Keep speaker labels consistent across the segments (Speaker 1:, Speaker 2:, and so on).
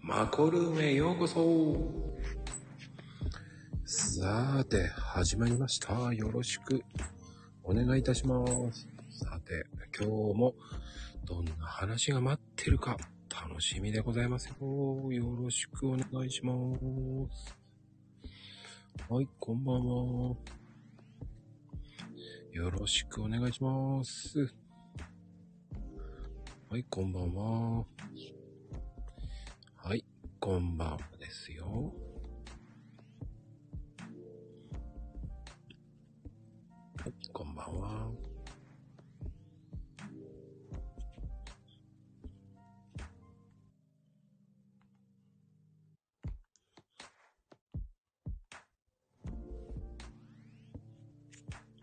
Speaker 1: マコルームへようこそさーて、始まりました。よろしくお願いいたします。さて、今日もどんな話が待ってるか楽しみでございますよ。よろしくお願いします。はい、こんばんは。よろしくお願いします。はい、こんばんは。はい、こんばんはですよ。はい、こんばんは。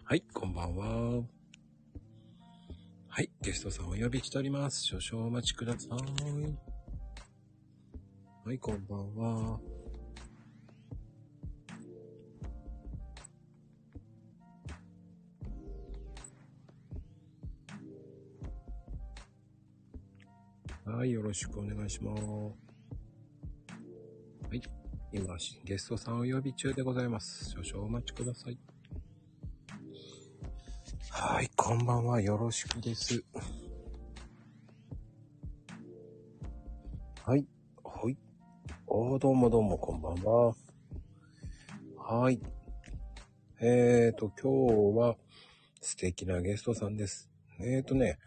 Speaker 1: はい、こんばんは。はい、ゲストさんお呼びしております。少々お待ちください。はい、こんばんは。はい、よろしくお願いします。はい、今、ゲストさんお呼び中でございます。少々お待ちください。はい、こんばんは。よろしくです。はい、はい。おー、どうもどうも、こんばんは。はい。えーと、今日は素敵なゲストさんです。えーとね、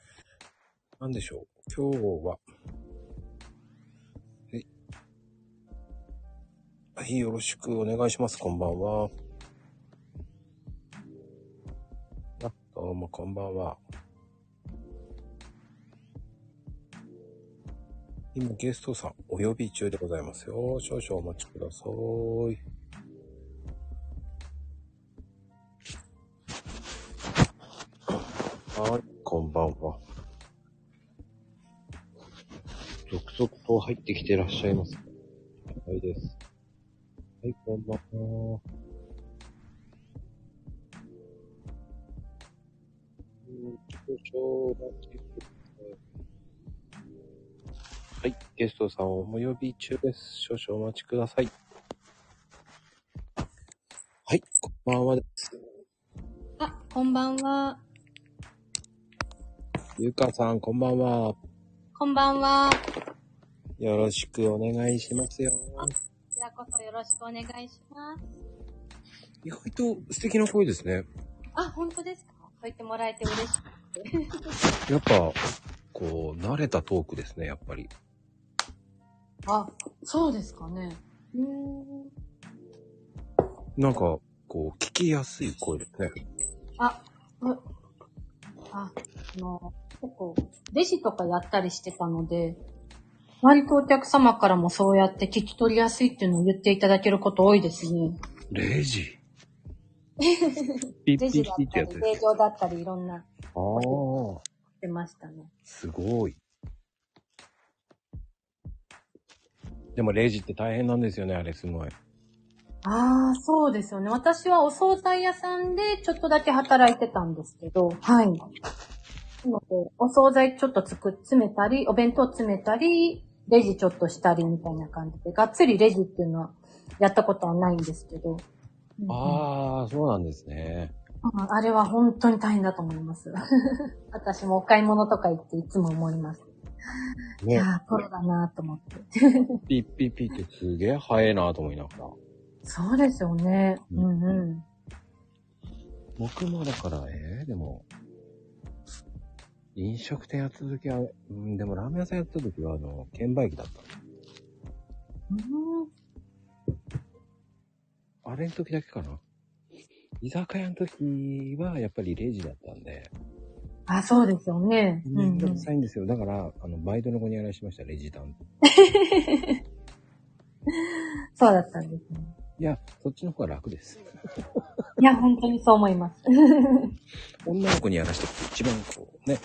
Speaker 1: なんでしょう。今日は、えはい、よろしくお願いします。こんばんは。あ、どうもこんばんは。今ゲストさんお呼び中でございますよ。少々お待ちください。はい、こんばんは。続々と入ってきてらっしゃいます。はいです。はい、こんばんは。はい、ゲストさんをお呼び中です。少々お待ちください。はい、こんばんはです。
Speaker 2: あ、こんばんは。
Speaker 1: ゆうかさん、こんばんは。
Speaker 2: こんばんは。こ
Speaker 1: よろしくお願いしますよ。
Speaker 2: ちらこそよろしくお願いします。
Speaker 1: 意外と素敵な声ですね。
Speaker 2: あ、本当ですかそう言ってもらえて嬉しい。
Speaker 1: やっぱ、こう、慣れたトークですね、やっぱり。
Speaker 2: あ、そうですかね。うーん。
Speaker 1: なんか、こう、聞きやすい声ですね。
Speaker 2: あ、う、あ、あの、結構、レジとかやったりしてたので、割とお客様からもそうやって聞き取りやすいっていうのを言っていただけること多いですね。
Speaker 1: レジ。ピッピ
Speaker 2: レジ
Speaker 1: ッ
Speaker 2: だ
Speaker 1: ピッ
Speaker 2: っ
Speaker 1: って
Speaker 2: た
Speaker 1: や
Speaker 2: り、
Speaker 1: つです。
Speaker 2: 営業だったり、いろんな、
Speaker 1: ああ。
Speaker 2: 出ましたね。
Speaker 1: すごい。でもレジって大変なんですよね、あれすごい。
Speaker 2: ああ、そうですよね。私はお惣菜屋さんでちょっとだけ働いてたんですけど、はい。なので、お惣菜ちょっとつく、詰めたり、お弁当詰めたり、レジちょっとしたりみたいな感じで、がっつりレジっていうのはやったことはないんですけど。あ
Speaker 1: ああ、そうなんですね。
Speaker 2: あれは本当に大変だと思います。 私もお買い物とか行っていつも思います。い
Speaker 1: ね、
Speaker 2: やー、プロだなーと思って。
Speaker 1: ピッピッピってすげえ早いなと思いながら。
Speaker 2: そうですよね。うんうん。
Speaker 1: 僕もだから、えー、でも、飲食店やった時は、うん、でもラーメン屋さんやった時は、あの、券売機だったの。
Speaker 2: うん
Speaker 1: あれの時だけかな。居酒屋の時は、やっぱりレジだったんで、
Speaker 2: あ、そうですよね。
Speaker 1: めんどくさいんですよ。だから、あの、バイトの子にやらしました、レジ担当
Speaker 2: そうだったんですね。
Speaker 1: いや、そっちの方が楽です。
Speaker 2: いや、本当にそう思います。
Speaker 1: 女の子にやらして一番こうね、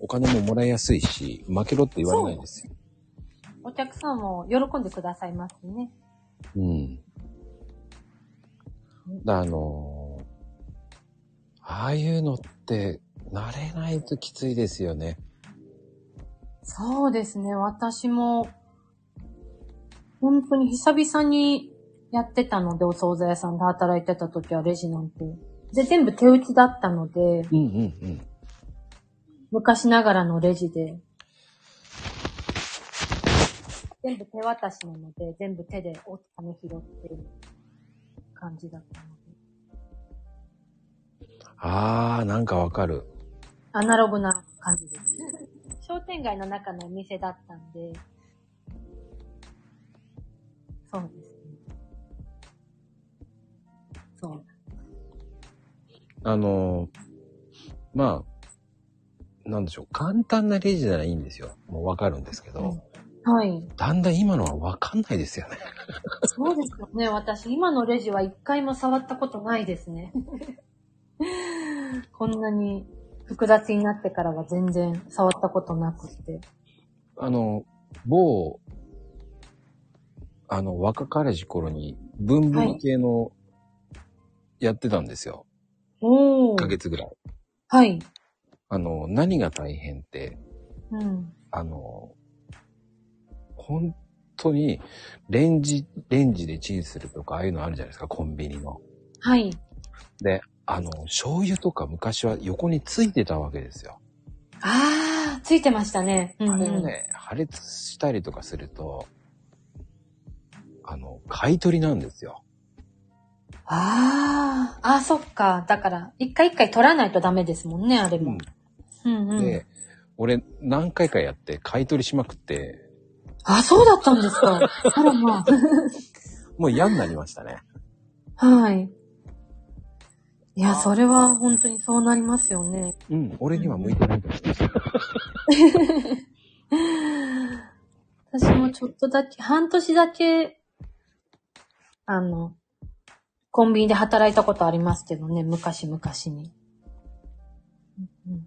Speaker 1: お金ももらいやすいし、負けろって言われないんですよ。
Speaker 2: お客さんも喜んでくださいますね。
Speaker 1: うん。だあのーああいうのって、慣れないときついですよね。
Speaker 2: そうですね、私も、本当に久々にやってたので、お惣菜屋さんで働いてた時はレジなんて。で、全部手打ちだったので、
Speaker 1: うんうんうん。
Speaker 2: 昔ながらのレジで。全部手渡しなので、全部手でお金拾ってる感じだったので。
Speaker 1: あー、なんかわかる。
Speaker 2: アナログな感じです。 商店街の中のお店だったんで。そうですね。そう。
Speaker 1: あのー、まあ、なんでしょう。簡単なレジならいいんですよ。もうわかるんですけど、
Speaker 2: はい。
Speaker 1: だんだん今のはわかんないですよね。
Speaker 2: そうですよね。私、今のレジは一回も触ったことないです ね。こんなに複雑になってからは全然触ったことなくて。
Speaker 1: あの、某、あの、若彼氏頃に文文系のやってたんですよ。
Speaker 2: お
Speaker 1: 1ヶ
Speaker 2: ー。
Speaker 1: 月ぐらい。
Speaker 2: はい。
Speaker 1: あの、何が大変って、
Speaker 2: うん。
Speaker 1: あの、本当に、レンジ、レンジでチンするとか、ああいうのあるじゃないですか、コンビニの。
Speaker 2: はい。
Speaker 1: で、あの、醤油とか昔は横についてたわけですよ。
Speaker 2: あー、ついてましたね。うん、
Speaker 1: あれをね、破裂したりとかすると、あの、買い取りなんですよ。
Speaker 2: ああ、あ、そっか。だから、一回一回取らないとダメですもんね、あれも。うんうん。
Speaker 1: で、俺何回かやって買い取りしまくって、
Speaker 2: あ、そうだったんですか。あらま
Speaker 1: もう嫌になりましたね。
Speaker 2: あ。はい。いや、
Speaker 1: あー
Speaker 2: それは本当にそうなりますよね。
Speaker 1: うん、俺には向いてないと思う。
Speaker 2: 私もちょっとだけ、半年だけ、あの、コンビニで働いたことありますけどね、昔々に。うんうん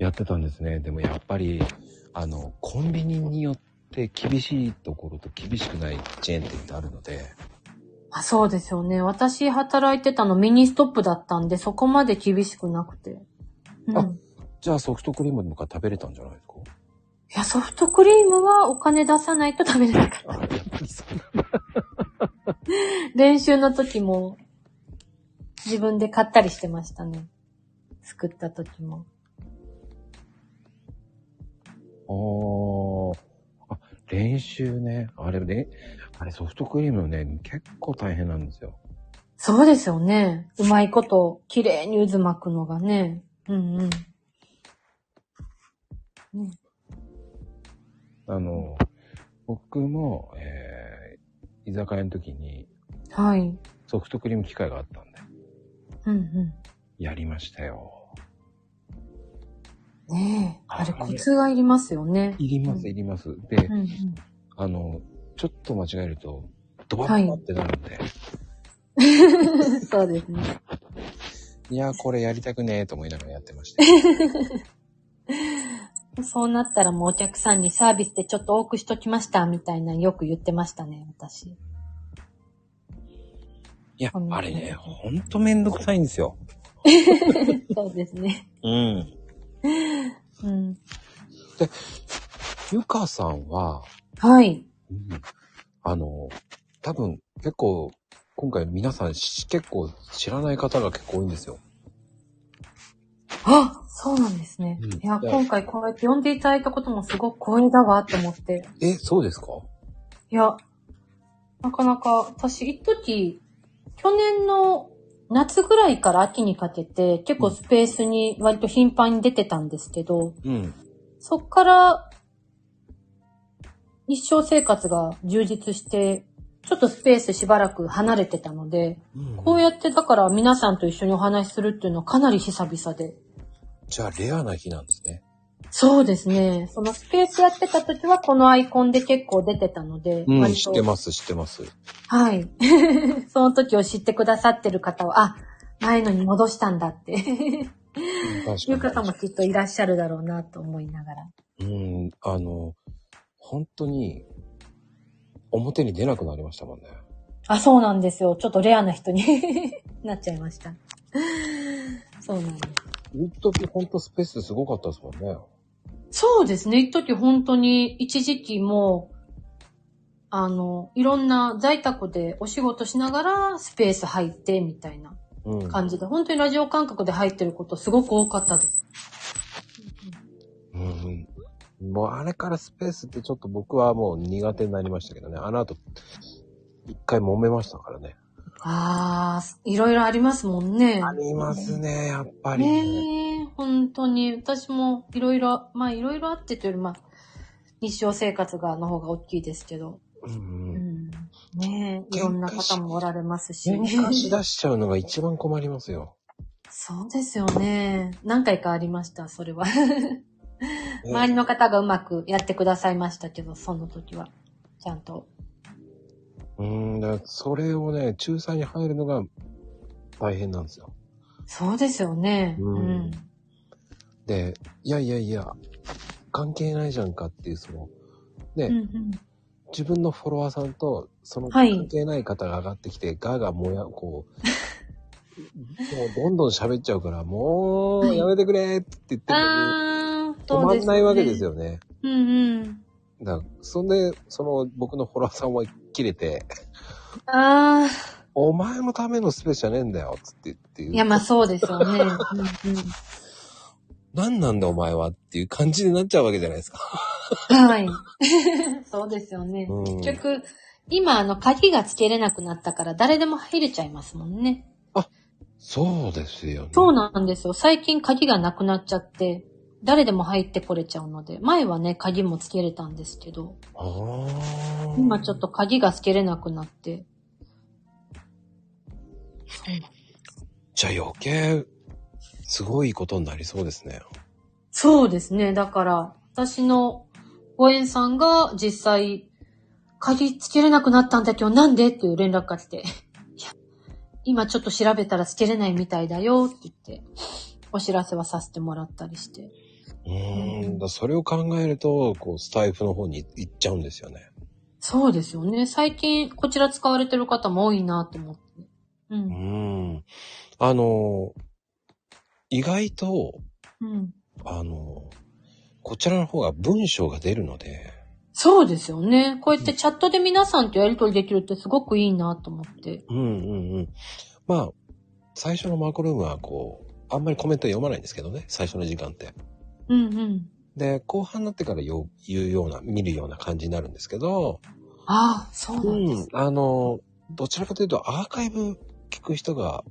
Speaker 1: やってたんですね。でもやっぱり、あの、コンビニによって厳しいところと厳しくないチェーン店ってあるので、
Speaker 2: あそうですよね。私働いてたのミニストップだったんで、そこまで厳しくなくて。うん。
Speaker 1: あじゃあソフトクリームとか食べれたんじゃないですか
Speaker 2: いや、ソフトクリームはお金出さないと食べれなかった。
Speaker 1: あ、やっぱりそうなんだ
Speaker 2: 練習の時も、自分で買ったりしてましたね。作った時も。
Speaker 1: あーあ、練習ね。あれ、ね、あれソフトクリームね、結構大変なんですよ。
Speaker 2: そうですよね。うまいこと、綺麗に渦巻くのがね。うんうん。
Speaker 1: あの、僕も、えー、居酒屋の時に
Speaker 2: はい。
Speaker 1: ソフトクリーム機械があったんで、
Speaker 2: うんうん。
Speaker 1: やりましたよ。
Speaker 2: ねえ。あれ、コツがいりますよね。
Speaker 1: いりま
Speaker 2: うん
Speaker 1: す、いります。で
Speaker 2: う、んうん。
Speaker 1: あの、ちょっと間違えると、ドバッバってなるんで、い、
Speaker 2: そうですね。
Speaker 1: やー、これやりたくねーと思いながらやってましたよ。
Speaker 2: そうなったらもうお客さんにサービスでちょっと多くしときました、みたいなよく言ってましたね、 私。
Speaker 1: いや、あれね、ほんとめんどくさいんですよ。
Speaker 2: そうですね。
Speaker 1: うん。
Speaker 2: うん。
Speaker 1: ゆかさんは、
Speaker 2: はい。
Speaker 1: うんあの、多分結構、今回皆さんし結構知らない方が結構多いんですよ。
Speaker 2: あそうなんですね。
Speaker 1: うん
Speaker 2: いや、今回こうやって呼んでいただいたこともすごく光栄だわ、と思って。
Speaker 1: え、そうですか
Speaker 2: いや、なかなか、私、一時、去年の夏ぐらいから秋にかけて、結構スペースに割と頻繁に出てたんですけど、
Speaker 1: うん。
Speaker 2: そっから、日常生活が充実して、ちょっとスペースしばらく離れてたので、こうやってだから皆さんと一緒にお話しするっていうのはかなり久々で。
Speaker 1: じゃあ、レアな日なんですね。
Speaker 2: そうですね。そのスペースやってた時はこのアイコンで結構出てたので、
Speaker 1: うん、
Speaker 2: 割
Speaker 1: 知
Speaker 2: と
Speaker 1: ってます、知ってます。
Speaker 2: はい。 その時を知ってくださってる方は、あ、前のに戻したんだって。
Speaker 1: 確
Speaker 2: いう方もきっといらっしゃるだろうなと思いながら。
Speaker 1: うん、あの、本当に、表に出なくなりましたもんね。
Speaker 2: あ、そうなんですよ。ちょっとレアな人に なっちゃいました。そうなんです。
Speaker 1: 一時本当スペースすごかったですもんね。
Speaker 2: そうですね。一時本当に、一時期もう、あの、いろんな在宅でお仕事しながらスペース入ってみたいな
Speaker 1: うん。
Speaker 2: 感じで、本当にラジオ感覚で入ってることすごく多かったです。
Speaker 1: うんうん。もうあれからスペースってちょっと僕はもう苦手になりましたけどね。あの後、一回揉めましたからね。
Speaker 2: ああ、いろいろありますもんね。
Speaker 1: ありますね、やっぱり、ね。
Speaker 2: ねえ、本当に。私もいろいろ、まあいろいろあってというより、まあ、日常生活が、の方が大きいですけど。
Speaker 1: うん
Speaker 2: う
Speaker 1: うん。
Speaker 2: ん。ねえ、いろんな方もおられますし。
Speaker 1: 喧嘩し出しちゃうのが一番困りますよ。
Speaker 2: そうですよね。何回かありました、それは。
Speaker 1: ね
Speaker 2: 周りの方がうまくやってくださいましたけど、その時は。ちゃんと。
Speaker 1: うん、だからそれをね、仲裁に入るのが大変なんですよ。
Speaker 2: そうですよね。
Speaker 1: う
Speaker 2: うんん。
Speaker 1: で、いやいやいや、関係ないじゃんかっていう、その、ね、
Speaker 2: うんうん
Speaker 1: 自分のフォロワーさんと、その
Speaker 2: はい
Speaker 1: 関係ない方が上がってきて、ガーガーもや、こう、 もうどんどん喋っちゃうから、もう、やめてくれって言ってるのに、
Speaker 2: あー、
Speaker 1: 止まんないわけです
Speaker 2: よ。
Speaker 1: よね。
Speaker 2: うんうん。
Speaker 1: だからそんで、その、僕のフォロワーさんは切れて、
Speaker 2: あー。
Speaker 1: お前のためのスペースじゃねえんだよ、つって言って言う。
Speaker 2: いや、まあそうですよね。うんうん
Speaker 1: 何なんだお前はっていう感じになっちゃうわけじゃないですか。
Speaker 2: はい。 そうですよね。
Speaker 1: うん
Speaker 2: 結局、今、あの、鍵がつけれなくなったから、誰でも入れちゃいますもんね。
Speaker 1: そうですよね。
Speaker 2: そうなんですよ。最近鍵がなくなっちゃって、誰でも入ってこれちゃうので、前はね、鍵もつけれたんですけど、
Speaker 1: あー
Speaker 2: 今ちょっと鍵がつけれなくなって。
Speaker 1: じゃあ余計、すごいことになりそうですね。
Speaker 2: そうですね。だから、私のご縁さんが実際、鍵つけれなくなったんだけど、なんでっていう連絡が来て、いや、今ちょっと調べたらつけれないみたいだよって言って、お知らせはさせてもらったりして。
Speaker 1: うーん。だそれを考えると、こう、スタイフの方に行っちゃうんですよね。
Speaker 2: そうですよね。最近、こちら使われてる方も多いなと思って。
Speaker 1: う
Speaker 2: う。
Speaker 1: んーん。あの、意外と、
Speaker 2: うん。
Speaker 1: あの、こちらの方が文章が出るので、
Speaker 2: そうですよね。こうやってチャットで皆さんとやりとりできるってすごくいいなと思って。
Speaker 1: うんうんうん。まあ、最初のマクロームはこう、あんまりコメント読まないんですけどね、最初の時間って。
Speaker 2: うんうん。
Speaker 1: で、後半になってからよ言うような、見るような感じになるんですけど、
Speaker 2: ああ、そう
Speaker 1: う
Speaker 2: なんで
Speaker 1: ん、
Speaker 2: す。
Speaker 1: あの、どちらかというとアーカイブ聞く人が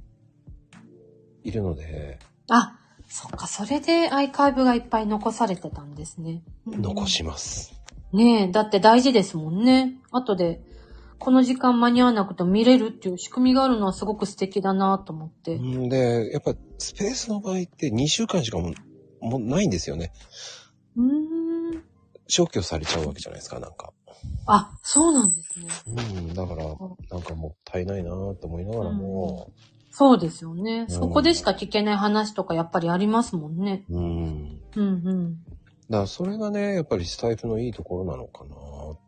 Speaker 1: いるので、
Speaker 2: あ、そっか、それでアーカイブがいっぱい残されてたんですね。うん
Speaker 1: 残。します。
Speaker 2: ねえ、だって大事ですもんね。後で、この時間間に合わなくても見れるっていう仕組みがあるのはすごく素敵だなと思って。
Speaker 1: うんで、やっぱスペースの場合って2週間しかももうないんですよね。
Speaker 2: うーん。
Speaker 1: 消去されちゃうわけじゃないですか、なんか。
Speaker 2: あ、そうなんですね。
Speaker 1: うん、だから、なんかもったいないなぁと思いながらも、
Speaker 2: そうですよね
Speaker 1: ん。
Speaker 2: そこでしか聞けない話とかやっぱりありますもんね。
Speaker 1: うん。
Speaker 2: うんうん。
Speaker 1: だからそれがね、やっぱりスタイフのいいところなのかなっ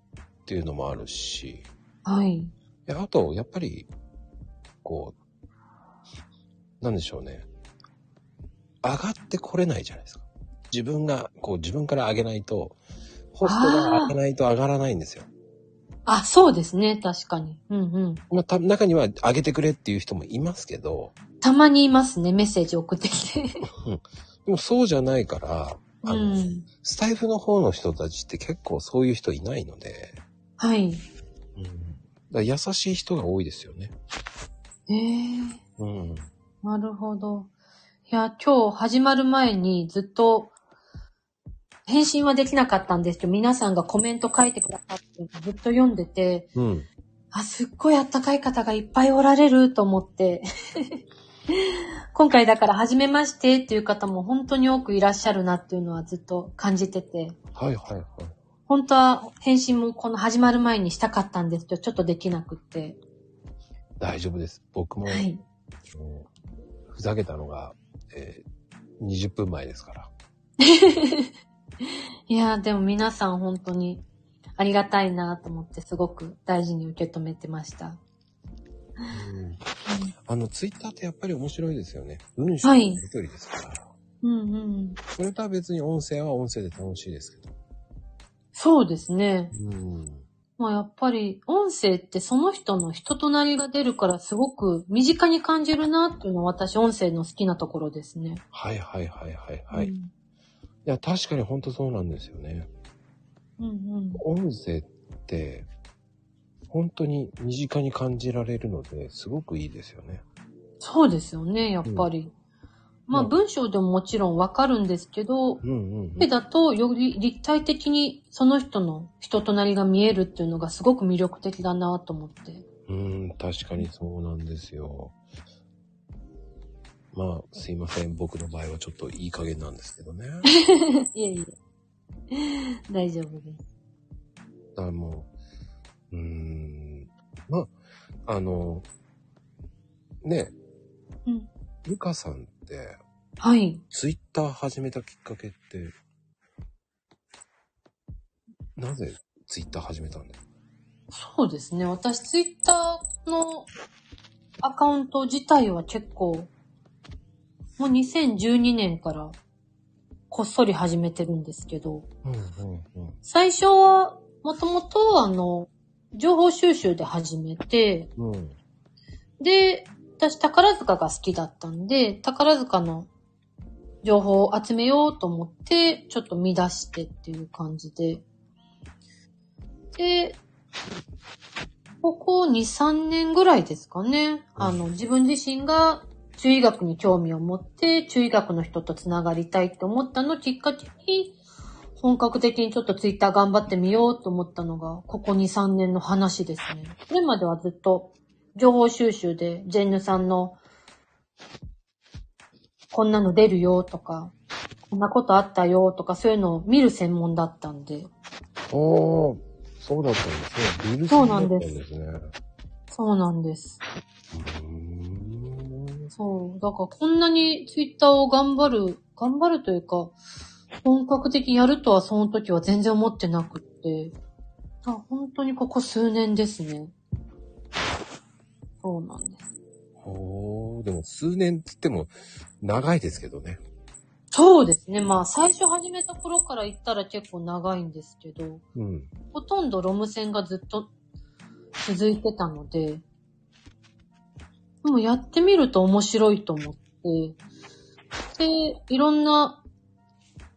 Speaker 1: ていうのもあるし、
Speaker 2: はい。
Speaker 1: いやあと、やっぱり、こう、なんでしょうね。上がってこれないじゃないですか。自分が、こう自分から上げないと、ホストが上げないと上がらないんですよ。
Speaker 2: あ、そうですね。確かに。うんうん。
Speaker 1: まあ、た中には上げてくれっていう人もいますけど、
Speaker 2: たまにいますね。メッセージ送ってき て。
Speaker 1: でもそうじゃないから、
Speaker 2: う
Speaker 1: あの、
Speaker 2: ん。
Speaker 1: スタイフの方の人たちって結構そういう人いないので、
Speaker 2: はい。
Speaker 1: うん、だから優しい人が多いですよね。
Speaker 2: ええー。
Speaker 1: うん。
Speaker 2: なるほど。いや、今日始まる前にずっと返信はできなかったんですけど、皆さんがコメント書いてくださってずっと読んでて、
Speaker 1: うん。
Speaker 2: あ、すっごいあったかい方がいっぱいおられると思って。 今回だから、初めましてっていう方も本当に多くいらっしゃるなっていうのはずっと感じてて、
Speaker 1: はいはいはい。
Speaker 2: 本当は返信もこの始まる前にしたかったんですけど、ちょっとできなくって。
Speaker 1: 大丈夫です。僕も、
Speaker 2: はい。
Speaker 1: もうふざけたのが、えー20分前ですから。
Speaker 2: いやー、でも皆さん本当にありがたいなと思ってすごく大事に受け止めてました。
Speaker 1: あの、ツイッターってやっぱり面白いですよね。文章の
Speaker 2: は
Speaker 1: や
Speaker 2: い
Speaker 1: りとりですから。
Speaker 2: うんうん。
Speaker 1: それとは別に音声は音声で楽しいですけど。
Speaker 2: そうですね。
Speaker 1: うん。
Speaker 2: まあやっぱり音声ってその人の人となりが出るからすごく身近に感じるなっていうのは私音声の好きなところですね。
Speaker 1: はいはいはいはいはい。い
Speaker 2: うん
Speaker 1: や、確かに本当そうなんですよね。
Speaker 2: うんうん。
Speaker 1: 音声って、本当に身近に感じられるので、すごくいいですよね。
Speaker 2: そうですよね、やっぱり。まあ
Speaker 1: うん
Speaker 2: 文章でももちろんわかるんですけ
Speaker 1: う
Speaker 2: ど、
Speaker 1: んうん、う
Speaker 2: 絵
Speaker 1: ん。
Speaker 2: だとより立体的にその人の人となりが見えるっていうのがすごく魅力的だなと思って。
Speaker 1: うん、確かにそうなんですよ。まあ、すいません。僕の場合はちょっといい加減なんですけど ね。
Speaker 2: いえいえ。大丈夫です。
Speaker 1: だからもう、うーん、まあ、あの、ね、
Speaker 2: うん
Speaker 1: ルカさんって、
Speaker 2: はい。
Speaker 1: ツイッター始めたきっかけって、なぜツイッター始めたんだ
Speaker 2: そうですね。私、ツイッターのアカウント自体は結構、もう2012年からこっそり始めてるんですけど、
Speaker 1: うんうん
Speaker 2: 最初はもともとあの、情報収集で始めて、
Speaker 1: うん。うん。
Speaker 2: で、私宝塚が好きだったんで、宝塚の情報を集めようと思って、ちょっと見出してっていう感じで。で、ここ2、3年ぐらいですかね。あの、自分自身が中医学に興味を持って、中医学の人とつながりたいと思ったのをきっかけに、本格的にちょっとツイッター頑張ってみようと思ったのが、ここ2、3年の話ですね。それまではずっと情報収集でジェンヌさんのこんなの出るよとか、こんなことあったよとかそういうのを見る専門だったんで。
Speaker 1: おー、そうだったんですね。ビル
Speaker 2: そうなんです
Speaker 1: ですね。
Speaker 2: そうなんです。
Speaker 1: うーん
Speaker 2: そう。だからこんなにツイッターを頑張る、頑張るというか、本格的にやるとはその時は全然思ってなくって。あ本当にここ数年ですね。そうなんです。
Speaker 1: おー、でも数年って言っても長いですけどね。
Speaker 2: そうですね。まあ最初始めた頃から言ったら結構長いんですけど。
Speaker 1: うん。
Speaker 2: ほとんどロム線がずっと続いてたので、でもやってみると面白いと思って、で、いろんな、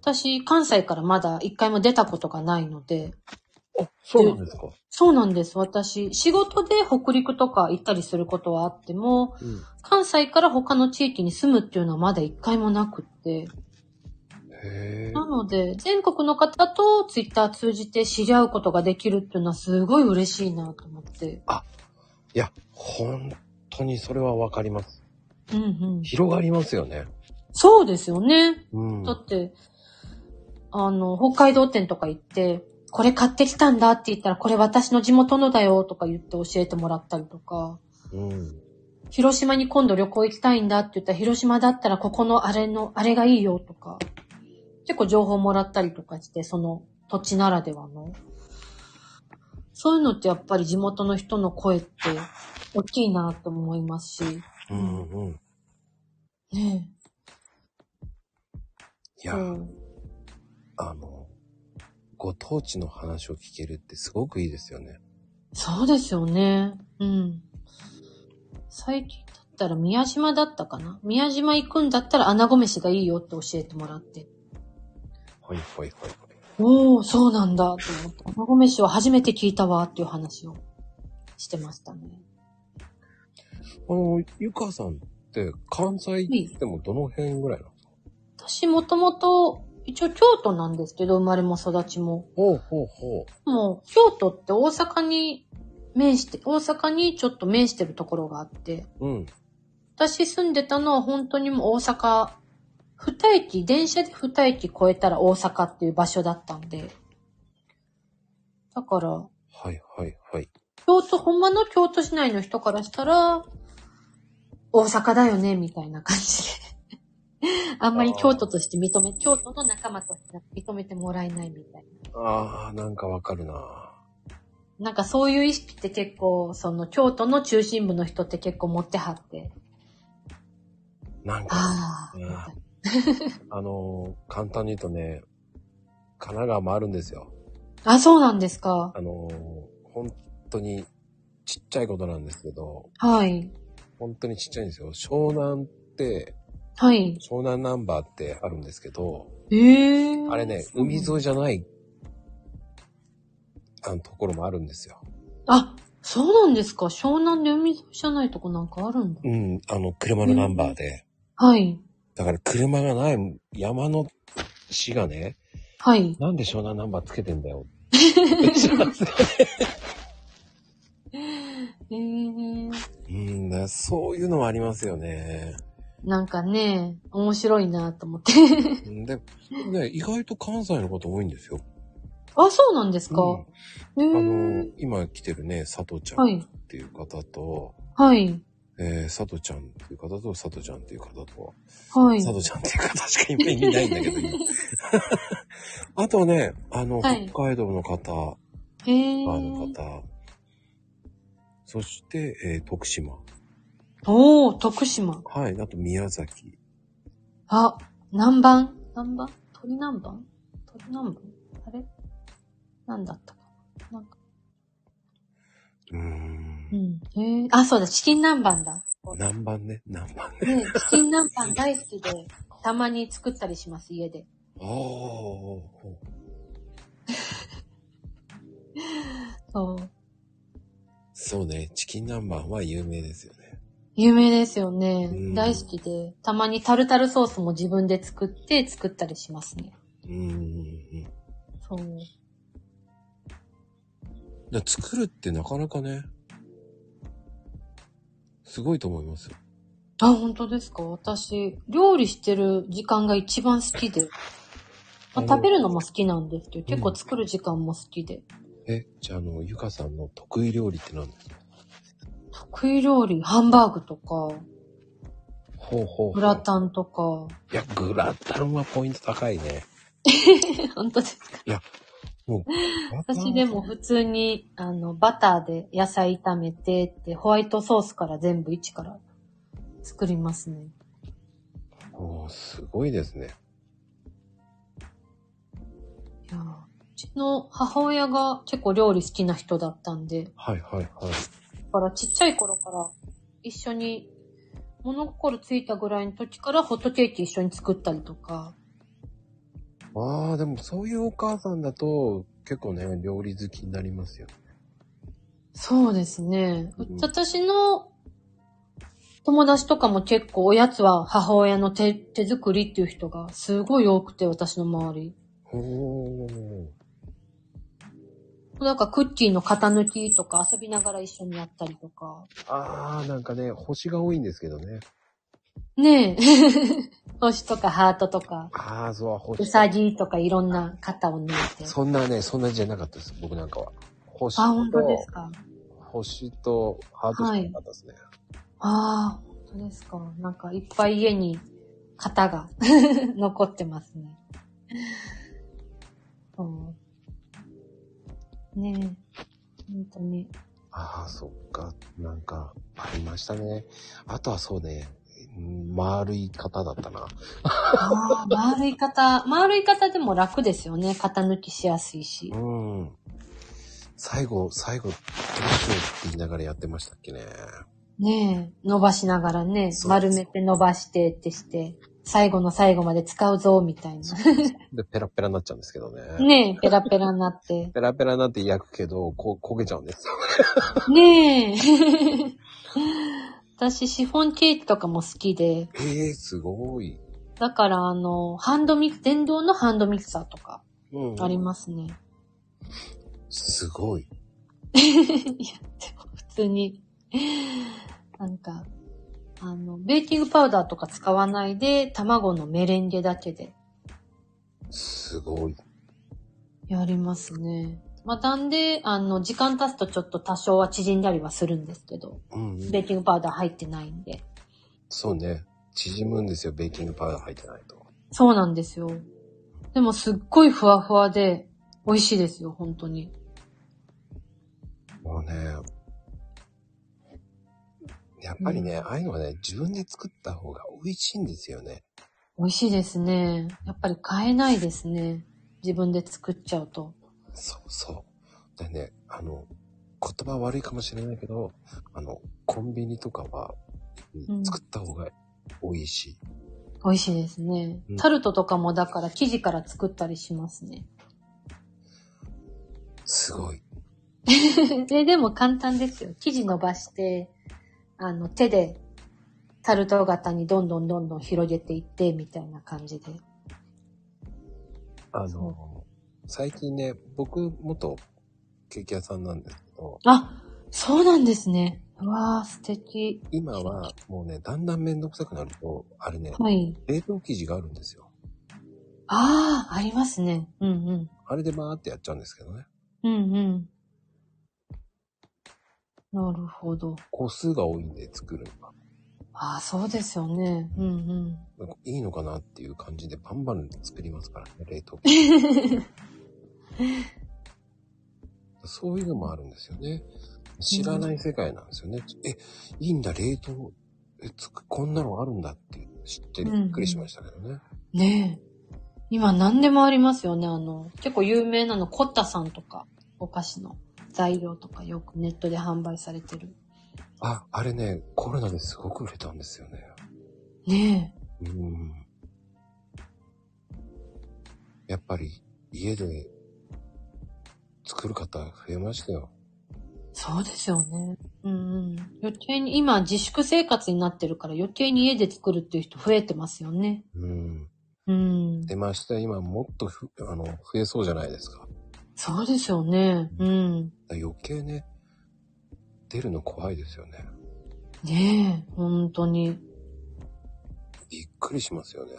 Speaker 2: 私、関西からまだ一回も出たことがないので、
Speaker 1: あ、そうなんですか。
Speaker 2: そうなんです、私。仕事で北陸とか行ったりすることはあっても、
Speaker 1: うん。
Speaker 2: 関西から他の地域に住むっていうのはまだ一回もなくって。
Speaker 1: へ
Speaker 2: な
Speaker 1: ー。
Speaker 2: ので、全国の方とツイッター通じて知り合うことができるっていうのはすごい嬉しいなと思って。
Speaker 1: いや、本当にそれはわかります。
Speaker 2: うんうん。
Speaker 1: 広がりますよね。
Speaker 2: そうですよね。
Speaker 1: うん。
Speaker 2: だって、あの、北海道店とか行って、これ買ってきたんだって言ったら、これ私の地元のだよとか言って教えてもらったりとか、
Speaker 1: うん。
Speaker 2: 広島に今度旅行行きたいんだって言ったら、広島だったらここのあれの、あれがいいよとか、結構情報もらったりとかして、その土地ならではの。そういうのってやっぱり地元の人の声って大きいなと思いますし、
Speaker 1: うんうん。
Speaker 2: ね
Speaker 1: い
Speaker 2: え。
Speaker 1: や、
Speaker 2: うん
Speaker 1: あの、ご当地の話を聞けるってすごくいいですよね。
Speaker 2: そうですよね。うん。最近だったら宮島だったかな宮島行くんだったら穴子飯がいいよって教えてもらって。
Speaker 1: はいはいはいはい。
Speaker 2: おー、そうなんだと思って。穴子飯は初めて聞いたわっていう話をしてましたね。
Speaker 1: あの、ゆかさんって関西でもどの辺ぐらいなの
Speaker 2: 私もともと、一応京都なんですけど、生まれも育ちも。
Speaker 1: ほうほうほ
Speaker 2: もう、京都って大阪に面して、大阪にちょっと面してるところがあって。
Speaker 1: う。うん。
Speaker 2: 私住んでたのは本当にもう大阪、二駅、電車で二駅越えたら大阪っていう場所だったんで。だから、
Speaker 1: はいはいはい。
Speaker 2: 京都、ほんまの京都市内の人からしたら、大阪だよね、みたいな感じで。 あんまり京都として認め、京都の仲間として認めてもらえないみたい
Speaker 1: あー、なんかわかるな
Speaker 2: な。なんかそういう意識って結構、その京都の中心部の人って結構持ってはって。
Speaker 1: なんか、
Speaker 2: ああ、みたいな
Speaker 1: あの、簡単に言うとね、神奈川もあるんですよ。
Speaker 2: あ、そうなんですか。
Speaker 1: あの、本当にちっちゃいことなんですけど、
Speaker 2: はい。
Speaker 1: 本当にちっちゃいんですよ。湘南って、
Speaker 2: はい。
Speaker 1: 湘南ナンバーってあるんですけど、
Speaker 2: ええー。
Speaker 1: あれね、海沿いじゃない、あの、ところもあるんですよ。
Speaker 2: あ、そうなんですか。湘南で海沿いじゃないとこなんかあるんだ。
Speaker 1: うん、あの、車のナンバーで。
Speaker 2: はい。
Speaker 1: だから車がない山の市がね、
Speaker 2: はい。
Speaker 1: なんで湘南ナンバーつけてんだよ。
Speaker 2: ええー。
Speaker 1: うん、だからそういうのもありますよ ね。
Speaker 2: なんかね、面白いなと思って。
Speaker 1: うんで、ね、意外と関西の方多いんですよ。
Speaker 2: あ、そうなんですか。
Speaker 1: う
Speaker 2: え
Speaker 1: んあ
Speaker 2: ー
Speaker 1: の、今来てるね、佐藤ちゃ
Speaker 2: は
Speaker 1: んっ
Speaker 2: い。
Speaker 1: ていう方と、
Speaker 2: はい。
Speaker 1: えー、佐藤ちゃんっていう方と、佐藤ちゃんっていう方と、
Speaker 2: はい。
Speaker 1: 佐藤ちゃんっていう方しか今いないんだけど、今 あとね、あの、
Speaker 2: はい
Speaker 1: 北海道の方、
Speaker 2: え
Speaker 1: バーの
Speaker 2: ー。
Speaker 1: 方、そして、えー徳島、
Speaker 2: おー、徳島。
Speaker 1: はい、あと宮崎、
Speaker 2: あ、南蛮南蛮鳥南蛮鳥南蛮あれなんだったかななんか。
Speaker 1: うーん
Speaker 2: う、ん。へえ。あ、そうだ、チキン南蛮だ。
Speaker 1: 南蛮ね、南蛮ね。
Speaker 2: ね、チキン南蛮大好きで、たまに作ったりします、家で。
Speaker 1: ああ、
Speaker 2: そう。
Speaker 1: そうね、チキン南蛮は有名ですよね。
Speaker 2: 有名ですよね
Speaker 1: うん。
Speaker 2: 大好きで、たまにタルタルソースも自分で作って作ったりしますね。
Speaker 1: うーん。
Speaker 2: そう。
Speaker 1: だから作るってなかなかね、すごいと思いますよ。
Speaker 2: あ、本当ですか私、料理してる時間が一番好きで。まあ、食べるのも好きなんですけど、結構作る時間も好きで。
Speaker 1: え、じゃあ、あの、ゆかさんの得意料理って何ですか
Speaker 2: 得意料理、ハンバーグとか、
Speaker 1: ほうほう
Speaker 2: グラタンとか。
Speaker 1: ン。いや、グラタンはポイント高いね。
Speaker 2: 本当ですか
Speaker 1: もう、グラタン
Speaker 2: 私で。も普通に、あの、バターで野菜炒めてって、ホワイトソースから全部一から作りますね。
Speaker 1: おーすごいですね。
Speaker 2: いやーうちの母親が結構料理好きな人だったんで、だ
Speaker 1: はいはいはい。
Speaker 2: からちっちゃい頃から一緒に、物心ついたぐらいの時からホットケーキ一緒に作ったりとか、
Speaker 1: ああ、でもそういうお母さんだと、結構ね、料理好きになりますよ。
Speaker 2: そうですね。う
Speaker 1: うん
Speaker 2: 私の友達とかも結構おやつは母親の手手作りっていう人がすごい多くて私の周り。
Speaker 1: おー。
Speaker 2: なんかクッキーの型抜きとか遊びながら一緒にやったりとか。
Speaker 1: ああ、なんかね、星が多いんですけどね。
Speaker 2: ねえ。 星とかハートとか、
Speaker 1: ああ、そう、星。
Speaker 2: うさぎとかいろんな型を抜いて。
Speaker 1: そんなね、そんなじゃなかったです、僕なんかは。星
Speaker 2: あ、本当で
Speaker 1: と
Speaker 2: す、か。
Speaker 1: 星とハートしかなかったですね。
Speaker 2: ああ、本当ですか。なんかいっぱい家に型が 残ってますね。そう。ねえ。本当に。
Speaker 1: ああ、そっか、なんか、ありましたね。あとはそうね、うん丸い方だったな。
Speaker 2: ああ、丸い型。丸い型でも楽ですよね。型抜きしやすいし
Speaker 1: う。ん。最後、最後、どうしようって言いながらやってましたっけね。
Speaker 2: ねえ。伸ばしながらね
Speaker 1: そ。う
Speaker 2: 丸めて伸ばしてってして。最後の最後まで使うぞ、みたいな。
Speaker 1: で、ペラペラになっちゃうんですけどね。
Speaker 2: ねえ、ペラペラになって。
Speaker 1: ペラペラになって焼くけど、こう、焦げちゃうん ですよ。
Speaker 2: ねえ。 私、シフォンケーキとかも好きで。
Speaker 1: ええー、すごい。
Speaker 2: だから、あの、ハンドミキ、電動のハンドミキサーとか
Speaker 1: うん
Speaker 2: ありますね。
Speaker 1: すごい。
Speaker 2: いや、でも普通に、 なんか、あの、ベーキングパウダーとか使わないで、卵のメレンゲだけです
Speaker 1: ごい。
Speaker 2: やりますね。まあ、なんで、あの、時間経つとちょっと多少は縮んだりはするんですけど、
Speaker 1: うんうん
Speaker 2: ベーキングパウダー入ってないんで。
Speaker 1: そうね。縮むんですよ、ベーキングパウダー入ってないと。
Speaker 2: そうなんですよ。でもすっごいふわふわで、美味しいですよ、本当に。
Speaker 1: もうね、やっぱりね、ああいうのはね、自分で作った方が美味しいんですよね。
Speaker 2: 美味しいですね。やっぱり買えないですね。自分で作っちゃうと。
Speaker 1: そうそう。でね、あの、言葉悪いかもしれないけど、あの、コンビニとかは、う、
Speaker 2: うんん
Speaker 1: 作った方が美味しい。
Speaker 2: 美味しいですね
Speaker 1: うん。
Speaker 2: タルトとかもだから生地から作ったりしますね。
Speaker 1: すごい。
Speaker 2: で、でも簡単ですよ。生地伸ばして、あの、手でタルト型にどんどんどんどん広げていって、みたいな感じで。
Speaker 1: あの
Speaker 2: そ、
Speaker 1: 最近ね、僕、元ケーキ屋さんなんですけど、
Speaker 2: あ、そうなんですね。うわー、素敵。
Speaker 1: 今はもうね、だんだんめんどくさくなると、あ れね、
Speaker 2: はい。
Speaker 1: 冷凍生地があるんですよ。
Speaker 2: ああ、ありますね。うんうん。
Speaker 1: あれでバーってやっちゃうんですけどね。
Speaker 2: うんうん。なるほど。
Speaker 1: 個数が多いんで作るのが。
Speaker 2: ああ、そうですよね。うんうん。
Speaker 1: なんかいいのかなっていう感じでバンバン作りますからね、冷凍。そういうのもあるんですよね。知らない世界なんですよね。え、いいんだ、冷凍。え、つく、こんなのあるんだって知ってびっくりしましたけどね。
Speaker 2: ねえ。今何でもありますよね。あの、結構有名なの、コッタさんとか、お菓子の材料とかよくネットで販売されてる。
Speaker 1: あ、あれね、コロナですごく売れたんですよね。
Speaker 2: ねえ。
Speaker 1: うん。やっぱり、家で作る方増えましたよ。
Speaker 2: そうですよね。うんうん。余計に、今自粛生活になってるから余計に家で作るっていう人増えてますよね。
Speaker 1: うん。
Speaker 2: うん。
Speaker 1: で、まして今もっとふ、あの、増えそうじゃないですか。
Speaker 2: そうですよね。うん。
Speaker 1: だから余計ね、出るの怖いですよね。
Speaker 2: ねえ。本当に。
Speaker 1: びっくりしますよね。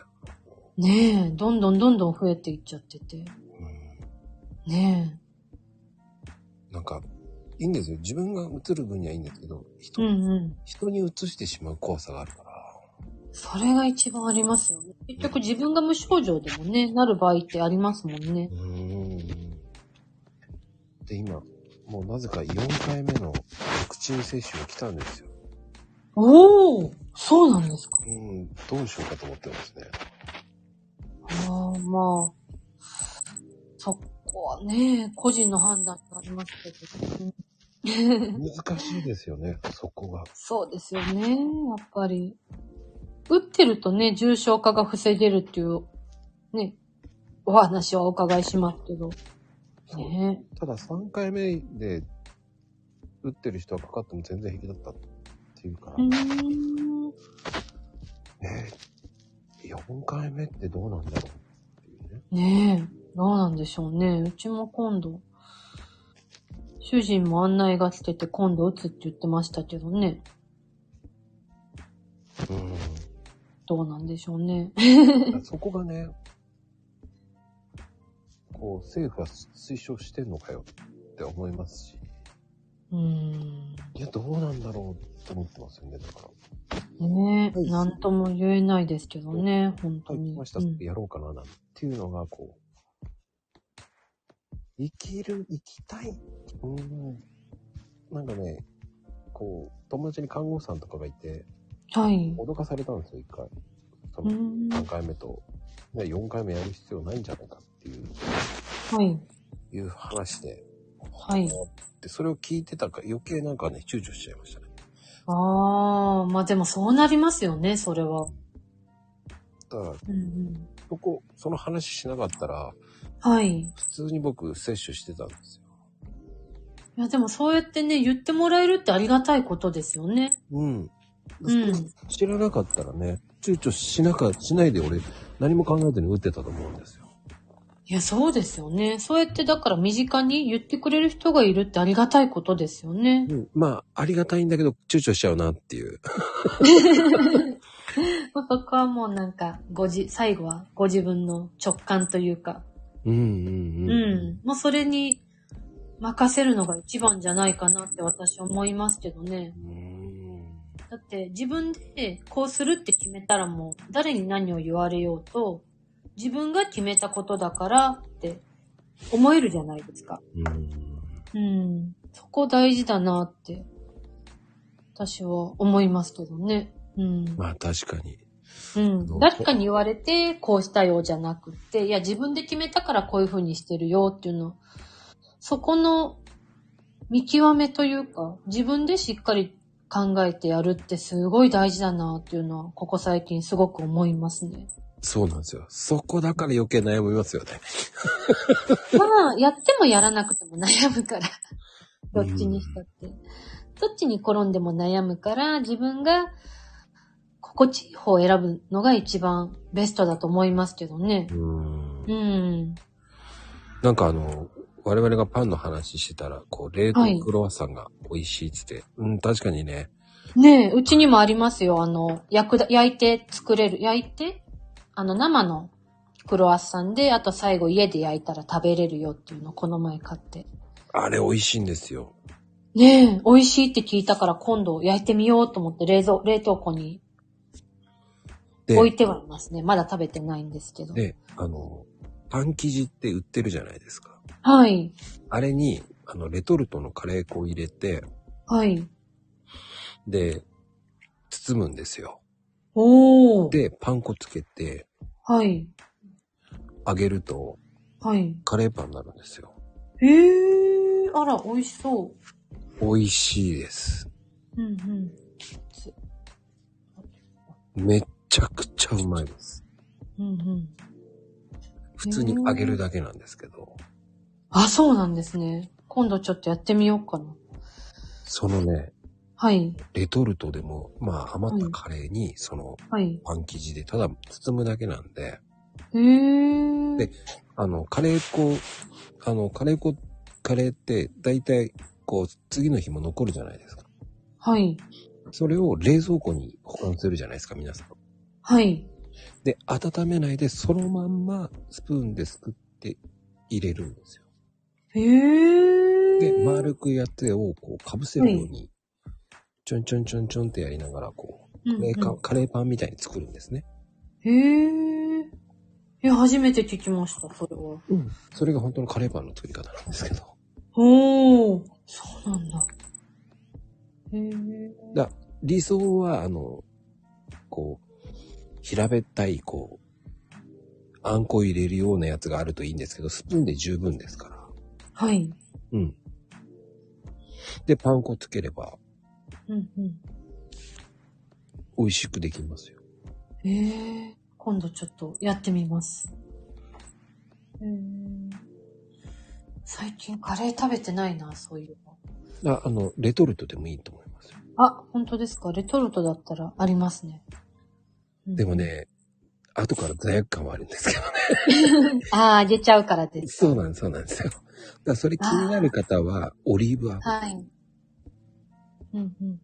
Speaker 2: ねえ。どんどんどんどん増えていっちゃってて。
Speaker 1: うん。
Speaker 2: ね
Speaker 1: なんか、いいんですよ。自分が映る分にはいいんですけど、
Speaker 2: え。
Speaker 1: 人、
Speaker 2: うんうん。
Speaker 1: 人に映してしまう怖さがあるから。
Speaker 2: それが一番ありますよね。結局自分が無症状でもね、なる場合ってありますもんね。
Speaker 1: うん。で、今、もうなぜか4回目のワクチン接種が来たんですよ。
Speaker 2: おおそうなんですか。
Speaker 1: うん、どうしようかと思ってますね。
Speaker 2: ああ、まあ。そこはね、個人の判断になりますけど。うん
Speaker 1: 難しいですよね、そこが。
Speaker 2: そうですよね、やっぱり。打ってるとね、重症化が防げるっていう、ね、お話はお伺いしますけど。ね
Speaker 1: ただ3回目で打ってる人はかかっても全然平気だったっていうから
Speaker 2: う、ーん。
Speaker 1: ね4回目ってどうなんだろうっていうね。
Speaker 2: ねえ、どうなんでしょうね。うちも今度、主人も案内が来てて今度打つって言ってましたけどね。どうなんでしょうね。
Speaker 1: うん。そこがね、こう政府は推奨してんのかよって思いますし、
Speaker 2: うーん。
Speaker 1: いや、どうなんだろうって思ってますよね、だから。
Speaker 2: ね
Speaker 1: はい
Speaker 2: え、なんとも言えないですけどね、本当
Speaker 1: はい、
Speaker 2: に。
Speaker 1: 来ました、
Speaker 2: うん
Speaker 1: やろうかな、なんていうのが、こう、生きる、生きたい。うーん。なんかね、こう、友達に看護師さんとかがいて、
Speaker 2: はい。
Speaker 1: 脅かされたんですよ、一回。そう
Speaker 2: ー
Speaker 1: の、
Speaker 2: ん。
Speaker 1: 3回目と、ね、4回目やる必要ないんじゃないかっていう、
Speaker 2: はい。
Speaker 1: いう話で。
Speaker 2: はい
Speaker 1: で、それを聞いてたから、余計なんかね、躊躇しちゃいましたね。
Speaker 2: ああ、まあでもそうなりますよね、それは。
Speaker 1: だから、
Speaker 2: うんうん。
Speaker 1: そこ、その話しなかったら、
Speaker 2: はい。
Speaker 1: 普通に僕、接種してたんですよ。
Speaker 2: いや、でもそうやってね、言ってもらえるってありがたいことですよね。
Speaker 1: うん。
Speaker 2: うん。
Speaker 1: 知らなかったらね、躊躇しなか、しないで俺、何も考えずに打ってたと思うんですよ。
Speaker 2: いや、そうですよね。そうやって、だから身近に言ってくれる人がいるってありがたいことですよね。
Speaker 1: うん。まあ、ありがたいんだけど、躊躇しちゃうなっていう。
Speaker 2: まあそこはもうなんか、ごじ、最後はご自分の直感というか、
Speaker 1: うん
Speaker 2: う
Speaker 1: うん
Speaker 2: ん。
Speaker 1: うん。
Speaker 2: もうそれに任せるのが一番じゃないかなって私は思いますけどね。
Speaker 1: うん。
Speaker 2: だって自分でこうするって決めたらもう、誰に何を言われようと、自分が決めたことだからって思えるじゃないですか。
Speaker 1: うん。
Speaker 2: うん。そこ大事だなって、私は思いますけどね。うん。
Speaker 1: まあ、確かに。
Speaker 2: うん。誰かに言われて、こうしたよじゃなくって、いや、自分で決めたからこういう風にしてるよっていうの。そこの、見極めというか、自分でしっかり考えてやるってすごい大事だなっていうのは、ここ最近すごく思いますね。
Speaker 1: そうなんですよ。そこだから余計悩みますよね。
Speaker 2: まあ、やってもやらなくても悩むから。どっちにしたって。どっちに転んでも悩むから、自分が心地いい方を選ぶのが一番ベストだと思いますけどね。
Speaker 1: うーん
Speaker 2: う。ん。
Speaker 1: なんかあの、我々がパンの話してたら、こう、冷凍クロワッサンが美味しいっつって、うん、確かにね、
Speaker 2: ねえ、うちにもありますよ。あの、焼くだ、焼いて作れる。焼いてあの、生のクロワッサンで、あと最後家で焼いたら食べれるよっていうのをこの前買って。
Speaker 1: あれ美味しいんですよ。
Speaker 2: ねえ、美味しいって聞いたから今度焼いてみようと思って冷蔵、冷凍庫に
Speaker 1: で、
Speaker 2: 置いてはいますね。まだ食べてないんですけど。
Speaker 1: で、あの、パン生地って売ってるじゃないですか。
Speaker 2: はい。
Speaker 1: あれに、あの、レトルトのカレー粉を入れて、
Speaker 2: はい。
Speaker 1: で、包むんですよ。
Speaker 2: おー。
Speaker 1: で、パン粉つけて、
Speaker 2: はい。
Speaker 1: 揚げると、
Speaker 2: はい。
Speaker 1: カレーパンになるんですよ。
Speaker 2: へー。あら、美味しそ
Speaker 1: 美味しいです。
Speaker 2: う。うんうん。
Speaker 1: めちゃくちゃうまいです。
Speaker 2: うんうん。
Speaker 1: 普通に揚げるだけなんですけど、
Speaker 2: あ、そうなんですね。今度ちょっとやってみようかな。
Speaker 1: そのね、
Speaker 2: はい。
Speaker 1: レトルトでも、まあ余ったカレーに、その
Speaker 2: はい。
Speaker 1: パン生地でただ包むだけなんで、
Speaker 2: へー。
Speaker 1: であの、カレー粉、あの、カレー粉、カレーって大体、こう、次の日も残るじゃないですか。
Speaker 2: はい。
Speaker 1: それを冷蔵庫に保管するじゃないですか、皆さん。
Speaker 2: はい。
Speaker 1: で、温めないで、そのまんまスプーンですくって入れるんですよ。
Speaker 2: へー。
Speaker 1: で、丸くやつをこう、かぶせるように、ちょんちょんちょんちょんってやりながら、こう、
Speaker 2: うん
Speaker 1: カレー
Speaker 2: う
Speaker 1: か
Speaker 2: ん
Speaker 1: カレーパンみたいに作るんですね。
Speaker 2: へー。え、初めて聞きました、それは。
Speaker 1: うん。それが本当のカレーパンの作り方なんですけど。
Speaker 2: おー。そうなんだ。へー。
Speaker 1: 理想は、あの、こう、平べったい、こう、あんこ入れるようなやつがあるといいんですけど、スプーンで十分ですから。
Speaker 2: はい。
Speaker 1: うん。で、パン粉つければ、
Speaker 2: うんうん。
Speaker 1: 美味しくできますよ。
Speaker 2: ええ今度ちょっとやってみます。えー最近カレー食べてないな、そういうの。
Speaker 1: ああの、レトルトでもいいと思いますよ。
Speaker 2: あ、本当ですかレトルトだったらありますね。うん
Speaker 1: でも。ね、後から罪悪感はあるんですけどね。
Speaker 2: ああ、あげちゃうからです。
Speaker 1: そうなんです、そうなんですよ。だからそれ気になる方は、オリーブ油、
Speaker 2: はい。うんうん。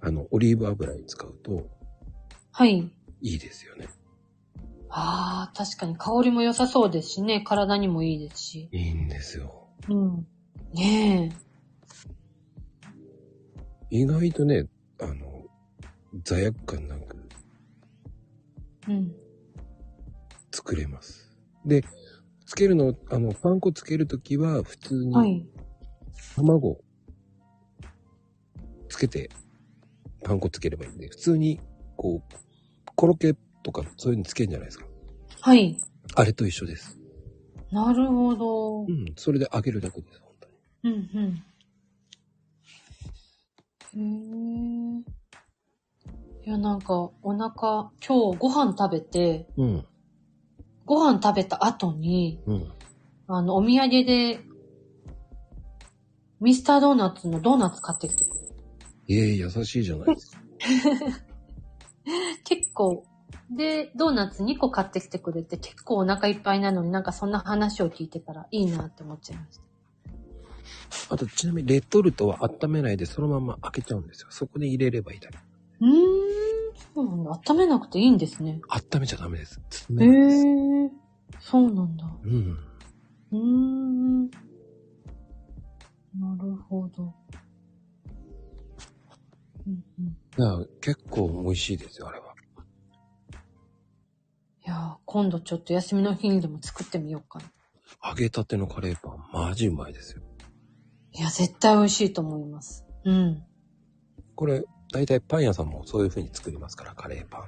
Speaker 1: あの、オリーブ油に使うと
Speaker 2: はい。
Speaker 1: いいですよね。
Speaker 2: ああ、確かに香りも良さそうですしね。体にもいいですし。
Speaker 1: いいんですよ。
Speaker 2: うん。ねえ。
Speaker 1: 意外とね、あの、罪悪感なく
Speaker 2: うん。
Speaker 1: 作れます。で、つけるの、あの、パン粉つけるときは、普通
Speaker 2: は
Speaker 1: に
Speaker 2: い。
Speaker 1: 卵、つけて、パン粉つければいいんで、普通に、こう、コロッケとかそういうのつけるんじゃないですか。
Speaker 2: はい。
Speaker 1: あれと一緒です。
Speaker 2: なるほど。
Speaker 1: うん、それで揚げるだけです、本当に。
Speaker 2: うんうん。へえ。いや、なんか、お腹、今日ご飯食べて、
Speaker 1: うん、
Speaker 2: ご飯食べた後に、
Speaker 1: うん。
Speaker 2: あの、お土産で、ミスタードーナツのドーナツ買ってきてくれる。
Speaker 1: いえいえ、優しいじゃないですか。
Speaker 2: 結構、で、ドーナツ2個買ってきてくれて、結構お腹いっぱいなのになんかそんな話を聞いてたらいいなって思っちゃいました。
Speaker 1: あと、ちなみに、レトルトは温めないで、そのまま開けちゃうんですよ。そこに入れればいいだけ。
Speaker 2: うーん、そうなんだ。温めなくていいんですね。
Speaker 1: 温めちゃダメです。
Speaker 2: へ
Speaker 1: 冷めます
Speaker 2: ー、そうなんだ。
Speaker 1: うん。
Speaker 2: うーん。なるほど。うんうん、い
Speaker 1: だから結構美味しいですよ、あれは。
Speaker 2: やー、今度ちょっと休みの日にでも作ってみようかな。
Speaker 1: 揚げたてのカレーパン、マジうまいですよ。
Speaker 2: いや、絶対美味しいと思います。うん。
Speaker 1: これ、大体パン屋さんもそういう風に作りますから、カレーパン。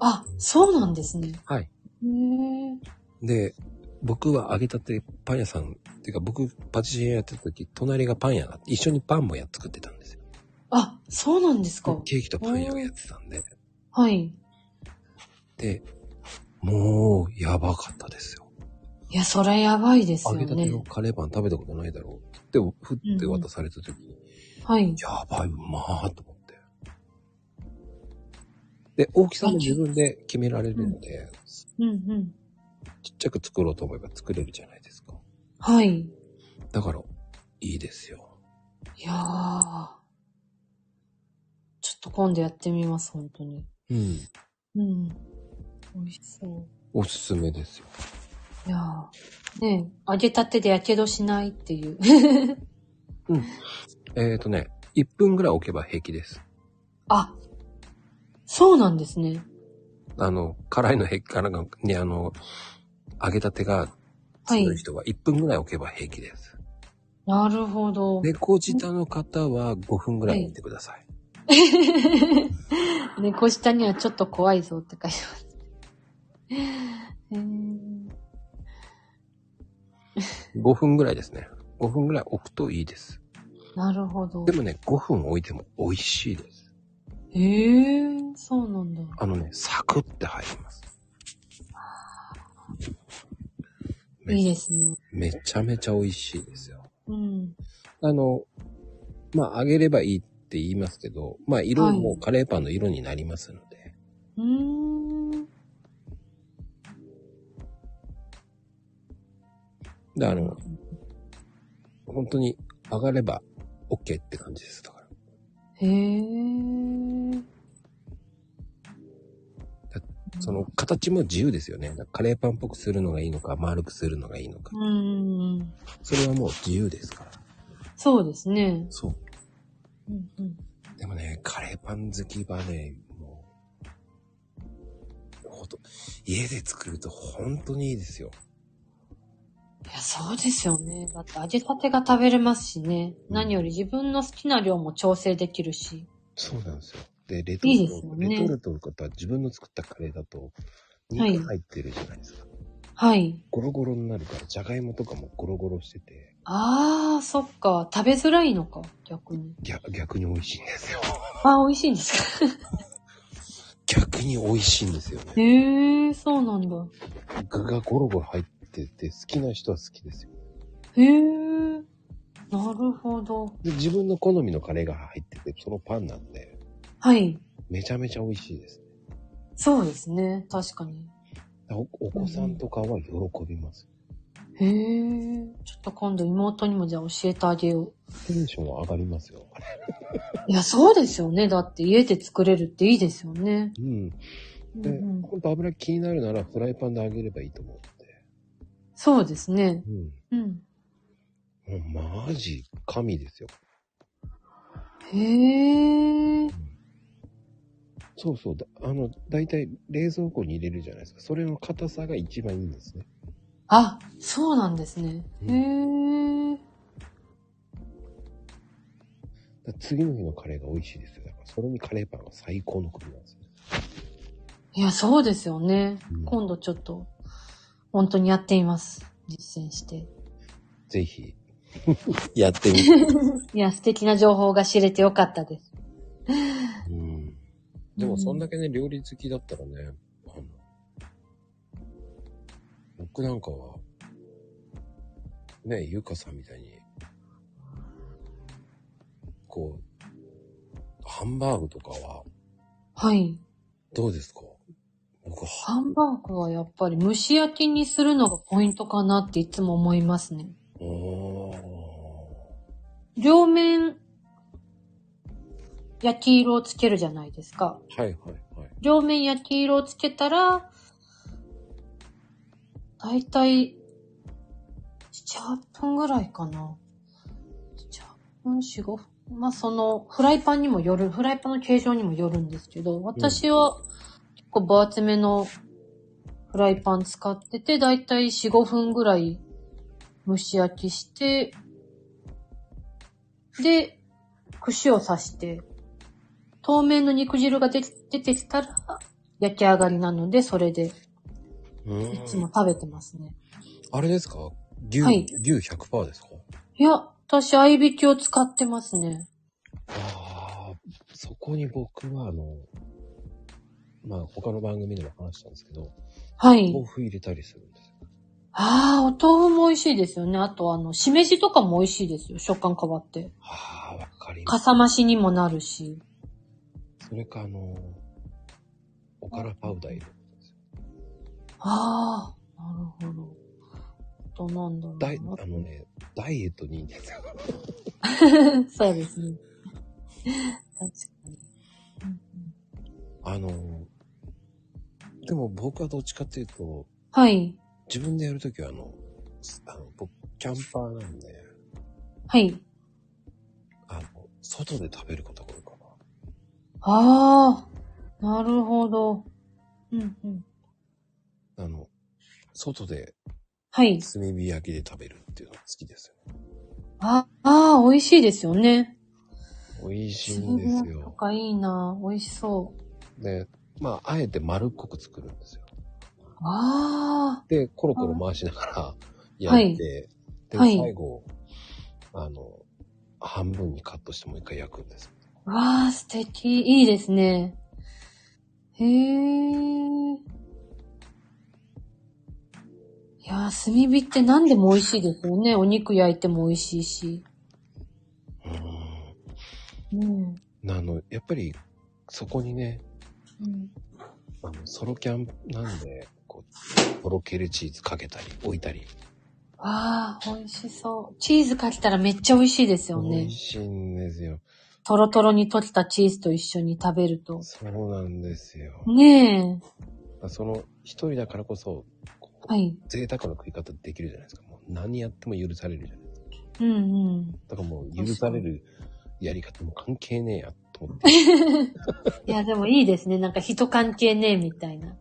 Speaker 2: あ、そうなんですね。
Speaker 1: はい。
Speaker 2: へえ。
Speaker 1: で、僕は揚げたてパン屋さん、てか僕パティシエやってた時、隣がパン屋があって、一緒にパンもやっ作ってたんですよ。
Speaker 2: あ、そうなんですか。
Speaker 1: ケーキとパン屋がやってたんで。
Speaker 2: はい。
Speaker 1: で、もう、やばかったですよ。
Speaker 2: いや、それやばいです
Speaker 1: 揚
Speaker 2: よ
Speaker 1: げたて
Speaker 2: ね
Speaker 1: の。カレーパン食べたことないだろうって、ふって渡された時に、
Speaker 2: はい。
Speaker 1: やばい、うまーと思って。で、大きさも自分で決められるので、
Speaker 2: うんうん。
Speaker 1: ちっちゃく作ろうと思えば作れるじゃないですか。
Speaker 2: はい。い
Speaker 1: だから、いいですよ。
Speaker 2: やー。ちょっと今度やってみます、本当に。
Speaker 1: うん。
Speaker 2: うん。美味しそ
Speaker 1: おすすめですよ。
Speaker 2: う。いやー。ねえ揚げたてでやけどしないっていう。
Speaker 1: えっ、ー、とね、1分ぐらい置けば平気です。
Speaker 2: あ、そうなんですね。
Speaker 1: あの、辛いの平気からが、ね、あの、揚げたてが
Speaker 2: は
Speaker 1: 強
Speaker 2: い
Speaker 1: い。人は1分ぐらい置けば平気です。
Speaker 2: なるほど。
Speaker 1: 猫舌の方は5分ぐらい置いてください。
Speaker 2: 猫下にはちょっと怖いぞって書いてます。えー、
Speaker 1: 5分ぐらいですね。5分ぐらい置くといいです。
Speaker 2: なるほど
Speaker 1: で。もね、5分置いても美味しいです。
Speaker 2: えー、そうなんだ。
Speaker 1: あのね、サクって入ります。め
Speaker 2: いいですね。
Speaker 1: めちゃめちゃ美味しいですよ。
Speaker 2: うん。
Speaker 1: あの、まあ、揚げればいいって言いますけど、まあ、色
Speaker 2: はい
Speaker 1: もカレーパンの色になりますので、
Speaker 2: うーん。
Speaker 1: で、あの、本当に揚がれば OK って感じです。だから。
Speaker 2: へー。
Speaker 1: その形も自由ですよね。だからカレーパンっぽくするのがいいのか、丸くするのがいいのか。
Speaker 2: うん。
Speaker 1: それはもう自由ですから。
Speaker 2: そうですね。
Speaker 1: そう。
Speaker 2: うんうん、
Speaker 1: でもね、カレーパン好きはね、もう、ほと、家で作ると本当にいいですよ。
Speaker 2: いや、そうですよね。だって揚げたてが食べれますしね。何より自分の好きな量も調整できるし。
Speaker 1: そうなんですよ。で、レトルト、
Speaker 2: いいですよね
Speaker 1: レトルトとか自分の作ったカレーだと、
Speaker 2: はい
Speaker 1: 肉入ってるじゃないですか。
Speaker 2: はい。
Speaker 1: ゴロゴロになるから、じゃがいもとかもゴロゴロしてて、
Speaker 2: あー、そっか。食べづらいのか、逆に。
Speaker 1: 逆逆に美味しいんですよ。
Speaker 2: あー、美味しいんですか。
Speaker 1: 逆に美味しいんですよね。
Speaker 2: へえ、そうなんだ。
Speaker 1: 具がゴロゴロ入ってて、好きな人は好きですよ。
Speaker 2: へえ、なるほど。
Speaker 1: で、自分の好みのカレーが入ってて、そのパンなんで、
Speaker 2: はい。
Speaker 1: めちゃめちゃ美味しいです。
Speaker 2: そうですね。確かに。
Speaker 1: おお子さんとかは喜びます。
Speaker 2: へえ、ちょっと今度妹にもじゃあ教えてあげよう。
Speaker 1: テンション上がりますよ。あれ
Speaker 2: いや、そうですよね。だって家で作れるっていいですよね。
Speaker 1: うん。
Speaker 2: うん
Speaker 1: で、
Speaker 2: うん、
Speaker 1: ほんと油気になるならフライパンで揚げればいいと思って。
Speaker 2: そうですね。
Speaker 1: うん。
Speaker 2: うん。
Speaker 1: もうマジ神ですよ。
Speaker 2: へえ、
Speaker 1: そうそう。だあの、だいたい冷蔵庫に入れるじゃないですか。それの硬さが一番いいんですね。
Speaker 2: あ、そうなんですね。
Speaker 1: う
Speaker 2: へえ、
Speaker 1: だ次の日のカレーが美味しいですよ。だからそれにカレーパンが最高の組み合わせ。
Speaker 2: いや、そうですよね。
Speaker 1: うん
Speaker 2: 今度ちょっと、本当にやってみます。実践して。
Speaker 1: ぜひ、 やってみて。
Speaker 2: いや、素敵な情報が知れてよかったです。
Speaker 1: うん。でも、そんだけね、料理好きだったらね、あの、僕なんかは、ね、ゆかさんみたいに、こう、ハンバーグとかは、
Speaker 2: はい。
Speaker 1: どうですか僕、は
Speaker 2: ハンバーグはやっぱり蒸し焼きにするのがポイントかなっていつも思いますね。
Speaker 1: おー
Speaker 2: 両面、焼き色をつけるじゃないですか。
Speaker 1: はいはいはい。
Speaker 2: 両面焼き色をつけたら、だいたい、7、8分ぐらいかな。7、8分、4、5分。まあ、その、フライパンにもよる、フライパンの形状にもよるんですけど、私は結構分厚めのフライパン使ってて、だいたい4、5分ぐらい蒸し焼きして、で、串を刺して、透明の肉汁が出て出てきたら、焼き上がりなので、それで
Speaker 1: う
Speaker 2: いつ
Speaker 1: ん。
Speaker 2: も食べてますね。
Speaker 1: あれですか牛、
Speaker 2: はい
Speaker 1: 牛100%ですか
Speaker 2: いや、私、合いびきを使ってますね。
Speaker 1: ああ、そこに僕はあの、まあ他の番組でも話したんですけど、
Speaker 2: はい。
Speaker 1: 豆腐入れたりするんですよ。
Speaker 2: ああ、お豆腐も美味しいですよね。あと、あの、しめじとかも美味しいですよ。食感変わって。
Speaker 1: ああ、わかりま
Speaker 2: かさ増しにもなるし。
Speaker 1: す。それかあの、おからパウダー入れるんですよ。
Speaker 2: ああ、なるほど。あと、なんだろう
Speaker 1: ダイ、
Speaker 2: な。
Speaker 1: あのね、ダイエットにいいんですよ。
Speaker 2: そうですね。 確かに。うんうん
Speaker 1: あの、でも僕はどっちかっていうと、
Speaker 2: はい。
Speaker 1: 自分でやるときはあの、あの、僕、キャンパーなんで、
Speaker 2: はい。
Speaker 1: あの、外で食べることが多いかな。
Speaker 2: ああ、なるほど。うんうん。
Speaker 1: あの、外で
Speaker 2: はい。
Speaker 1: 炭火焼きで食べるっていうのが好きです
Speaker 2: ああー、美味しいですよね。
Speaker 1: よ。美味しいんです
Speaker 2: と
Speaker 1: よ。
Speaker 2: かいいな。美味しそう。
Speaker 1: で、まあ、あえて丸っこく作るんですよ。
Speaker 2: あ
Speaker 1: で、コロコロ回しながら焼いて、で、
Speaker 2: はい
Speaker 1: 最後、あの、半分にカットしてもう一回焼くんです。
Speaker 2: あ、わあ、素敵。いいですね。へえ。いやー、炭火って何でも美味しいですよね。お肉焼いても美味しいし。
Speaker 1: うん。
Speaker 2: うん。
Speaker 1: あの、やっぱり、そこにね、
Speaker 2: うん、
Speaker 1: あのソロキャンなんで、こう、とろけるチーズかけたり、置いたり。
Speaker 2: ああ、美味しそう。チーズかけたらめっちゃ美味しいですよ
Speaker 1: 美
Speaker 2: ね
Speaker 1: 味。しいんですよ。
Speaker 2: トロトロに溶けたチーズと一緒に食べると。
Speaker 1: そうなんですよ。
Speaker 2: ねえ。
Speaker 1: その、一人だからこそ、こう
Speaker 2: はい。
Speaker 1: 贅沢な食い方できるじゃないですか。もう何やっても許されるじゃないですか。
Speaker 2: うんうん。
Speaker 1: だからもう
Speaker 2: かに
Speaker 1: 許されるやり方も関係ねえやと思 って。
Speaker 2: いや、でもいいですね。なんか人関係ねえみたいな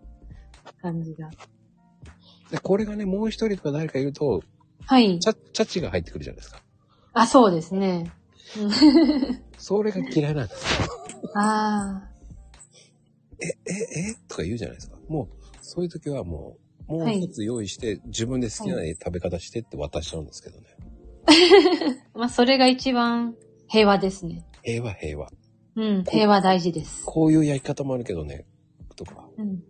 Speaker 2: 感じが。
Speaker 1: で、これがね、もう一人とか誰かいると、
Speaker 2: はい
Speaker 1: チ。ャチャチが入ってくるじゃないですか。
Speaker 2: あ、そうですね。
Speaker 1: それが嫌いなんです。
Speaker 2: あ
Speaker 1: え、えとか言うじゃないですか。もう、そういう時はもう、もう
Speaker 2: はい
Speaker 1: 一つ用意して、自分で好きな食べ方してって渡しちゃうんですけどね。
Speaker 2: あ。まあ、それが一番平和ですね。
Speaker 1: 平和平和。
Speaker 2: うん。平和大事です。
Speaker 1: こういう焼き方もあるけどね、とか。
Speaker 2: うん。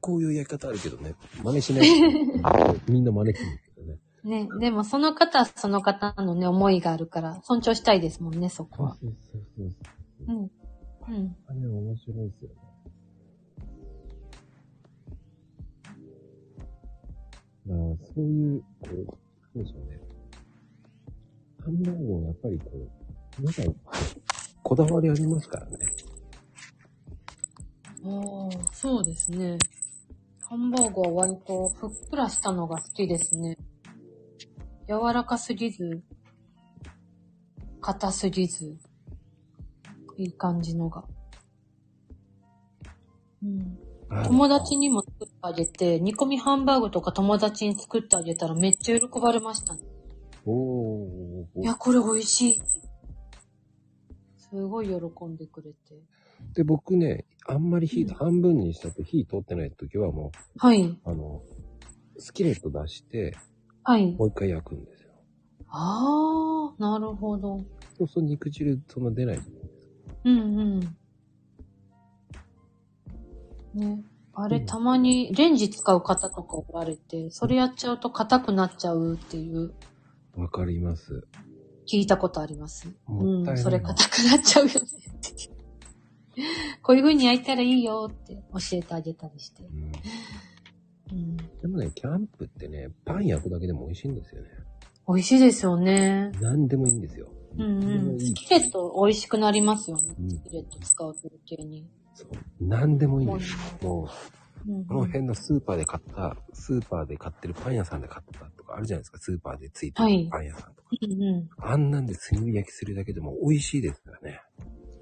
Speaker 1: こういうやり方あるけどね、真似しない で。みんな真似するんですけどね。
Speaker 2: ね。でも、その方はその方のね、思いがあるから、尊重したいですもんね、そこは。
Speaker 1: そうそうそう。
Speaker 2: うん。うん。
Speaker 1: あれ面白いですよね。まあ、そういう、こう、そうでしょうね。ハンバーグはやっぱりこう、皆さん、こだわりありますからね。
Speaker 2: ああ、そうですね。ハンバーグは割とふっくらしたのが好きですね。柔らかすぎず、硬すぎず、いい感じのが。うん、友達にも作ってあげて、煮込みハンバーグとか友達に作ってあげたらめっちゃ喜ばれましたね。
Speaker 1: おお
Speaker 2: いや、これ美味しいって。すごい喜んでくれて。
Speaker 1: で、僕ね、あんまり火、
Speaker 2: うん
Speaker 1: 半分にしたと火通ってない時はも
Speaker 2: はい、
Speaker 1: う、あの、スキレット出して、
Speaker 2: はい。
Speaker 1: もう一回焼くんですよ。
Speaker 2: ああ、なるほど。
Speaker 1: そうすると肉汁そんな出ないじゃないですか。
Speaker 2: うんうん。ね。あれ、たまに、レンジ使う方とかおられて、それやっちゃうと硬くなっちゃうっていう、
Speaker 1: わかります。
Speaker 2: 聞いたことあります。
Speaker 1: もった
Speaker 2: う
Speaker 1: いない
Speaker 2: ん、それ硬くなっちゃうよね。こういう風に焼いたらいいよって教えてあげたりして。
Speaker 1: うん
Speaker 2: うん。
Speaker 1: でもね、キャンプってね、パン焼くだけでも美味しいんですよね。
Speaker 2: 美味しいですよね。
Speaker 1: 何でもいいんですよ。
Speaker 2: うん
Speaker 1: 何で
Speaker 2: う
Speaker 1: も
Speaker 2: ん。
Speaker 1: いい
Speaker 2: スキレット美味しくなりますよね。
Speaker 1: うん
Speaker 2: スキレット使うと余計に。
Speaker 1: そう。何でもいいん
Speaker 2: もう
Speaker 1: ですよ。も
Speaker 2: うん
Speaker 1: う、この辺のスーパーで買った、スーパーで買ってるパン屋さんで買ったとかあるじゃないですか。スーパーでついて
Speaker 2: は
Speaker 1: る
Speaker 2: い
Speaker 1: パン屋さんとか。
Speaker 2: うんうん。
Speaker 1: あんなんで炭火焼きするだけでも美味しいですからね。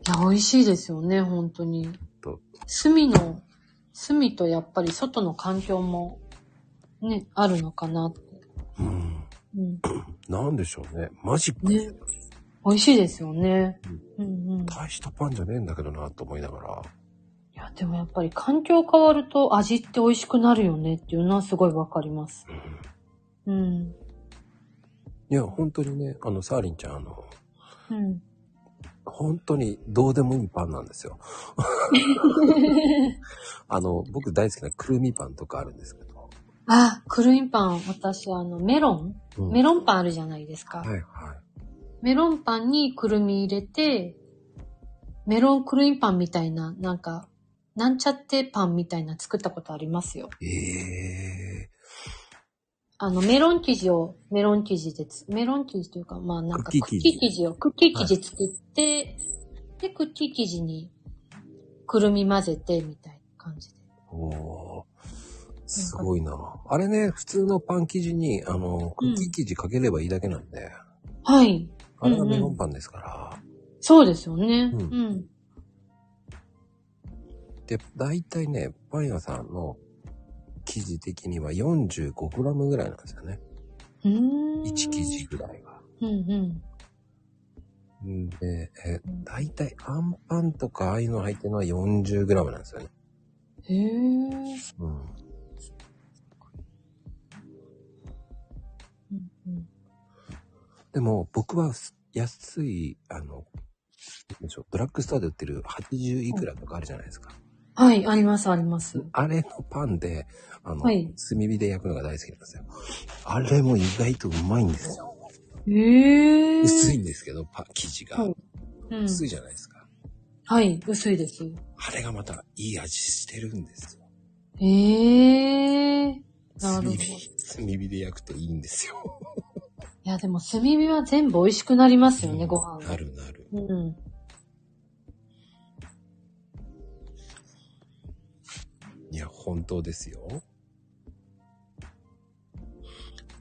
Speaker 2: いや、美味しいですよね、本当に
Speaker 1: と。
Speaker 2: 炭の、炭とやっぱり外の環境も、ね、あるのかなって。
Speaker 1: うん。
Speaker 2: うん。
Speaker 1: なんでしょうね。マジックですよ。
Speaker 2: 美味しいですよね。うんうん。い
Speaker 1: 大したパンじゃねえんだけどなと思いながら。
Speaker 2: や、でもやっぱり環境変わると味って美味しくなるよねっていうのはすごいわかります。
Speaker 1: うん
Speaker 2: うん。
Speaker 1: いや、本当にね、あの、サーリンちゃん、あの、
Speaker 2: うん。
Speaker 1: 本当にどうでもいいパンなんですよ。あの、僕大好きなくるみパンとかあるんですけど。
Speaker 2: あ、クルインパン、私あの、メロン
Speaker 1: うん
Speaker 2: メロンパンあるじゃないですか。
Speaker 1: はいはい。
Speaker 2: メロンパンにくるみ入れて、メロンくるみパンみたいな、なんか、なんちゃってパンみたいな作ったことありますよ。
Speaker 1: ええ
Speaker 2: あの、メロン生地を、メロン生地でつ、メロン生地というか、まあなんか、
Speaker 1: クッ
Speaker 2: クッ
Speaker 1: キ
Speaker 2: キ
Speaker 1: ー生地
Speaker 2: ー生地を、クッキー生地作って、で、クッキー生地に、くるみ混ぜて、みたいな感じで。
Speaker 1: おーすごいな。あれね、普通のパン生地に、あの、クッキー生地かければいいだけなんで、
Speaker 2: はい。
Speaker 1: あれがメロンパンですから。
Speaker 2: そうですよね。
Speaker 1: う
Speaker 2: うんん。
Speaker 1: で、大体ね、パン屋さんの生地的には 45g ぐらいなんですよね。
Speaker 2: うーん。
Speaker 1: 1生地。ぐらいが。
Speaker 2: うんうん。
Speaker 1: んで、え、大体あんパンとかああいうの入ってるのは 40g なんですよね。
Speaker 2: へえ。
Speaker 1: うん。
Speaker 2: うんうん
Speaker 1: でも僕はす安い、あの、なんでしょうドラッグストアで売ってる80いくらとかあるじゃないですか。
Speaker 2: はい、あります、あります。
Speaker 1: あれのパンで、あの、
Speaker 2: はい
Speaker 1: 炭火で焼くのが大好きなんですよ。あれも意外とうまいんですよ。
Speaker 2: へえ。
Speaker 1: 薄い。んですけど、パン、生地が。
Speaker 2: はいうん。
Speaker 1: 薄いじゃないですか。
Speaker 2: はい、薄いです。
Speaker 1: あれがまたいい味してるんですよ。
Speaker 2: ええな
Speaker 1: 炭
Speaker 2: るほど。
Speaker 1: 火
Speaker 2: い、
Speaker 1: 炭火で焼くといいんですよ。
Speaker 2: や、でも炭火は全部美味しくなりますよね、ご飯
Speaker 1: なるなる。
Speaker 2: うん。
Speaker 1: いや、本当ですよ。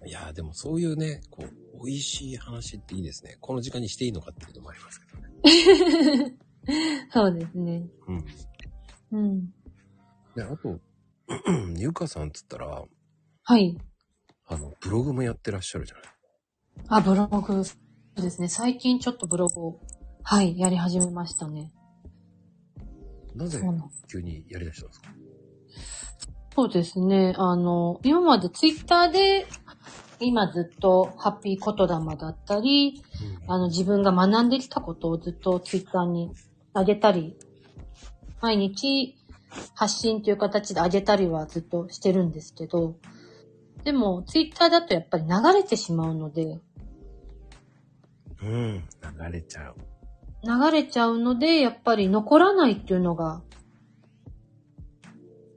Speaker 1: いや、でもそういうね、こう、美味しい話っていいですね。この時間にしていいのかっていうのもありますけどね。
Speaker 2: そうですね。
Speaker 1: うん。
Speaker 2: うん。
Speaker 1: で、あと、 ゆかさんっつったら、
Speaker 2: はい。
Speaker 1: あの、ブログもやってらっしゃるじゃない。
Speaker 2: あ、ブログ。そうですね。最近ちょっとブログを、はい、やり始めましたね。
Speaker 1: なぜ
Speaker 2: そうなん
Speaker 1: 急にやりだしたんですか
Speaker 2: そうですね。あの、今までツイッターで、今ずっとハッピー言霊だったり、あの、自分が学んできたことをずっとツイッターに上げたり、毎日発信という形で上げたりはずっとしてるんですけど、でも、ツイッターだとやっぱり流れてしまうので、
Speaker 1: うん、流れちゃう。
Speaker 2: 流れちゃうので、やっぱり残らないっていうのが、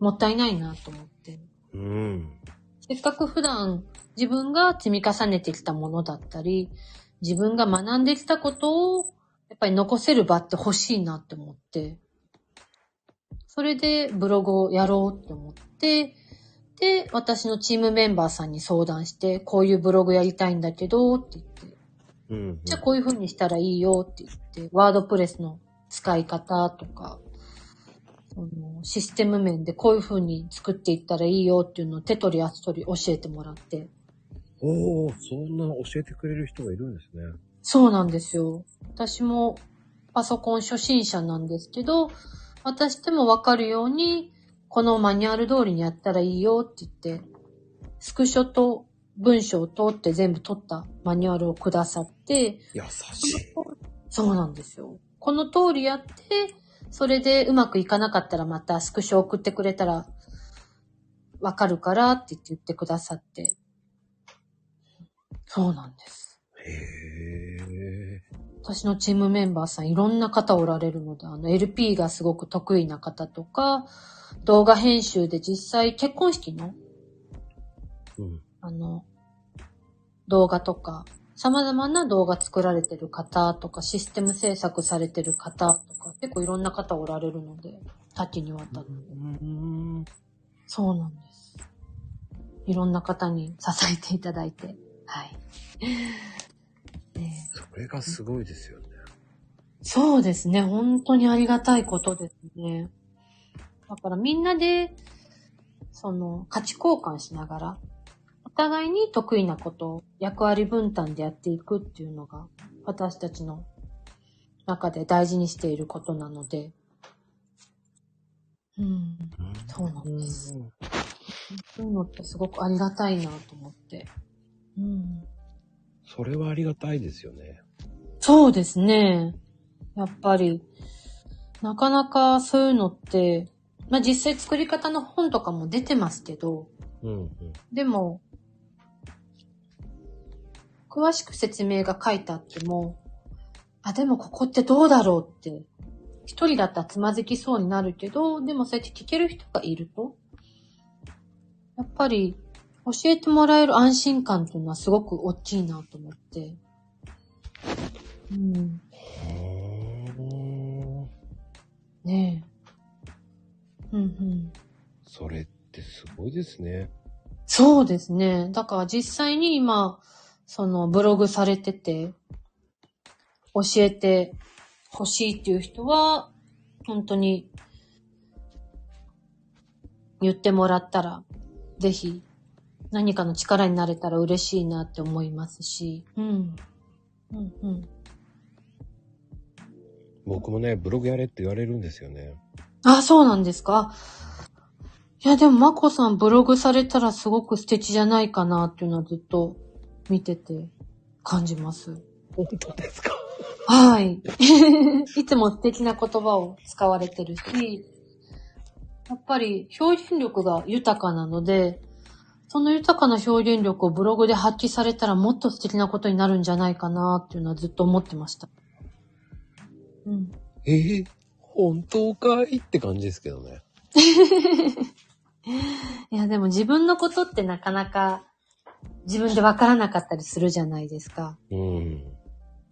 Speaker 2: もったいないなと思って。
Speaker 1: うん。
Speaker 2: せっかく普段自分が積み重ねてきたものだったり、自分が学んできたことを、やっぱり残せる場って欲しいなって思って、それでブログをやろうって思って、で、私のチームメンバーさんに相談して、こういうブログやりたいんだけど、って言って、
Speaker 1: うん。
Speaker 2: じゃあこういう風にしたらいいよって言って、ワードプレスの使い方とか、そのシステム面でこういう風に作っていったらいいよっていうのを手取り足取り教えてもらって。
Speaker 1: おー、そんな教えてくれる人がいるんですね。
Speaker 2: そうなんですよ。私もパソコン初心者なんですけど、私でもわかるように、このマニュアル通りにやったらいいよって言って、スクショと文章を通って全部取ったマニュアルをくださって、
Speaker 1: 優しい。
Speaker 2: そうなんですよ。この通りやって、それでうまくいかなかったらまたスクショ送ってくれたら、わかるからって言って言ってくださって。そうなんです。
Speaker 1: へ
Speaker 2: 私のチームメンバーさんいろんな方おられるので、あの LP がすごく得意な方とか、動画編集で実際結婚式の
Speaker 1: ー。うん。
Speaker 2: あの、動画とか、様々な動画作られてる方とか、システム制作されてる方とか、結構いろんな方おられるので、多岐にわたる。
Speaker 1: うん。
Speaker 2: そうなんです。いろんな方に支えていただいて、はい。ね
Speaker 1: それがすごいですよね。
Speaker 2: そうですね。本当にありがたいことですね。だからみんなで、その、価値交換しながら、お互いに得意なことを役割分担でやっていくっていうのが、私たちの中で大事にしていることなので、うん。
Speaker 1: うん
Speaker 2: そうなんです。
Speaker 1: うん
Speaker 2: そういうのってすごくありがたいなと思って。うん。
Speaker 1: それはありがたいですよね。
Speaker 2: そうですね。やっぱり、なかなかそういうのって、まあ実際作り方の本とかも出てますけど、
Speaker 1: うん、うん。
Speaker 2: でも、詳しく説明が書いてあっても、あ、でもここってどうだろうって、一人だったらつまずきそうになるけど、でもそうやって聞ける人がいると、やっぱり教えてもらえる安心感っていうのはすごく大きいなと思って。うん。
Speaker 1: はあ
Speaker 2: ねえ。うんうん。
Speaker 1: それってすごいですね。
Speaker 2: そうですね。だから実際に今、そのブログされてて、教えてほしいっていう人は、本当に、言ってもらったら、ぜひ、何かの力になれたら嬉しいなって思いますし、うん。うんうん。
Speaker 1: 僕もね、ブログやれって言われるんですよね。
Speaker 2: あ、そうなんですか。いや、でも、まこさんブログされたらすごく素敵じゃないかなっていうのはずっと見てて感じます。
Speaker 1: 本当ですか
Speaker 2: はい。 いつも素敵な言葉を使われてるし、やっぱり表現力が豊かなので、その豊かな表現力をブログで発揮されたらもっと素敵なことになるんじゃないかなっていうのはずっと思ってました。うん。
Speaker 1: えー本当かいって感じですけどね。
Speaker 2: いや、でも自分のことってなかなか自分でわからなかったりするじゃないですか。
Speaker 1: うん。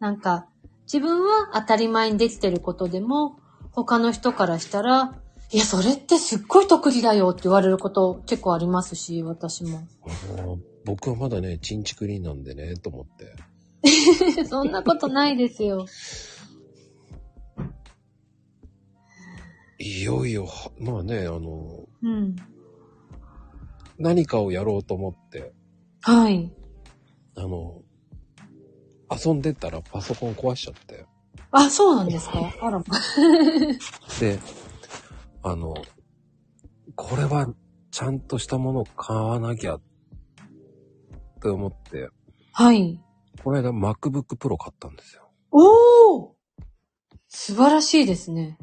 Speaker 2: なんか、自分は当たり前にできてることでも、他の人からしたら、いや、それってすっごい得意だよって言われること結構ありますし、私も。
Speaker 1: あー僕はまだね、チンチクリーンなんでね、と思って。
Speaker 2: そんなことないですよ。
Speaker 1: いよいよは、まあね、あの、
Speaker 2: うん。
Speaker 1: 何かをやろうと思って、
Speaker 2: はい。
Speaker 1: あの、遊んでたらパソコン壊しちゃって。
Speaker 2: あ、そうなんですかあら。
Speaker 1: で、あの、これはちゃんとしたものを買わなきゃって思って、
Speaker 2: はい。
Speaker 1: この間 MacBook Pro 買ったんですよ。
Speaker 2: おお素晴らしいですね。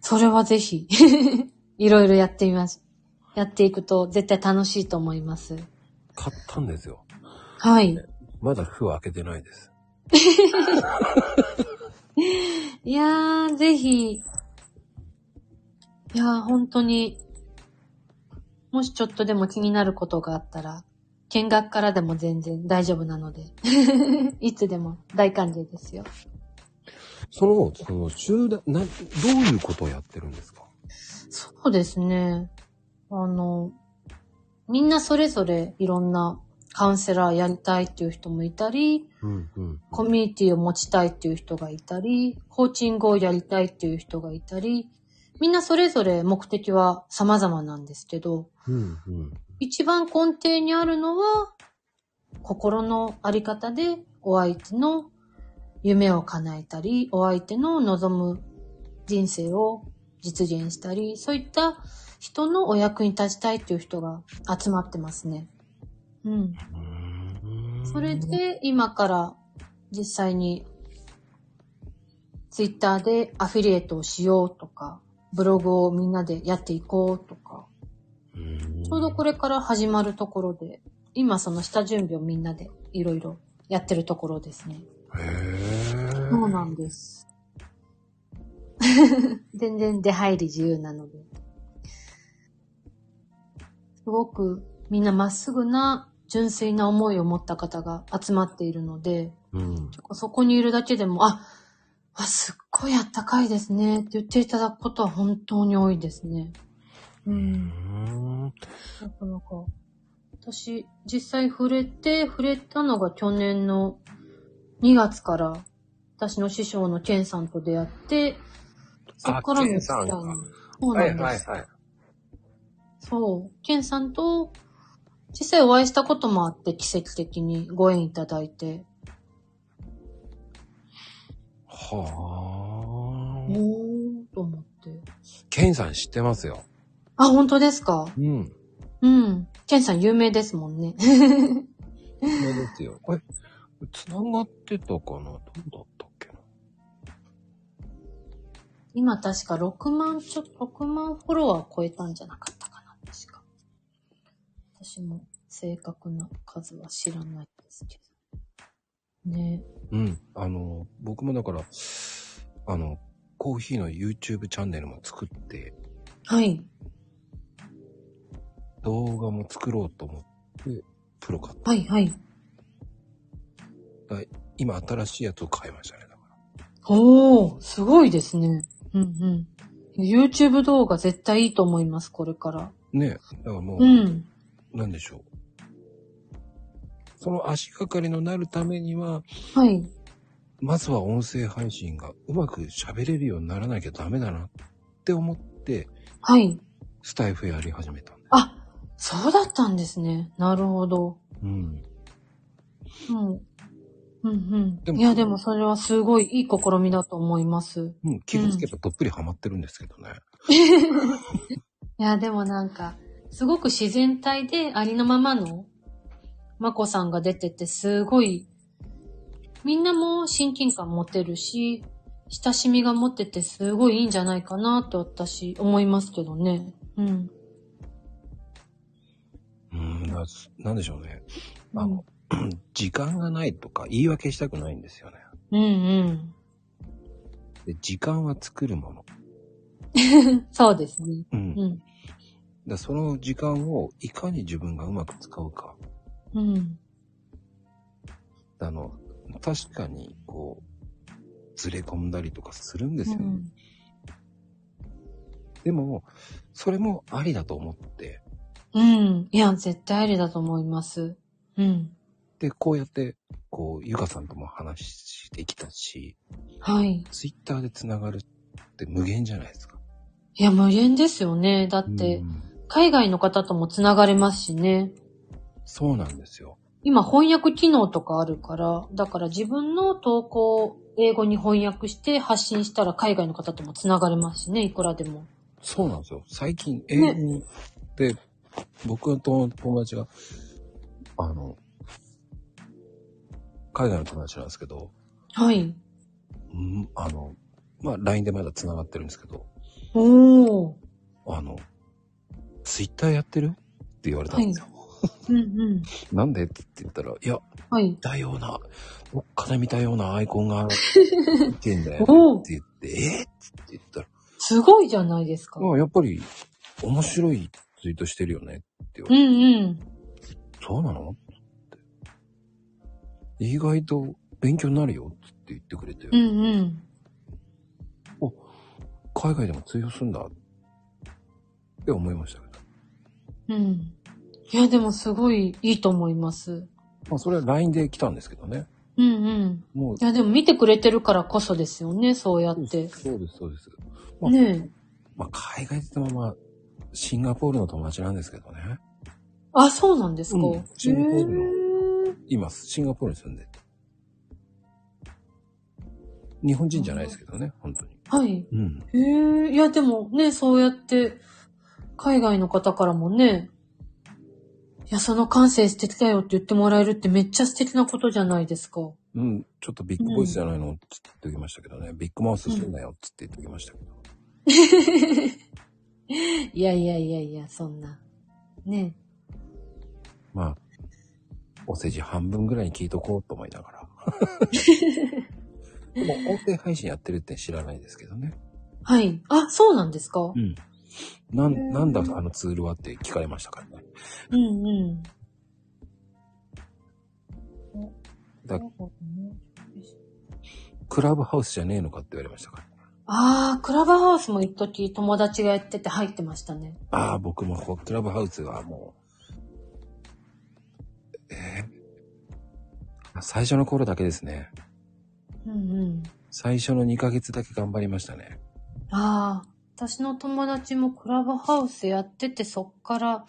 Speaker 2: それはぜひ、 いろいろやってみます。やっていくと絶対楽しいと思います。
Speaker 1: 買ったんですよ。
Speaker 2: はい。
Speaker 1: まだ封開けてないです。
Speaker 2: いやー、ぜひ、いやー、本当に、もしちょっとでも気になることがあったら、見学からでも全然大丈夫なので、 いつでも大歓迎ですよ。
Speaker 1: その、その集団、な、どういうことをやってるんですか
Speaker 2: そうですね。あの、みんなそれぞれいろんなカウンセラーやりたいっていう人もいたり、
Speaker 1: うんうん。
Speaker 2: コミュニティを持ちたいっていう人がいたり、コーチングをやりたいっていう人がいたり、みんなそれぞれ目的は様々なんですけど、
Speaker 1: うんうん。
Speaker 2: 一番根底にあるのは、心のあり方でお相手の夢を叶えたり、お相手の望む人生を実現したり、そういった人のお役に立ちたいっていう人が集まってますね。うん。それで今から実際にツイッターでアフィリエイトをしようとか、ブログをみんなでやっていこうとか、ちょうどこれから始まるところで、今その下準備をみんなでいろいろやってるところですね。
Speaker 1: れ。へー
Speaker 2: そうなんです。 全然出入り自由なので。すごくみんなまっすぐな純粋な思いを持った方が集まっているので、
Speaker 1: うん。
Speaker 2: そこにいるだけでも、あ、わすっごいあったかいですねって言っていただくことは本当に多いですね。う。
Speaker 1: うんん。
Speaker 2: なかなか。私、実際触れて、触れたのが去年の2月から、私の師匠のケンさんと出会って、そっから
Speaker 1: あケ
Speaker 2: の
Speaker 1: ンさんか
Speaker 2: 付き合いにそう
Speaker 1: は
Speaker 2: なん
Speaker 1: い
Speaker 2: です。
Speaker 1: はいはい。
Speaker 2: そう。ケンさんと、実際お会いしたこともあって、奇跡的にご縁いただいて。
Speaker 1: はあ。
Speaker 2: おーと思って。
Speaker 1: ケンさん知ってますよ。
Speaker 2: あ、本当ですか
Speaker 1: うん。
Speaker 2: うん。ケンさん有名ですもんね。
Speaker 1: そうですよ。これ、繋がってたかなどうだったっけな
Speaker 2: 今確か6万ちょ、6万フォロワー超えたんじゃなかったかな、確か。私も正確な数は知らないですけど。ね
Speaker 1: うん。あの、僕もだから、あの、コーヒーの YouTube チャンネルも作って、
Speaker 2: はい。
Speaker 1: 動画も作ろうと思って、プロ買った。
Speaker 2: はい、はい。
Speaker 1: 今、新しいやつを買いましたね。だか
Speaker 2: おー、すごいですね。うん、うん。YouTube 動画絶対いいと思います、これから。
Speaker 1: らねえ。だからもう、
Speaker 2: うん。
Speaker 1: なんでしょう。その足がかりのなるためには、
Speaker 2: はい。
Speaker 1: まずは音声配信がうまく喋れるようにならなきゃダメだなって思って、
Speaker 2: はい。
Speaker 1: スタイフやり始めたんだよ。
Speaker 2: あ、そうだったんですね。なるほど。
Speaker 1: うん。
Speaker 2: うん。うん
Speaker 1: で
Speaker 2: うん。
Speaker 1: も
Speaker 2: いや、でもそれはすごいいい試みだと思います。
Speaker 1: うん、気がつけばどっぷりハマってるんですけどね。
Speaker 2: いや、でもなんか、すごく自然体でありのままの、まこさんが出てて、すごい、みんなも親近感持てるし、親しみが持ってて、すごいいいんじゃないかなって私、思いますけどね。うん。
Speaker 1: うん、ななんでしょうね。
Speaker 2: う
Speaker 1: あ
Speaker 2: ん
Speaker 1: の、 時間がないとか言い訳したくないんですよね。
Speaker 2: うん
Speaker 1: で時間は作るもの。
Speaker 2: うん。そうですね。
Speaker 1: うん。だか
Speaker 2: うん。
Speaker 1: らその時間をいかに自分がうまく使うか。
Speaker 2: うん。
Speaker 1: あの、確かに、こう、ずれ込んだりとかするんですよね。
Speaker 2: うん
Speaker 1: でも、それもありだと思って、
Speaker 2: うん。いや、絶対ありだと思います。うん。
Speaker 1: で、こうやって、こう、ゆかさんとも話してきたし、
Speaker 2: はい。
Speaker 1: ツイッターで繋がるって無限じゃないですか。
Speaker 2: いや、無限ですよね。だって
Speaker 1: う、ん
Speaker 2: 海外の方とも繋がれますしね。
Speaker 1: そうなんですよ。
Speaker 2: 今、翻訳機能とかあるから、だから自分の投稿を英語に翻訳して発信したら海外の方とも繋がれますしね、いくらでも。
Speaker 1: そうなんですよ。最近、英語で、僕と友達が、あの、海外の友達なんですけど、
Speaker 2: はい。
Speaker 1: うんあの、まあ、LINE でまだ繋がってるんですけど、
Speaker 2: おー。
Speaker 1: あの、ツイッターやってるって言われたんですよ。
Speaker 2: うんうん。
Speaker 1: なんでって言ったら、いや、
Speaker 2: はい。
Speaker 1: 見たような、どっかで見たようなアイコンが出てんだよ
Speaker 2: おう
Speaker 1: って言って、えっって言ったら、
Speaker 2: すごいじゃないですか。
Speaker 1: まあ、やっぱり面白いツイートしてるよね。
Speaker 2: うんうん。
Speaker 1: そうなのって。意外と勉強になるよって言ってくれて、
Speaker 2: うんうん。
Speaker 1: 海外でも通用するんだって思いましたけど。
Speaker 2: うん。いや、でもすごいいいと思います。
Speaker 1: まあ、それは LINE で来たんですけどね。
Speaker 2: うんうん。
Speaker 1: もう
Speaker 2: い、や、でも見てくれてるからこそですよね、そうやって。
Speaker 1: そうです、そうです。うん
Speaker 2: ねえ。
Speaker 1: まあ、海外って言ってもまあ、シンガポールの友達なんですけどね。
Speaker 2: あ、そうなんですか。
Speaker 1: うんシンガポールの
Speaker 2: へー
Speaker 1: 今、シンガポールに住んでて。日本人じゃないですけどね、本当に。
Speaker 2: はい。
Speaker 1: うん。
Speaker 2: へえ、いやでもね、そうやって、海外の方からもね、いや、その感性素敵だよって言ってもらえるってめっちゃ素敵なことじゃないですか。
Speaker 1: うん、ちょっとビッグボイスじゃないのって言っておきましたけどね。ビッグマウスすんなよって言っておきましたけど。
Speaker 2: いやいやいやいや、そんな。ね。
Speaker 1: まあ、お世辞半分ぐらいに聞いとこうと思いなが ら。でも音声配信やってるって知らないですけどね。
Speaker 2: はい。あ、そうなんですか
Speaker 1: うん。なん、なんだあのツールはって聞かれましたからね。
Speaker 2: うんうん。
Speaker 1: だクラブハウスじゃねえのかって言われましたから。
Speaker 2: ああ、クラブハウスも一時友達がやってて入ってましたね。
Speaker 1: ああ、僕もこうクラブハウスはもう、えー最初の頃だけですね。
Speaker 2: うんうん。
Speaker 1: 最初の2ヶ月だけ頑張りましたね。
Speaker 2: ああ、私の友達もクラブハウスやってて、そっから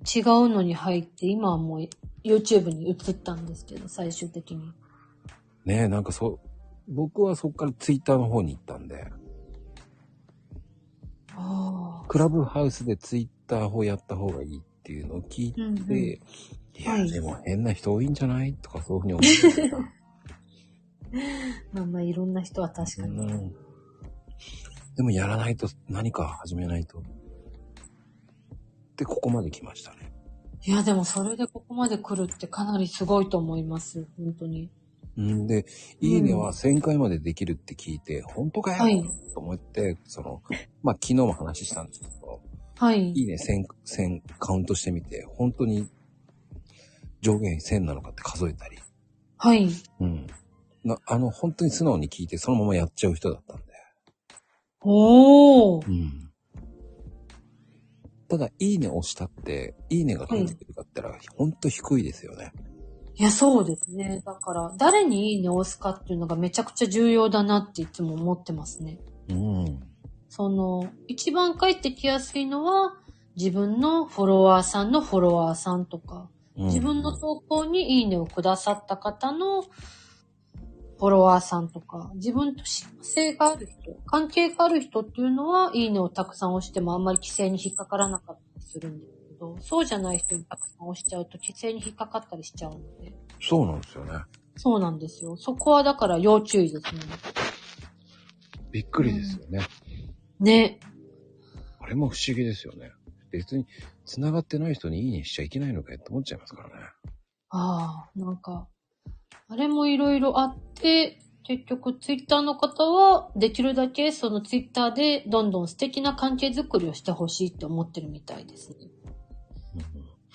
Speaker 2: 違うのに入って、今はもう YouTube に移ったんですけど、最終的に。
Speaker 1: ねえ、なんかそう、僕はそっからツイッターの方に行ったんで、
Speaker 2: あ
Speaker 1: クラブハウスでツイッターをやった方がいいっていうのを聞いて、
Speaker 2: あ。うん、うん。
Speaker 1: いや、
Speaker 2: はい
Speaker 1: でも変な人多いんじゃないとかそういうふうに思って た。
Speaker 2: まあまあ、いろんな人は確か
Speaker 1: う
Speaker 2: に。
Speaker 1: んでもやらないと、何か始めないと。で、ここまで来ましたね。
Speaker 2: いや、でもそれでここまで来るってかなりすごいと思います。本当に。
Speaker 1: うん、で、いいねは1000回までできるって聞いて、本当かよ、
Speaker 2: はい
Speaker 1: と思って、その、まあ、昨日も話したんですけど、
Speaker 2: はい。
Speaker 1: いいね1000、1000カウントしてみて、本当に上限1000なのかって数えたり、
Speaker 2: はい。
Speaker 1: うん。なあの、本当に素直に聞いて、そのままやっちゃう人だったんで。
Speaker 2: おー。
Speaker 1: うん。ただ、いいね押したって、いいねが返ってくるかって言ったら、ほんと低いですよね。
Speaker 2: いや、そうですね。だから、誰にいいねを押すかっていうのがめちゃくちゃ重要だなっていつも思ってますね。
Speaker 1: うん。
Speaker 2: その、一番返ってきやすいのは、自分のフォロワーさんのフォロワーさんとか、自分の投稿にいいねをくださった方のフォロワーさんとか、自分と親和性がある人、関係がある人っていうのは、いいねをたくさん押してもあんまり規制に引っかからなかったりするんですけど、そうじゃない人にたくさん押しちゃうと規制に引っかかったりしちゃうので。
Speaker 1: そうなんですよね。
Speaker 2: そうなんですよ。そこはだから要注意ですね。
Speaker 1: びっくりですよね。
Speaker 2: ね。
Speaker 1: あれも不思議ですよね。別に、繋がってない人にいいねしちゃいけないのかよって思っちゃいますからね。
Speaker 2: ああ、なんか、あれもいろいろあって、結局ツイッターの方は、できるだけそのツイッターでどんどん素敵な関係づくりをしてほしいって思ってるみたいですね。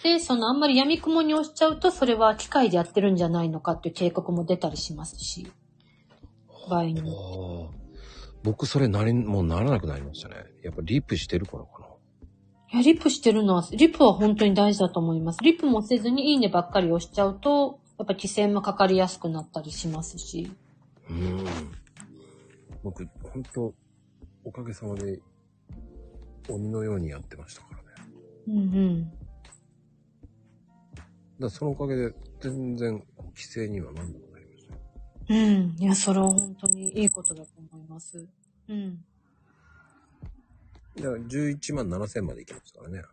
Speaker 2: で、そのあんまり闇雲に押しちゃうと、それは機械でやってるんじゃないのかっていう警告も出たりしますし、場合に
Speaker 1: あ
Speaker 2: も。
Speaker 1: あ。僕、それなり、もうならなくなりましたね。やっぱリップしてるからかな。
Speaker 2: いや、リップしてるのは、リップは本当に大事だと思います。リップもせずにいいねばっかり押しちゃうと、やっぱ規制もかかりやすくなったりしますし。
Speaker 1: うん。僕、ほんと、おかげさまで、鬼のようにやってましたからね。
Speaker 2: うんうん。
Speaker 1: だからそのおかげで全然こう規制にはなんなくなりましたよ。
Speaker 2: うん。いや、それは本当にいいことだと思います。うん。
Speaker 1: だから11万7千までいきますからね。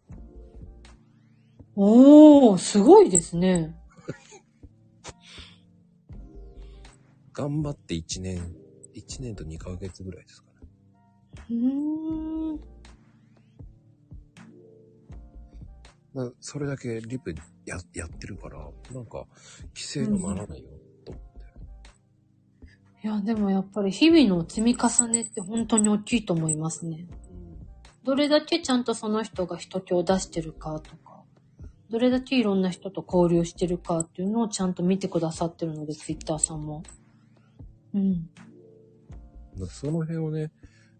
Speaker 2: おー、すごいですね。
Speaker 1: 頑張って1年、1年と2ヶ月ぐらいですかね。
Speaker 2: うーん。
Speaker 1: だからそれだけリプややってるから、なんか規制がならないよ、と思って。
Speaker 2: いや、でもやっぱり日々の積み重ねって本当に大きいと思いますね。どれだけちゃんとその人が人気を出してるかとか、どれだけいろんな人と交流してるかっていうのをちゃんと見てくださってるので、ツイッターさんも。うん。
Speaker 1: だからその辺をね、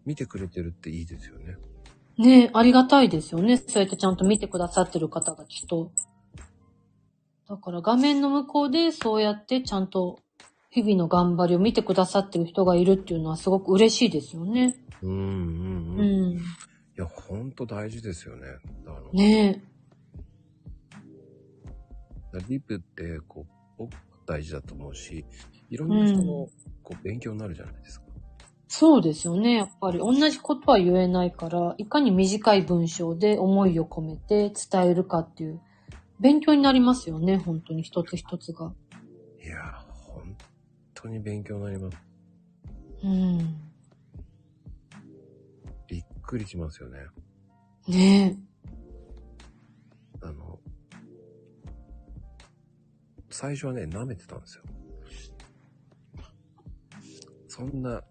Speaker 1: 見てくれてるっていいですよね。
Speaker 2: ねえありがたいですよね。そうやってちゃんと見てくださってる方がきっと。だから画面の向こうでそうやってちゃんと日々の頑張りを見てくださってる人がいるっていうのはすごく嬉しいですよね。
Speaker 1: うんうん
Speaker 2: う
Speaker 1: うん。い
Speaker 2: ん。
Speaker 1: や、ほんと大事ですよね。あの、
Speaker 2: ね
Speaker 1: だからリプって、こう、僕は大事だと思うし、いろんな人の、こう、勉強になるじゃないですか。
Speaker 2: えそうですよね。やっぱり同じことは言えないから、いかに短い文章で思いを込めて伝えるかっていう勉強になりますよね。本当に一つ一つが。
Speaker 1: いやー、本当に勉強になります。
Speaker 2: うん。
Speaker 1: びっくりしますよね。
Speaker 2: ね
Speaker 1: あの、最初はね、舐めてたんですよ。そんな、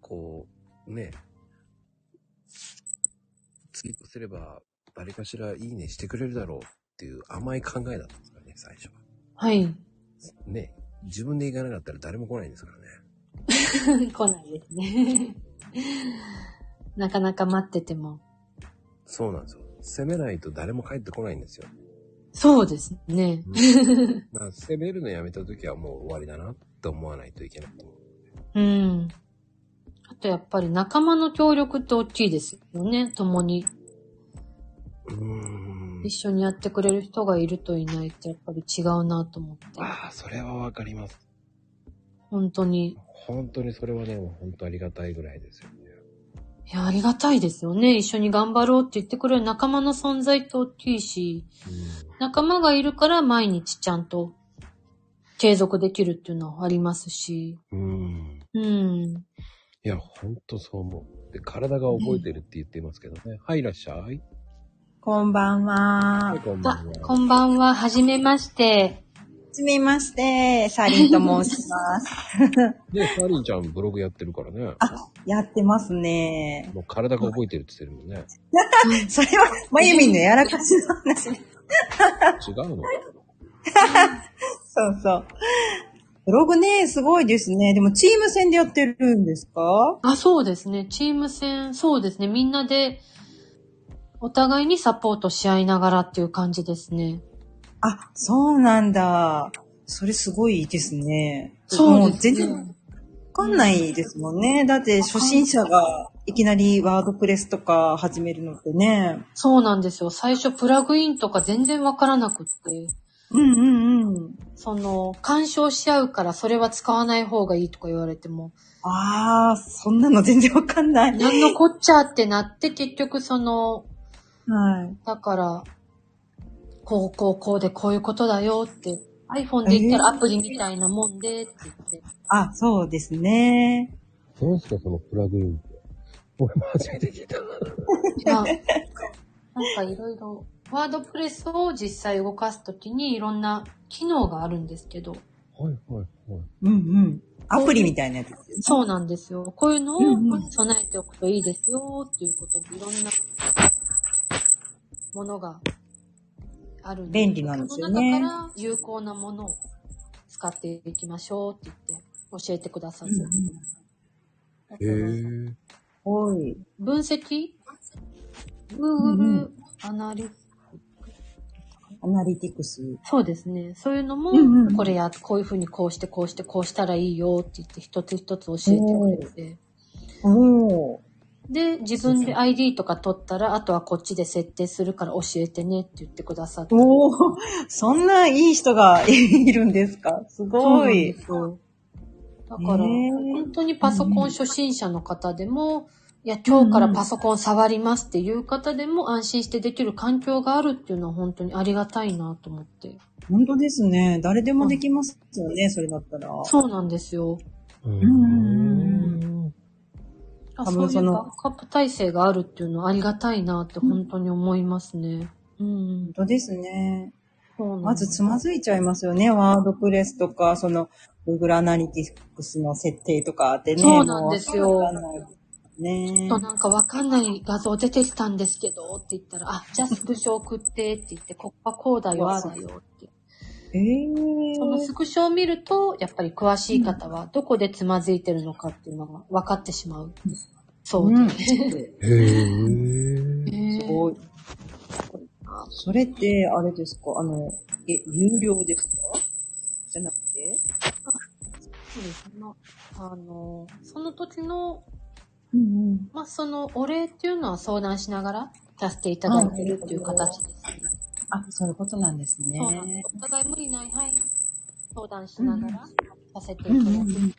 Speaker 1: こう、ね、ツイートすれば、誰かしらいいねしてくれるだろうっていう甘い考えだったんですからね、最初は。
Speaker 2: え。はい。
Speaker 1: ね、自分で行かなかったら誰も来ないんですからね。
Speaker 2: 来ないですね。 なかなか待ってても。
Speaker 1: そうなんですよ。攻めないと誰も帰ってこないん ですよ。
Speaker 2: そうですね。
Speaker 1: だから攻めるのやめた時はもう終わりだなって思わないといけないと思う。
Speaker 2: うん。あとやっぱり仲間の協力って大きいですよね。共に
Speaker 1: うーん
Speaker 2: 一。緒にやってくれる人がいるといないってやっぱり違うなと思って。
Speaker 1: ああ、それはわかります。
Speaker 2: 本当に。
Speaker 1: 本当にそれはね、もう本当ありがたいぐらいですよね。
Speaker 2: いや、ありがたいですよね。一緒に頑張ろうって言ってくれる仲間の存在って大きいし、仲間がいるから毎日ちゃんと継続できるっていうのはありますし、
Speaker 1: うん。うん。
Speaker 2: うん。
Speaker 1: いや、ほんとそう思う。で、体が覚えてるって言ってますけどね。はい、いらっしゃい。
Speaker 3: こんばんは
Speaker 1: はい、。こんば
Speaker 2: あ
Speaker 1: ん、は。
Speaker 2: こんばんは、はじめまして。
Speaker 3: はじめまして、サリンと申します。
Speaker 1: ね、サリンちゃんブログやってるからね。
Speaker 3: やってますね。
Speaker 1: もう体が覚えてるって言ってるもんね。
Speaker 3: それは、まゆみんのやらかしの話。
Speaker 1: 違うの
Speaker 3: そうそう。ブログね、すごいですね。でも、チーム戦でやってるんですか
Speaker 2: あ、そうですね。チーム戦、そうですね。みんなで、お互いにサポートし合いながらっていう感じですね。
Speaker 3: あ、そうなんだ。それすごいですね。
Speaker 2: そう
Speaker 3: も
Speaker 2: です
Speaker 3: 全
Speaker 2: ね。
Speaker 3: 然わかんないですもんね。だって、初心者がいきなりワードプレスとか始めるのってね。
Speaker 2: そうなんですよ。最初プラグインとか全然わからなくって、
Speaker 3: うんうんうん。
Speaker 2: その、干渉し合うからそれは使わない方がいいとか言われても、
Speaker 3: ああ、そんなの全然わかんない。
Speaker 2: なんのこっちゃってなって結局その、
Speaker 3: はい。
Speaker 2: だから、こうこうこうでこういうことだよって、iPhone で言ったらアプリみたいなもんでって言って。
Speaker 3: あ、そうですね。
Speaker 1: どうしたそのプラグインって。俺初めて聞いた。
Speaker 2: まあ、なんかいろいろ、ワードプレスを実際動かすときにいろんな機能があるんですけど、
Speaker 1: はいはいはい。
Speaker 3: うんうん。アプリみたいなやつ。
Speaker 2: そうなんですよ。こういうの
Speaker 3: うんう
Speaker 2: を
Speaker 3: ん
Speaker 2: 備えておくといいですよ、っていうことで、いろんなものがある
Speaker 3: 便利なんですよね
Speaker 2: その中から有効なものを使っていきましょうって言って教えてくださる。
Speaker 3: うんうん
Speaker 1: へえ。
Speaker 3: おい。
Speaker 2: 分析
Speaker 3: んう
Speaker 2: ?Google
Speaker 3: ん
Speaker 2: アナリ
Speaker 3: アナリティクス。
Speaker 2: そうですね。そういうのも、
Speaker 3: うんうんうん
Speaker 2: これや、こういうふうにこうして、こうして、こうしたらいいよって言って、一つ一つ教えてくれて。
Speaker 3: おー。
Speaker 2: で、自分で ID とか取ったら、あとはこっちで設定するから教えてねって言ってくださって。
Speaker 3: おー。 そんないい人が いるんですかす
Speaker 2: そうな
Speaker 3: ご
Speaker 2: ん
Speaker 3: い
Speaker 2: で。すよ。だから、
Speaker 3: へー
Speaker 2: 本当にパソコン初心者の方でも、いや、今日からパソコン触りますっていう方でも安心してできる環境があるっていうのは本当にありがたいなと思って。
Speaker 3: 本当ですね。誰でもできますよね、それだったら。
Speaker 2: そうなんですよ。
Speaker 1: うーん
Speaker 3: ん。
Speaker 2: あ
Speaker 3: 多
Speaker 2: そうい
Speaker 3: 分
Speaker 2: うバ
Speaker 3: その
Speaker 2: ックアップ体制があるっていうのはありがたいなって本当に思いますね。うん
Speaker 3: 本。当ですね。
Speaker 2: そうなん
Speaker 3: まずつま
Speaker 2: ず
Speaker 3: ずいちゃいますよね。ワードプレスとか、その、Google アナリティクスの設定とかってね。
Speaker 2: そうなんですよ
Speaker 3: もうわかんないね
Speaker 2: となんかわかんない画像出てきたんですけどって言ったら、あ、じゃ あスクショ送ってって言って、ここはこうだよ、ああだよって。
Speaker 3: えー。
Speaker 2: そのスクショを見ると、やっぱり詳しい方はどこでつまずいてるのかっていうのが分かってしまう。そう
Speaker 3: うん。
Speaker 2: です。
Speaker 3: す
Speaker 1: へえ。
Speaker 3: ごい。それって、あれですかあの、え、有料ですかじゃなくて
Speaker 2: そうですね。あの、その時の
Speaker 3: うんうん。
Speaker 2: まあ、そのお礼っていうのは相談しながらさせていただいてるっていう形ですね。
Speaker 3: あ、そういうことなんですね。
Speaker 2: そうなんです。お互い無理ない範囲で相談しながらさせていた
Speaker 3: う
Speaker 2: だい
Speaker 3: ん
Speaker 2: て
Speaker 3: う
Speaker 2: る
Speaker 3: んうん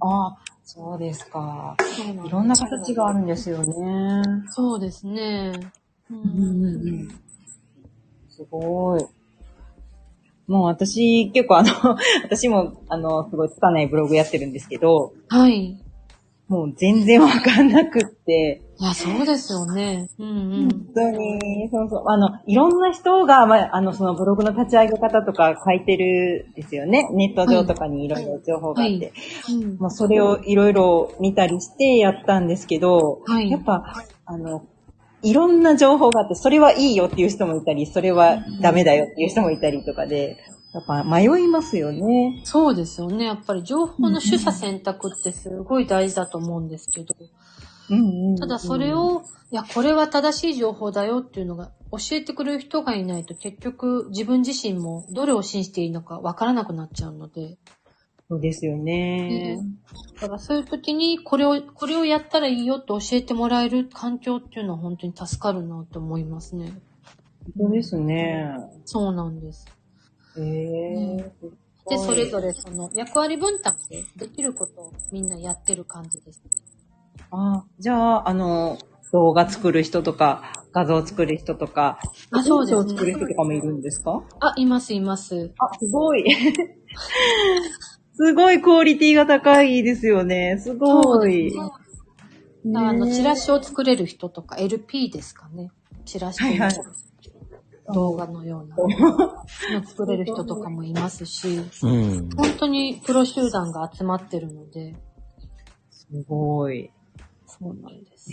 Speaker 3: あそうですか。
Speaker 2: そうなんです
Speaker 3: いろんな形があるんですよね。
Speaker 2: そうですね。う
Speaker 3: うんうん
Speaker 2: ん。
Speaker 3: うん。すごい。もう私、結構あの、 私も、あの、すごいつかないブログやってるんですけど、
Speaker 2: はい。い
Speaker 3: もう全然わかんなくって、
Speaker 2: や、そうですよね。うんうん。
Speaker 3: 本当に、そうそう。あの、いろんな人が、まあ、あの、そのブログの立ち上げ方とか書いてるんですよね。ネット上とかにいろいろ情報があって。
Speaker 2: はいうん
Speaker 3: まあ、それをいろいろ見たりしてやったんですけど、
Speaker 2: はい
Speaker 3: やっぱ、あの、いろんな情報があって、それはいいよっていう人もいたり、それはダメだよっていう人もいたりとかで、やっぱ迷いますよね。
Speaker 2: そうですよね。やっぱり情報の取捨選択ってすごい大事だと思うんですけど、
Speaker 3: うんうんうん
Speaker 2: ただそれ、を、いや、これは正しい情報だよっていうのが教えてくれる人がいないと結局自分自身もどれを信じていいのかわからなくなっちゃうので、
Speaker 3: そうですよね。
Speaker 2: だからそういう時にこれを、これをやったらいいよって教えてもらえる環境っていうのは本当に助かるなと思いますね。
Speaker 3: そうですね。
Speaker 2: そうなんです。
Speaker 3: へえ
Speaker 2: で、それぞれその役割分担でできることをみんなやってる感じです。
Speaker 3: あじゃあ、あの、動画作る人とか、画像作る人とか、
Speaker 2: あ、そうです
Speaker 3: 作る
Speaker 2: ね。
Speaker 3: 人とかもいるんですか
Speaker 2: あ、います、います。
Speaker 3: あ、すごい。 すごいクオリティが高いですよね。すごい。ね
Speaker 2: あの、チラシを作れる人とか、LP ですかね。チラシ
Speaker 3: はいはい
Speaker 2: の動画のような、の作れる人とかもいますし、
Speaker 1: うん。
Speaker 2: 本当にプロ集団が集まってるので、
Speaker 3: すごい。
Speaker 2: そうなんです。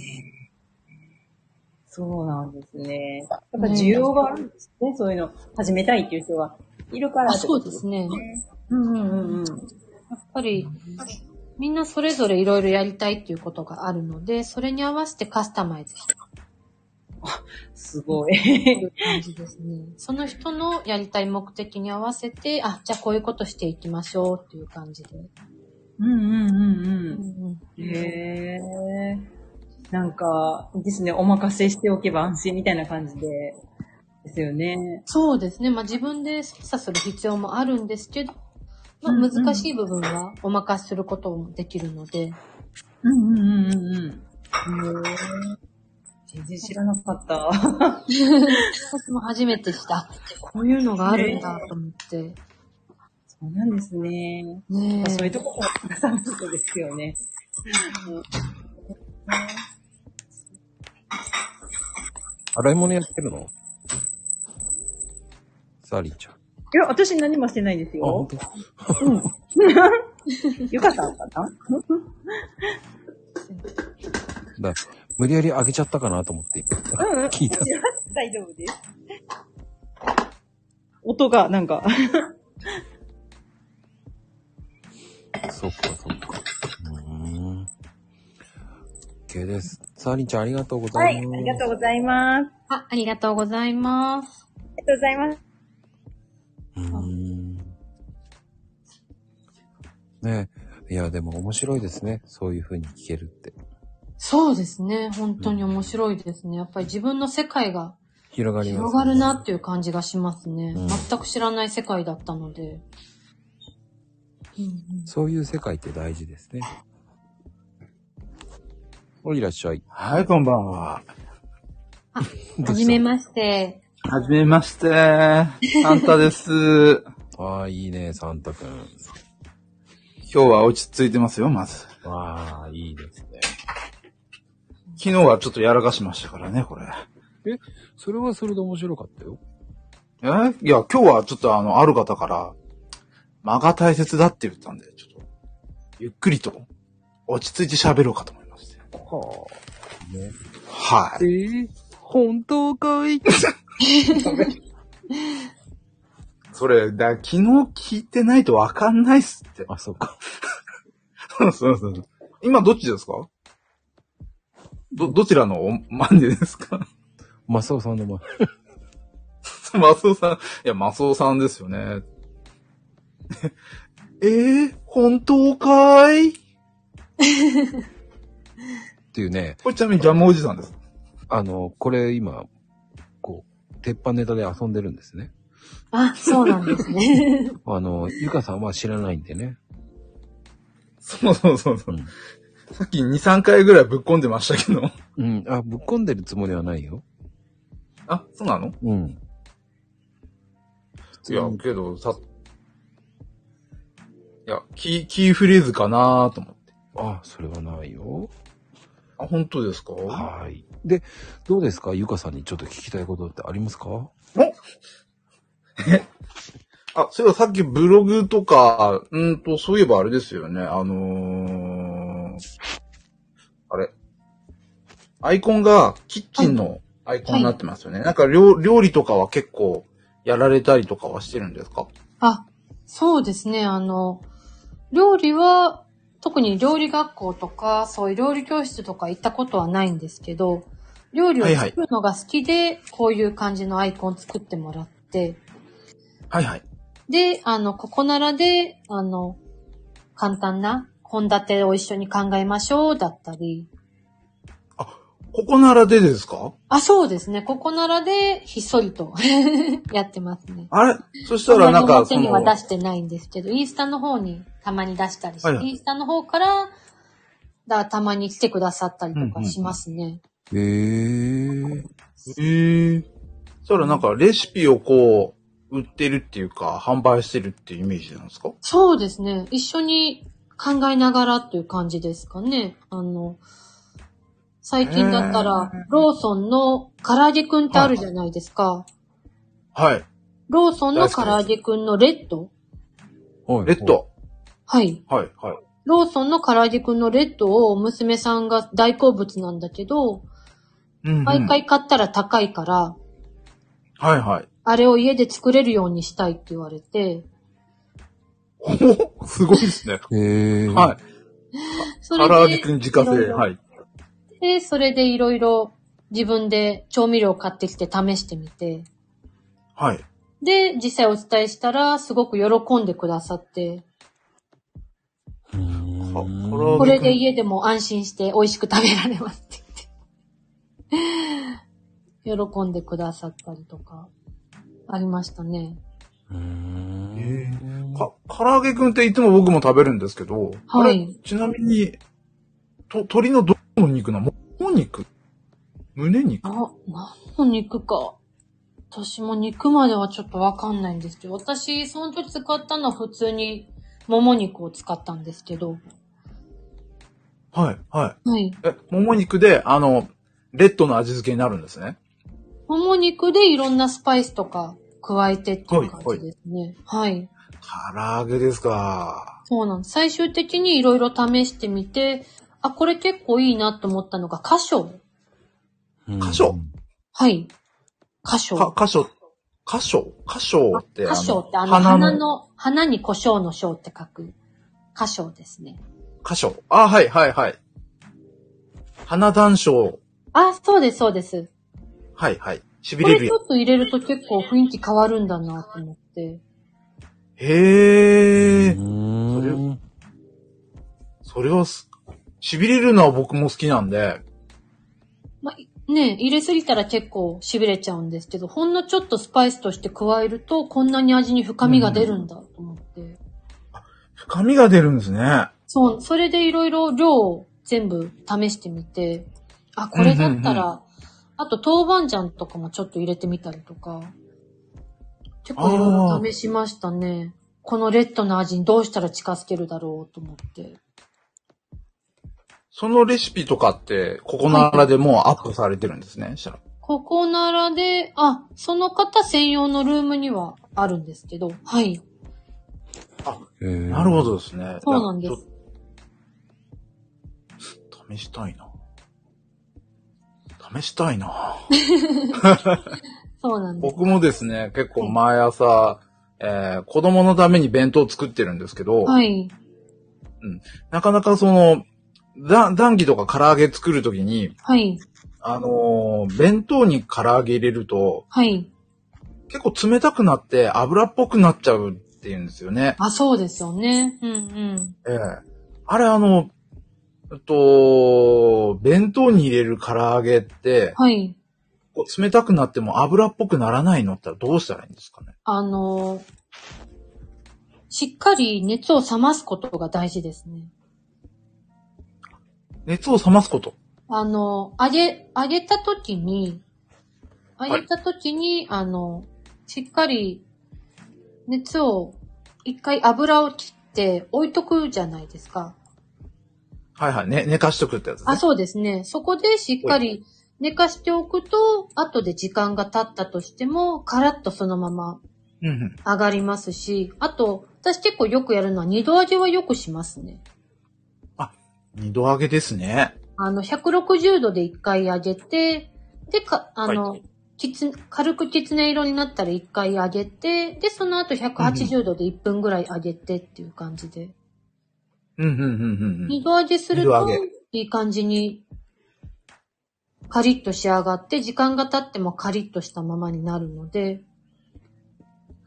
Speaker 3: そうなんですね。やっぱ需要があるんですね。そういうの始めたいっていう人がいるから
Speaker 2: あそうですね。
Speaker 3: ね。うんうんうんうん。
Speaker 2: やっぱり、みんなそれぞれいろいろやりたいっていうことがあるので、それに合わせてカスタマイズして
Speaker 3: すごい。
Speaker 2: いる感じですね。その人のやりたい目的に合わせて、あ、じゃあこういうことしていきましょうっていう感じで。
Speaker 3: うんうんうん
Speaker 2: うんうん
Speaker 3: うん。へえ。なんか、いいですね。お任せしておけば安心みたいな感じで。ですよね。
Speaker 2: そうですね。まあ自分で操作する必要もあるんですけど、まあ
Speaker 3: うんうん
Speaker 2: 難しい部分はお任せすることもできるので、
Speaker 3: うんうんうんうんうん。全然知らなかった。
Speaker 2: 私も初めてした。こういうのがあるんだと思って。
Speaker 3: そうなんですね。
Speaker 2: ね
Speaker 3: まあそうい
Speaker 2: え
Speaker 3: うところがさんことですよね。
Speaker 1: 洗い物やってるのサリーちゃん。あ、
Speaker 3: いや、私何もしてないんです
Speaker 1: 本
Speaker 3: よ。
Speaker 1: 当。
Speaker 3: よかったのかな
Speaker 1: だ無理やり上げちゃったかなと思って。
Speaker 3: うんうん。
Speaker 1: 聞いた。
Speaker 3: 大丈夫です。音が、なんか。
Speaker 1: そっかそっか。うーん。OK です。サリーちゃんありがとうござ
Speaker 3: はいい、あ
Speaker 1: ます。
Speaker 3: りがとうございます。
Speaker 2: あ、ありがとうございます。
Speaker 3: ありがとうございます。
Speaker 1: うーん。ねえ。いや、でも面白いですね。そういう風に聞けるって。
Speaker 2: そうですね。本当に面白いですね。やっぱり自分の世界が
Speaker 1: 広がります、
Speaker 2: 広がるなっていう感じがしますね。
Speaker 1: うん
Speaker 2: 全く知らない世界だったので。
Speaker 1: そういう世界って大事ですね。おいらっしゃい。
Speaker 4: はい、こんばんは。
Speaker 2: はじめまして。
Speaker 4: はじめまして。サンタです。
Speaker 1: ああ、いいね、サンタくん。
Speaker 4: 今日は落ち着いてますよ、まず。
Speaker 1: わあ、いいですね。
Speaker 4: 昨日はちょっとやらかしましたからね、これ。
Speaker 1: それはそれで面白かったよ。
Speaker 4: えいや、今日はちょっとあの、ある方から、間が大切だって言ったんで、ちょっと、ゆっくりと、落ち着いて喋ろうかと思いまして。
Speaker 1: はあ。ね。
Speaker 4: は
Speaker 1: え
Speaker 4: い。
Speaker 1: ー、本当かい
Speaker 4: それ、だ昨日聞いてないとわかんないっすって。
Speaker 1: あ、そっか。
Speaker 4: そうそうそう。今どっちですかど、どちらのお、マンデですか
Speaker 1: マスオさんのま、
Speaker 4: マスオさん、いや、マスオさんですよね。 えー、本当かーい
Speaker 1: っていうね、
Speaker 4: これちなみにジャムおじさんです。
Speaker 1: あの、これ今、こう、鉄板ネタで遊んでるんですね。
Speaker 2: あ、そうなんですね。
Speaker 1: あの、ゆかさんは知らないんでね。
Speaker 4: そうそうそうそう、
Speaker 1: うん
Speaker 4: さっき2、3回ぐらいぶっ込んでましたけど。
Speaker 1: うん、あ、ぶっ込んでるつもりはないよ。
Speaker 4: あ、そうなの
Speaker 1: うん。
Speaker 4: いや、けど、さ、いや、キー、キーフレーズかなーと思って。
Speaker 1: あ、それはないよ。
Speaker 4: あ、本当ですか
Speaker 1: はい。で、どうですかゆかさんにちょっと聞きたいことってありますか
Speaker 4: あ、そういえばさっきブログとか、うんと、そういえばあれですよね。あのー、あれ。アイコンがキッチンのアイコンになってますよね。なんか料料理とかは結構やられたりとかはしてるんですか
Speaker 2: あ、そうですね。あの、料理は、特に料理学校とか、そういう料理教室とか行ったことはないんですけど、料理を
Speaker 4: はいはい
Speaker 2: 作るのが好きで、こういう感じのアイコン作ってもらって、
Speaker 4: はいはい。
Speaker 2: で、あの、ここならで、あの、簡単な献立を一緒に考えましょうだったり、
Speaker 4: ここならでですか
Speaker 2: あ、そうですね。ここならで、ひっそりと やってますね。
Speaker 4: あれそしたらなん
Speaker 2: あまり
Speaker 4: か、
Speaker 2: 表
Speaker 4: そ
Speaker 2: に
Speaker 4: の
Speaker 2: は、出してないんですけど、インスタの方にたまに出したりして、
Speaker 4: はいはい
Speaker 2: インスタの方から、だからたまに来てくださったりとかしますね。
Speaker 1: えー。
Speaker 4: へえ。そしたらなんかレシピをこう、売ってるっていうか、販売してるっていうイメージなんですか
Speaker 2: そうですね。一緒に考えながらっていう感じですかね。あの、最近だったら、ローソンの唐揚げくんってあるじゃないですか。
Speaker 4: はい。
Speaker 2: ローソンの唐揚げくんのレッド。
Speaker 1: はい
Speaker 4: レッ。ド。
Speaker 2: はい。
Speaker 4: はい、はい。
Speaker 2: ローソンの唐揚げくんのレッドを娘さんが大好物なんだけど、
Speaker 4: うん、うん。
Speaker 2: 毎回買ったら高いから、
Speaker 4: はい、はい。
Speaker 2: あれを家で作れるようにしたいって言われて、
Speaker 4: おすごいですね。
Speaker 1: えー。
Speaker 4: はい。
Speaker 2: そ
Speaker 4: 唐
Speaker 2: れ
Speaker 4: 揚げ
Speaker 2: で
Speaker 4: くん自家
Speaker 2: いろい
Speaker 4: 製。
Speaker 2: ろ
Speaker 4: はい。
Speaker 2: で、それでいろいろ自分で調味料を買ってきて試してみて、
Speaker 4: はい。
Speaker 2: で、実際お伝えしたら、すごく喜んでくださって、
Speaker 1: うーん
Speaker 4: か
Speaker 2: こ
Speaker 4: こ
Speaker 2: れで家でも安心して美味しく食べられますって言って。喜んでくださったりとか、ありましたね。
Speaker 1: うーん
Speaker 4: か、唐揚げくんっていつも僕も食べるんですけど、
Speaker 2: は
Speaker 4: あれ
Speaker 2: い。
Speaker 4: ちなみに、と、鶏のどの肉なのもも肉胸肉
Speaker 2: あ、何の肉か。私も肉まではちょっとわかんないんですけど、私、その時使ったのは普通に、もも肉を使ったんですけど。
Speaker 4: はい、は
Speaker 2: はい。
Speaker 4: い。え、もも肉で、あの、レッドの味付けになるんですね。
Speaker 2: もも肉でいろんなスパイスとか加えてっていう感じですね。はい。
Speaker 4: 唐揚げですか。
Speaker 2: そうなんです。最終的にいろいろ試してみて、あ、これ結構いいなと思ったのが箇所。
Speaker 4: 箇所
Speaker 2: はい。箇
Speaker 4: か
Speaker 2: 所。、
Speaker 4: 箇所、箇所、箇所って、
Speaker 2: 箇所ってあの、
Speaker 4: 花
Speaker 2: 花
Speaker 4: の、
Speaker 2: の、花に胡椒の章って書く。箇所ですね。
Speaker 4: 箇所。あ、はい、はい、はい。花談笑。
Speaker 2: あ、そうです、そうです。
Speaker 4: はい、はい。しび
Speaker 2: こ
Speaker 4: れ
Speaker 2: れ
Speaker 4: る
Speaker 2: ち
Speaker 4: や
Speaker 2: ょっと入れると結構雰囲気変わるんだなと思って。
Speaker 4: へ
Speaker 1: え
Speaker 4: え。それはす、しびれるのは僕も好きなんで、
Speaker 2: まあ、いね、入れすぎたら結構痺れちゃうんですけど、ほんのちょっとスパイスとして加えると、こんなに味に深みが出るんだと思って。
Speaker 4: 深みが出るんですね。
Speaker 2: そう、それでいろいろ量を全部試してみて、あ、これだったら、
Speaker 4: うんう
Speaker 2: あと豆板醤とかもちょっと入れてみたりとか、結構いろいろ試しましたね。このレッドの味にどうしたら近づけるだろうと思って。
Speaker 4: そのレシピとかって、ここならでもうアップされてるんですね。したら
Speaker 2: ここならで、あ、その方専用のルームにはあるんですけど、はい。
Speaker 4: なる
Speaker 1: ど。
Speaker 4: ほどですね。
Speaker 2: そうなんです
Speaker 4: いや。ちょっと試したいな。試したいな。
Speaker 2: そうなんです。
Speaker 4: 僕もですね、結構毎朝、えー、子供のために弁当を作ってるんですけど、
Speaker 2: はい。
Speaker 4: なかなかその、だ、談義とか唐揚げ作るときに、
Speaker 2: はい。
Speaker 4: あのー弁当に唐揚げ入れると、
Speaker 2: はい。
Speaker 4: 結構冷たくなって油っぽくなっちゃうっていうんですよね。
Speaker 2: あ、そうですよね。うんうん。
Speaker 4: ええ。あれ、あの、えっと、弁当に入れる唐揚げって、
Speaker 2: はい。
Speaker 4: こう冷たくなっても油っぽくならないのってどうしたらいいんですかね
Speaker 2: あの、しっかり熱を冷ますことが大事ですね。
Speaker 4: 熱を冷ますこと。
Speaker 2: あの、揚げ、揚げた時に、揚げた時に、あの、しっかり熱を、一回油を切って置いとくじゃないですか。
Speaker 4: はいはい。ね、寝かしとくってやつね。
Speaker 2: あ、そうですね。そこでしっかり寝かしておくと、後で時間が経ったとしても、カラッとそのまま
Speaker 4: うんうん。
Speaker 2: 上がりますし、あと、私結構よくやるのは二度揚げはよくしますね。
Speaker 4: 二度揚げですね。
Speaker 2: あの、160度で一回揚げて、で、か、あの、
Speaker 4: はい
Speaker 2: きつ、軽くきつね色になったら一回揚げて、で、その後180度で1分ぐらい揚げてっていう感じで。
Speaker 4: うんうんうんうんう
Speaker 2: 二
Speaker 4: ん。
Speaker 2: 度揚げする
Speaker 4: 二度揚
Speaker 2: と
Speaker 4: げ、
Speaker 2: いい感じに、カリッと仕上がって、時間が経ってもカリッとしたままになるので、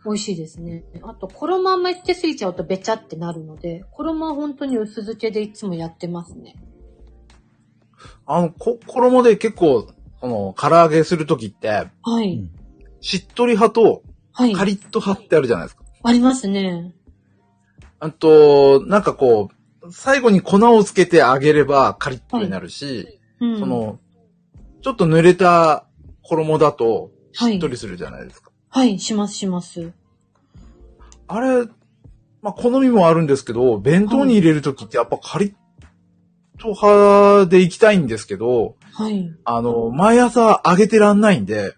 Speaker 2: 美味しいですね。あと、衣あんまりつけすぎちゃうとべちゃってなるので、衣は本当に薄漬けでいつもやってますね。
Speaker 4: あの、こ、衣で結構、この、唐揚げするときって、
Speaker 2: はい。
Speaker 1: うん
Speaker 4: しっとり派と、
Speaker 2: はい。
Speaker 4: カリッと派ってあるじゃないですか。
Speaker 2: ありますね。
Speaker 4: あと、なんかこう、最後に粉をつけてあげればカリッとになるし、
Speaker 2: うん
Speaker 4: その、ちょっと濡れた衣だと、
Speaker 2: はい
Speaker 4: しっとりするじゃないですか。
Speaker 2: はい、しますします。
Speaker 4: あれ、まあ、好みもあるんですけど、弁当に入れるときってやっぱカリッと派でいきたいんですけど、
Speaker 2: はい。
Speaker 4: あの、毎朝揚げてらんないんで、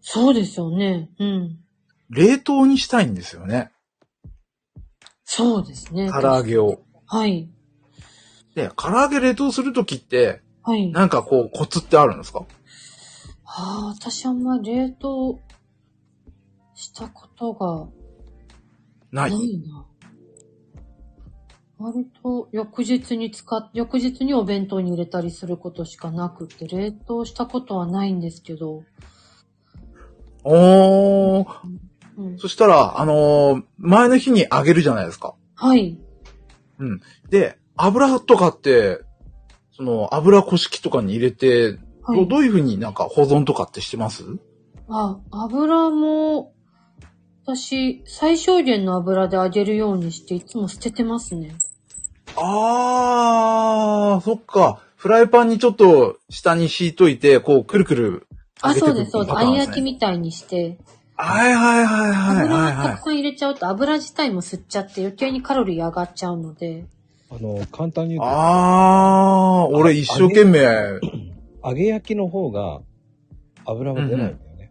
Speaker 2: そうですよね。うん。
Speaker 4: 冷凍にしたいんですよね。
Speaker 2: そうですね。
Speaker 4: 唐揚げを。
Speaker 2: はい。
Speaker 4: で、唐揚げ冷凍するときって、
Speaker 2: はい。
Speaker 4: なんかこう、コツってあるんですか
Speaker 2: ああ、私あんまり冷凍したこと
Speaker 4: な
Speaker 2: が
Speaker 4: い。
Speaker 2: ないな。割と翌日に使っ、翌日にお弁当に入れたりすることしかなくて、冷凍したことはないんですけど。
Speaker 4: おー。
Speaker 2: うん、
Speaker 4: そしたら、あのー前の日に揚げるじゃないですか。
Speaker 2: はい。
Speaker 4: で、油とかって、その、油こし器とかに入れて、ど
Speaker 2: は
Speaker 4: どう
Speaker 2: い。
Speaker 4: いうふうになんか保存とかってしてます
Speaker 2: あ、油も、私、最小限の油で揚げるようにして、いつも捨ててますね。
Speaker 4: あー、そっか。フライパンにちょっと下に敷いといて、こう、くるくる
Speaker 2: あ、そうです、そうです。
Speaker 4: パタ
Speaker 2: 揚
Speaker 4: ーン
Speaker 2: げ
Speaker 4: ね
Speaker 2: 焼きみたいにして、
Speaker 4: はいはいはいはい
Speaker 2: 油
Speaker 4: はい、
Speaker 2: が
Speaker 4: は
Speaker 2: たくさん入れちゃうと油自体も吸っちゃって余計にカロリー上がっちゃうので。
Speaker 1: あの、簡単に言
Speaker 4: い。
Speaker 1: うと、
Speaker 4: あー、俺一生懸命、
Speaker 1: 揚げ焼きの方が油が出ないんだよね。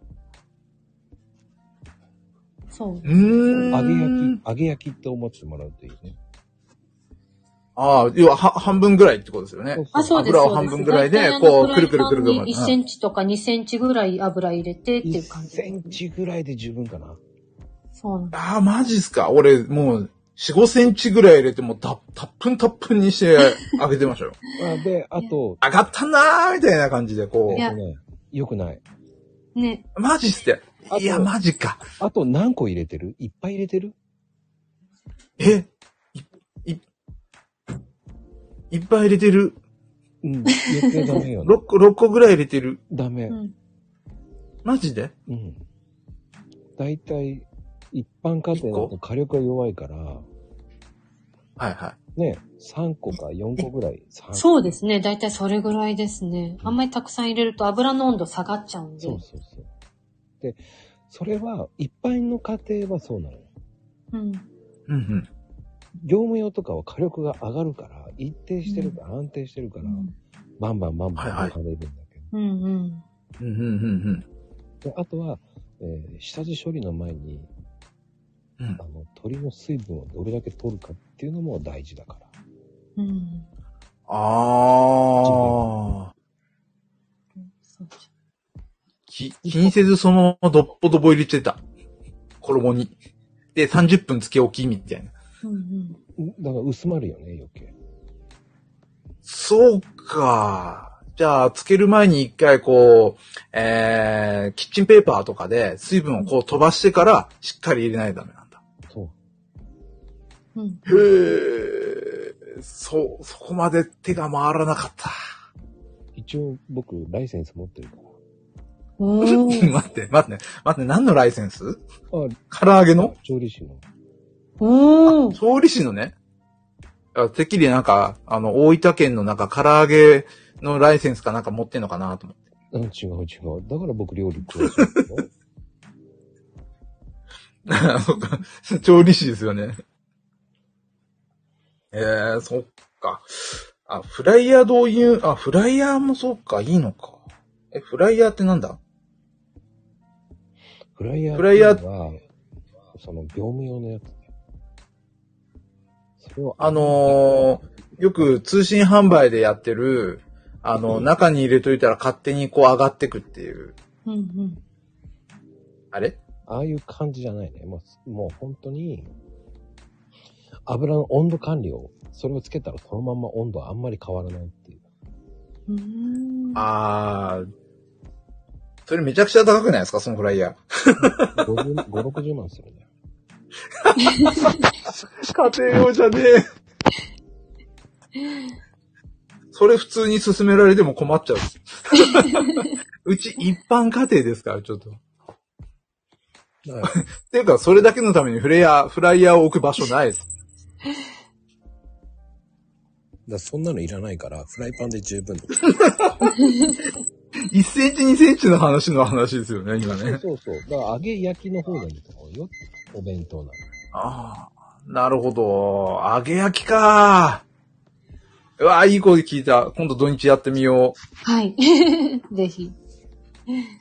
Speaker 2: そう。
Speaker 4: うーん。
Speaker 1: 揚げ焼き、揚げ焼きって思ってもらうといいね。
Speaker 4: ああ、要はは半分ぐらいってことですよね。
Speaker 2: あ、そうです。
Speaker 4: 油を
Speaker 2: そう
Speaker 4: 半
Speaker 2: です
Speaker 4: 分ぐら
Speaker 2: 大
Speaker 4: いで
Speaker 2: 体あ、の
Speaker 4: こ
Speaker 2: フ
Speaker 4: う、
Speaker 2: ラ
Speaker 4: くる
Speaker 2: イ
Speaker 4: くる
Speaker 2: パ
Speaker 4: くる
Speaker 2: ン
Speaker 4: くる。
Speaker 2: に1センチとか2センチぐらい油入れてっていう感じ。
Speaker 1: 1センチぐらいで十分かな。
Speaker 2: そうなんです。
Speaker 4: ああ、マジっすか。俺、もう、4、5センチぐらい入れて、もう、た、たっぷんたっぷんにして、揚げてましたよ。
Speaker 1: あで、あと、
Speaker 4: 上がったなーみたいな感じで、こ
Speaker 2: いや
Speaker 1: えっとね、よくない。
Speaker 2: ね。
Speaker 4: う。マジっすって。
Speaker 1: あと
Speaker 4: いや、マジか。
Speaker 1: あと何個入れてるいっぱい入れてる
Speaker 4: えい、い、いっぱい入れてる。
Speaker 1: うん。入れてダメよね。
Speaker 4: 6個、6個ぐらい入れてる。
Speaker 1: ダメ
Speaker 2: う。ん。
Speaker 4: マジで
Speaker 1: うん。大体、一般家庭だと火力が弱いから、
Speaker 4: はいは
Speaker 1: ね、3個か4個ぐらい。三
Speaker 2: そうですね。だいたいそれぐらいですね。あんまりたくさん入れると油の温度下がっちゃうんで。
Speaker 1: そうそうそう。で、それは、一般の家庭はそうなのよ。
Speaker 2: うん。
Speaker 4: い。うんうん。
Speaker 1: 業務用とかは火力が上がるから、一定してるから、安定してるから、バンバンバンバン
Speaker 4: はいはい
Speaker 1: 跳ねるんだけど。
Speaker 2: うんうん。
Speaker 4: うんうんうん
Speaker 1: であとは、えー下地処理の前に、
Speaker 4: うん。うん
Speaker 1: あの、鶏の水分をどれだけ取るかっていうのも大事だから。
Speaker 2: うん。
Speaker 4: ああ。
Speaker 2: そうじ
Speaker 4: き気にせずそのままどっぽどぼ入れてた。衣に。で、30分つけ置きみたいな。
Speaker 2: ゃんうん
Speaker 1: んだから薄まるよね、余計。
Speaker 4: そうか。じゃあ、つける前に一回こう、えー、キッチンペーパーとかで水分をこう飛ばしてからしっかり入れないとダメなんだ。
Speaker 1: そう。
Speaker 2: うん。うん。
Speaker 4: へー。そう、そこまで手が回らなかった。
Speaker 1: 一応僕、ライセンス持ってるから。
Speaker 2: おー。
Speaker 4: 待って、待って、待って、何のライセンス
Speaker 1: あ
Speaker 4: 唐揚げの
Speaker 1: 調理師の。
Speaker 2: おー。
Speaker 4: 調理師のね、あてっきりなんか、あの、大分県のなんか唐揚げのライセンスかなんか持ってんのかなと思って。
Speaker 1: うん、違う違う。だから僕料理詳しいんだ よ
Speaker 4: そっか、 調理師ですよね。えー、そっか。あ、フライヤー導入、あ、フライヤーもそっか、いいのか。え、フライヤーってなんだ
Speaker 1: フライヤー。
Speaker 4: フライヤー
Speaker 1: は、その業務用のやつね。それを、
Speaker 4: あのー、よく通信販売でやってる、あの、中に入れといたら勝手にこう上がってくっていう、
Speaker 2: うんうん。
Speaker 4: あれ
Speaker 1: ああいう感じじゃないね。もう、もう本当に、油の温度管理を、それをつけたらそのまんま温度はあんまり変わらないっていう。
Speaker 2: うーん。
Speaker 4: あー、それめちゃくちゃ高くないですかそのフライヤー。
Speaker 1: 50、5、60万するね。
Speaker 4: 家庭用じゃねえ。それ普通に勧められても困っちゃう。うち一般家庭ですから、ちょっと。っていうか、それだけのためにフレイヤー、フライヤーを置く場所ないです。
Speaker 1: らそんなのいらないから、フライパンで十分。
Speaker 4: 1センチ、2センチの話の話ですよね、今ね。
Speaker 1: そうそう。だから揚げ焼きの方がいいと思うよ。お弁当なの。
Speaker 4: ああ、なるほど。揚げ焼きか。うわあ、いい声聞いた。今度土日やってみよう。
Speaker 2: はい。ぜひ。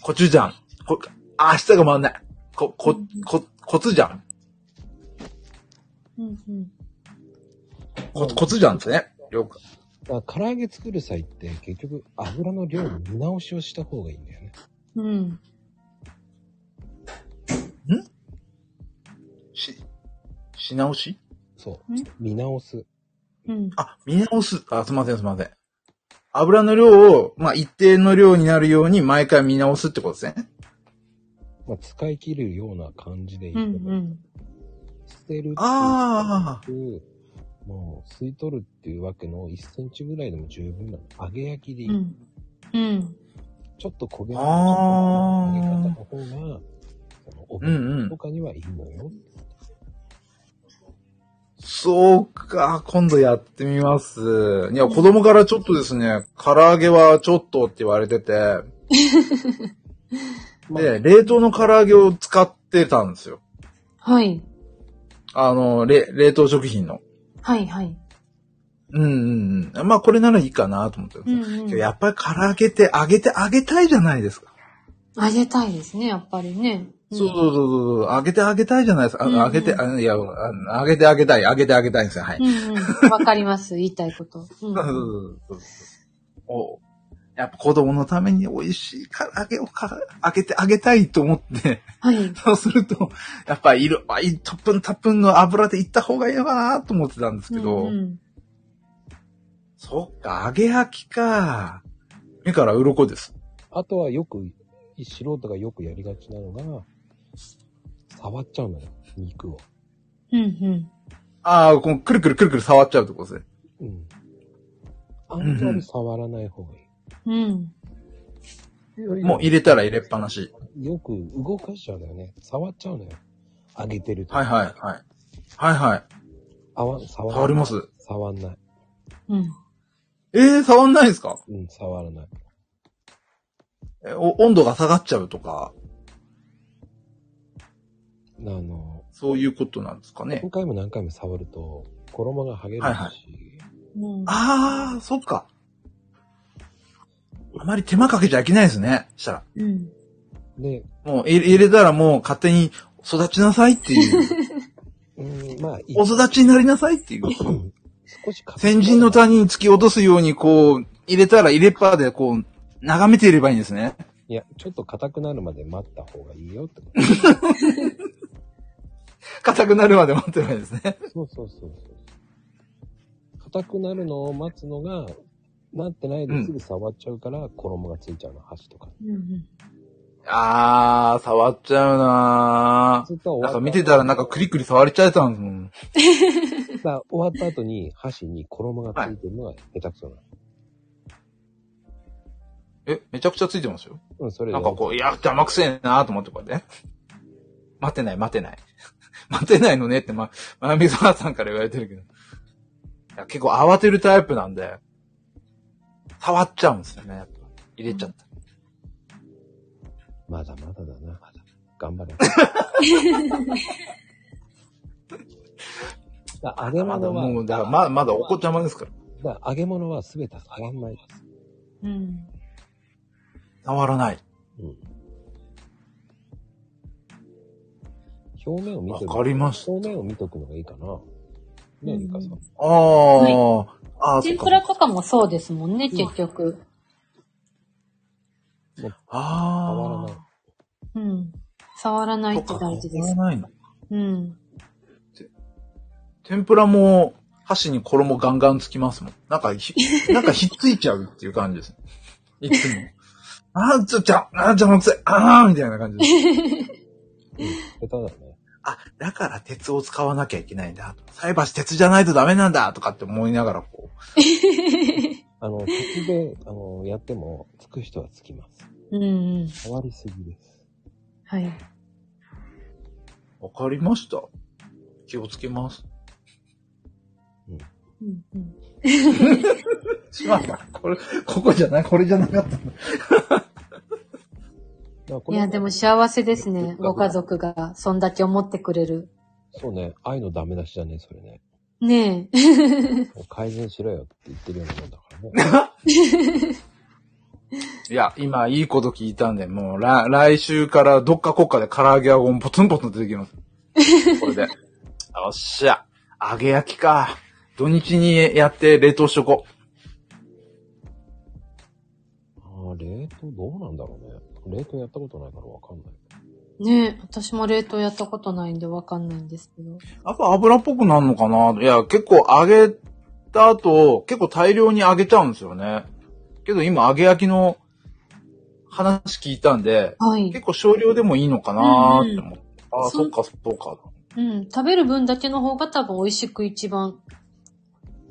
Speaker 4: コチュジャン。こあ、明日が回んない。こ、こ、こ、コツジャン。
Speaker 2: うんうん。
Speaker 4: こ、コツジャンですね。了解。
Speaker 1: だから唐揚げ作る際って結局油の量の見直しをした方がいいんだよね。
Speaker 2: うん。
Speaker 4: し、し直し
Speaker 1: そう。
Speaker 2: ん
Speaker 1: 見直す。
Speaker 2: うん。
Speaker 4: あ、見直す。あ、すいません、すいません。油の量を、まあ、一定の量になるように毎回見直すってことですね。
Speaker 1: まあ、使い切るような感じでいい
Speaker 2: うんう
Speaker 1: けど、
Speaker 2: ん。
Speaker 1: 捨てるっていう
Speaker 4: あ
Speaker 1: もう吸い取るっていうわけの1センチぐらいでも十分なの。揚げ焼きでいい。
Speaker 2: うん。うん。
Speaker 1: ちょっと焦げ目
Speaker 4: あー
Speaker 1: 揚げ方の方が、そのお
Speaker 4: うん
Speaker 1: 弁
Speaker 4: うん
Speaker 1: 当とかにはいいのよ。
Speaker 4: そうか、今度やってみます。いや、子供からちょっとですね、唐揚げはちょっとって言われ てて、で、冷凍の唐揚げを使ってたんですよ。
Speaker 2: はい。
Speaker 4: あの、れ冷凍食品の。
Speaker 2: はいはい。
Speaker 4: うんうんうん。まあ、これならいいかなと思ってるん
Speaker 2: う
Speaker 4: ですよ
Speaker 2: んう
Speaker 4: けど
Speaker 2: ん。
Speaker 4: やっぱり唐揚げって揚げて揚げたいじゃないですか。
Speaker 2: あげたいですね、やっぱりね。ん
Speaker 4: そうそうそうそう。揚げて揚げたいじゃないですか。あ
Speaker 2: うんうん
Speaker 4: 揚げて、あいや、あ揚げて揚げたい、揚げて揚げたいんですよ。はい。
Speaker 2: うんうん。わかります、言いたいこと。う。
Speaker 4: そうんそうそうそうおやっぱ子供のために美味しい唐揚げをか揚げてあげたいと思って、
Speaker 2: はい。
Speaker 4: そうすると、やっぱいろ、あいたっぷんたっぷんの油でいった方がいいのかなと思ってたんですけど、
Speaker 2: うんうん
Speaker 4: そっか、揚げ焼きか。目から鱗です。
Speaker 1: あとはよく、素人がよくやりがちなのが、触っちゃうのよ、肉を。
Speaker 2: うんうん。
Speaker 4: ああ、こうくるくるくるくる触っちゃうってことですね。
Speaker 1: うん。あんまり触らない方がい
Speaker 2: うん。
Speaker 1: い。より
Speaker 4: もう入れたら入れっぱなし。
Speaker 1: よく動かしちゃうんだよね。触っちゃうのよ。揚げてると。
Speaker 4: はいはいはい。はいはい。
Speaker 1: あわ触らない
Speaker 4: 触ります。
Speaker 1: 触んない。
Speaker 2: うん。
Speaker 4: ええー、触んないんですか
Speaker 1: うん、触らない。
Speaker 4: えお温度が下がっちゃうとか、
Speaker 1: あの、
Speaker 4: そういうことなんですかね
Speaker 1: 何。回も何回も触ると、衣が剥げるし、
Speaker 4: はいは
Speaker 2: うん。
Speaker 4: ああ、そっか。あまり手間かけちゃいけないですね。したら。
Speaker 2: うん。
Speaker 1: で、
Speaker 4: もう入れ入れたらもう勝手に育ちなさいっていう。
Speaker 1: うん、まあ、い
Speaker 4: お育ちになりなさいっていう。
Speaker 1: 少し硬い
Speaker 4: 先人の谷に突き落とすようにこう、入れたら入れっぱでこう、眺めていればいいんですね。
Speaker 1: いや、ちょっと硬くなるまで待った方がいいよってこ
Speaker 4: 硬くなるまで待ってればいいですね。
Speaker 1: と。そうそうそうそう。硬くなるのを待つのが、なってないですぐ触っちゃうから、衣がついちゃうの、箸とか。
Speaker 2: うん。
Speaker 4: ああ、触っちゃうな
Speaker 1: ずっと
Speaker 4: ー
Speaker 1: 終
Speaker 4: な
Speaker 1: わ
Speaker 4: ん
Speaker 1: っ
Speaker 4: か見てたらなんかクリクリ触れちゃえたんですもん。
Speaker 1: さ終わった後に箸に衣がついてるのが下手くそなの。
Speaker 4: え、めちゃくちゃついてますよ。
Speaker 1: うん、それ
Speaker 4: な
Speaker 1: で
Speaker 4: んかこう、いや、邪魔くせえなーと思ってこうやって。待てない、待てない。 待てないのねって、ま、まなみそらさんから言われてるけど。いや、結構慌てるタイプなんで、触っちゃうんですよね、やっぱ。入れちゃった。
Speaker 1: まだまだだな、まだ。頑張 れ。だ揚げ
Speaker 4: まだ
Speaker 1: 物は、
Speaker 4: もう、だからまだ、まだおこっちゃまですから。
Speaker 1: だ揚げ物はすべて触らないです。
Speaker 2: うん。
Speaker 4: 触らない。
Speaker 1: うん。表面を見て
Speaker 4: わかりました
Speaker 1: 表面を見とくのがいいかな。ね、
Speaker 2: うん
Speaker 1: ゆかさん。
Speaker 4: あー、あー、そっ
Speaker 2: 天
Speaker 4: か
Speaker 2: ぷらとかもそうですもんね、結局。
Speaker 4: あ
Speaker 1: 触ら
Speaker 4: ー。
Speaker 1: ない。
Speaker 2: うん。触らない
Speaker 4: そ
Speaker 2: っ
Speaker 4: ってか
Speaker 2: 大事で
Speaker 4: 触ら
Speaker 2: す。
Speaker 4: ないの。
Speaker 2: うん。
Speaker 4: 天ぷらも、箸に衣ガンガンつきますもん。なんかひ、なんかひっついちゃうっていう感じです。いつも。あー、ちょ、ちゃ、あー、ちゃ、もつい、あー、みたいな感じです。
Speaker 1: うん、下手だね。
Speaker 4: あ、だから鉄を使わなきゃいけないんだ。菜箸鉄じゃないとダメなんだとかって思いながらこう。
Speaker 1: あの、鉄で、あの、やっても、つく人はつきます。
Speaker 2: うんうん。
Speaker 1: 触りすぎです。
Speaker 2: はい。
Speaker 4: わかりました。気をつけます。
Speaker 1: うん
Speaker 2: うんうん。
Speaker 4: しまった。これ、ここじゃないこれじゃなかった。
Speaker 1: だか
Speaker 2: い
Speaker 1: ら
Speaker 2: や、でも幸せですね。ご家族が、そんだけ思ってくれる。
Speaker 1: そうね、愛のダメ出しだね、それね。
Speaker 2: ねえ。
Speaker 1: もう改善しろよって言ってるようなもんだからね。
Speaker 4: いや、今いいこと聞いたんで、もう来来週からどっか国家で唐揚げはごんポツンポツン出てきます。 これで。よっしゃ。揚げ焼きか。土日にやって冷凍しとこ
Speaker 1: ああ、冷凍どうなんだろうね。冷凍やったことないからわかんない。
Speaker 2: ねえ。私も冷凍やったことないんでわかんないんですけど。
Speaker 4: う。やっぱ油っぽくなるのかないや、結構揚げた後、結構大量に揚げちゃうんですよね。けど今揚げ焼きの話聞いたんで、
Speaker 2: はい。
Speaker 4: 結構少量でもいいのかなーって思って。ああ、そっか、そっか。
Speaker 2: うん、食べる分だけの方が多分美味しく一番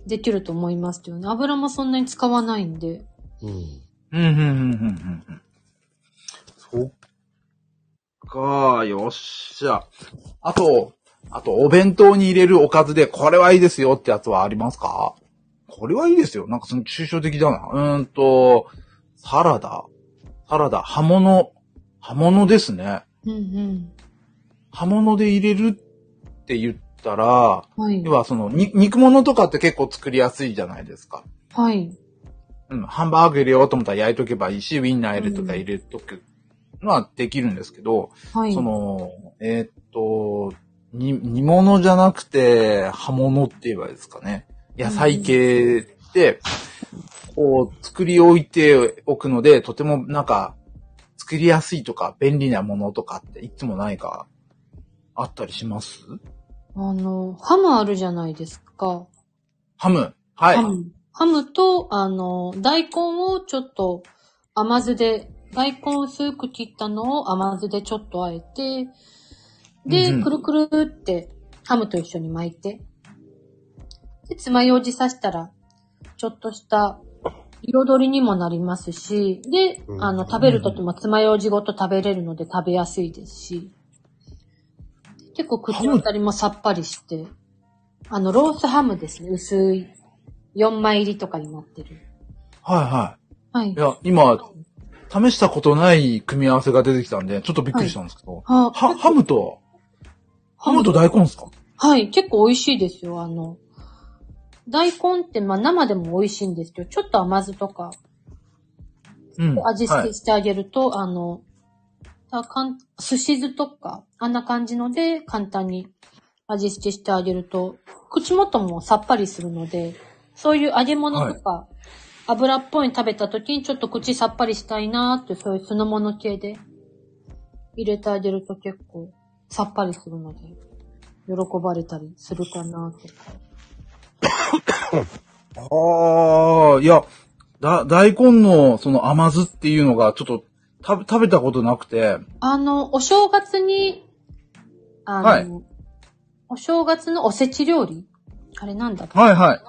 Speaker 2: できると思いますけどね。油もそんなに使わないんで。
Speaker 1: うん。
Speaker 4: うん、うん、うん、うん、うん。そっかー、よっしゃ。あと、あと、お弁当に入れるおかずで、これはいいですよってやつはありますかこれはいいですよ。なんかその抽象的だな。うーんと、サラダ。サラダ、葉物。葉物ですね。
Speaker 2: うんうん。
Speaker 4: 葉物で入れるって言ったら、
Speaker 2: はい
Speaker 4: 要。はその、に肉物とかって結構作りやすいじゃないですか。
Speaker 2: はい。
Speaker 4: うん、ハンバーグ入れようと思ったら焼いとけばいいし、ウインナー入れとか入れとくのはできるんですけど、
Speaker 2: はい。
Speaker 4: その、えーっと、に、煮物じゃなくて、葉物って言えばいいですかね。野菜系って、こう、作り置いておくので、とてもなんか、作りやすいとか、便利なものとかって、いつも何か、あったりします
Speaker 2: あの、ハムあるじゃないですか。
Speaker 4: ハム。はい。
Speaker 2: ハム。ハムと、あの、大根をちょっと甘酢で、大根を薄く切ったのを甘酢でちょっとあえて、で、
Speaker 4: うんうん
Speaker 2: くるくるってハムと一緒に巻いて、で、爪楊枝刺したら、ちょっとした彩りにもなりますし、で
Speaker 1: う、ん
Speaker 2: あの、食べるときも爪楊枝ごと食べれるので食べやすいですし、結構口当たりもさっぱりして、あの、ロースハムですね、薄い。4枚入りとかになってる。
Speaker 4: はいは
Speaker 2: は
Speaker 4: い。
Speaker 2: い
Speaker 4: い。や、今、試したことない組み合わせが出てきたんで、ちょっとびっくりしたんですけど。
Speaker 2: は
Speaker 4: は、ハムと、ハ
Speaker 2: ハ
Speaker 4: ム
Speaker 2: ム
Speaker 4: と大根ですか
Speaker 2: はい、結構美味しいですよ、あの。大根って、まあ、生でも美味しいんですけど、ちょっと甘酢とか、
Speaker 4: うん。
Speaker 2: 味付
Speaker 4: は
Speaker 2: け
Speaker 4: い。
Speaker 2: してあげると、あの、あかん、すし酢とか、あんな感じので、簡単に味付けしてあげると、口元もさっぱりするので、そういう揚げ物とか、油っぽいの食べた時にちょっと口さっぱりしたいなーって、そういう酢の物系で入れてあげると結構さっぱりするので、喜ばれたりするかなーって。
Speaker 4: ああ、いや、だ、大根のその甘酢っていうのがちょっと食べ、食べたことなくて、
Speaker 2: あの、お正月に、あの、
Speaker 4: はい
Speaker 2: お正月のおせち料理あれなんだっけ
Speaker 4: はいはい。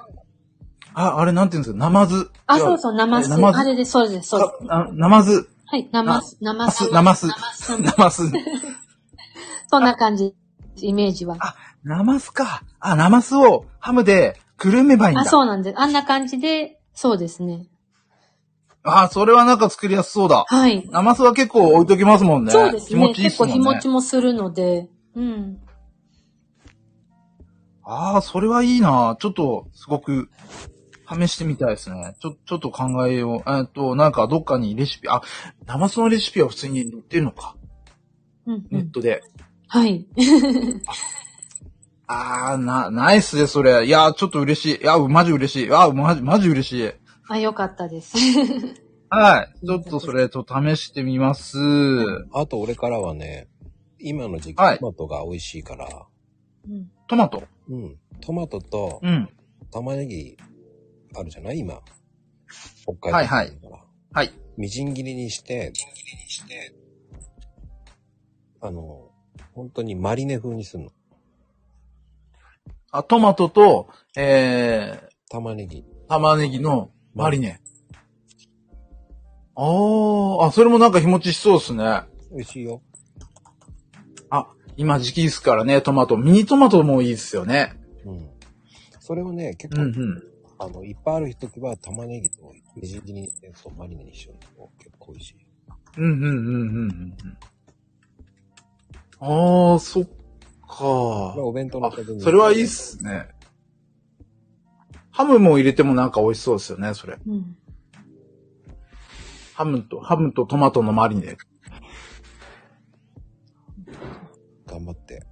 Speaker 4: あ、あれなんていうんですか、生酢。
Speaker 2: あ、
Speaker 4: いや
Speaker 2: そうそう、生酢。
Speaker 4: 生酢
Speaker 2: あれで、そうです、そうです。
Speaker 4: かな生酢。
Speaker 2: はい、生酢、生酢。
Speaker 4: 生酢
Speaker 2: 生酢。
Speaker 4: 生 酢。
Speaker 2: そんな感じ、イメージは。
Speaker 4: あ生酢か。あ、生酢をハムでくるめばいいんだ。
Speaker 2: あ、そうなんです。あんな感じで、そうですね。
Speaker 4: あ、それはなんか作りやすそうだ。
Speaker 2: はい。
Speaker 4: 生酢は結構置いときますもんね。
Speaker 2: そうです
Speaker 4: 気
Speaker 2: ね。
Speaker 4: 持ちいいっ
Speaker 2: 結
Speaker 4: すも
Speaker 2: 構
Speaker 4: んね。
Speaker 2: 日持ちもするので、うん。
Speaker 4: ああ、それはいいな。ちょっと、すごく、試してみたいですね。ちょ、ちょっと考えよう。えっと、なんか、どっかにレシピ、あ、生酢のレシピは普通に売ってるのか。
Speaker 2: うん、う
Speaker 4: ネッ
Speaker 2: ん。
Speaker 4: トで。
Speaker 2: はい。
Speaker 4: ああ、な、ナイスです、それ。いやー、ちょっと嬉しい。いやー、マジ嬉しい。あー、マジ、マジ嬉しい。
Speaker 2: あ、よかったです。
Speaker 4: はい。ちょっとそれ、と試してみます。
Speaker 1: あと俺からはね、今の時期
Speaker 4: はい
Speaker 1: トマトが美味しいから、
Speaker 2: うん
Speaker 4: トマト。
Speaker 1: うん。トマトと
Speaker 4: うん。
Speaker 1: 玉ねぎあるじゃない今。北海道。
Speaker 4: はいはいはい。
Speaker 1: みじん切りにして、あの、本当にマリネ風にするの。
Speaker 4: あ、トマトと、えー、
Speaker 1: 玉ねぎ。
Speaker 4: 玉ねぎのマリネ。あー、あ、それもなんか日持ちしそうですね。
Speaker 1: 美味しいよ。
Speaker 4: あ、今時期ですからね、トマト。ミニトマトもいいですよね。
Speaker 1: うん。それをね、結
Speaker 4: うん
Speaker 1: 構、
Speaker 4: うん。
Speaker 1: あの、いっぱいある時は玉ねぎとみじん切りにして、そう、マリネにしようと結構美味しい。
Speaker 4: うんうんうんうんうんうん。ああ、そっ
Speaker 1: まあ、
Speaker 4: か。
Speaker 1: お弁当の
Speaker 4: あ
Speaker 1: 時に。
Speaker 4: それはいいっ。すね。ハムも入れてもなんか美味しそうですよね、それ。
Speaker 2: うん。
Speaker 4: ハムと、ハムとトマトのマリネ。
Speaker 1: 頑張って。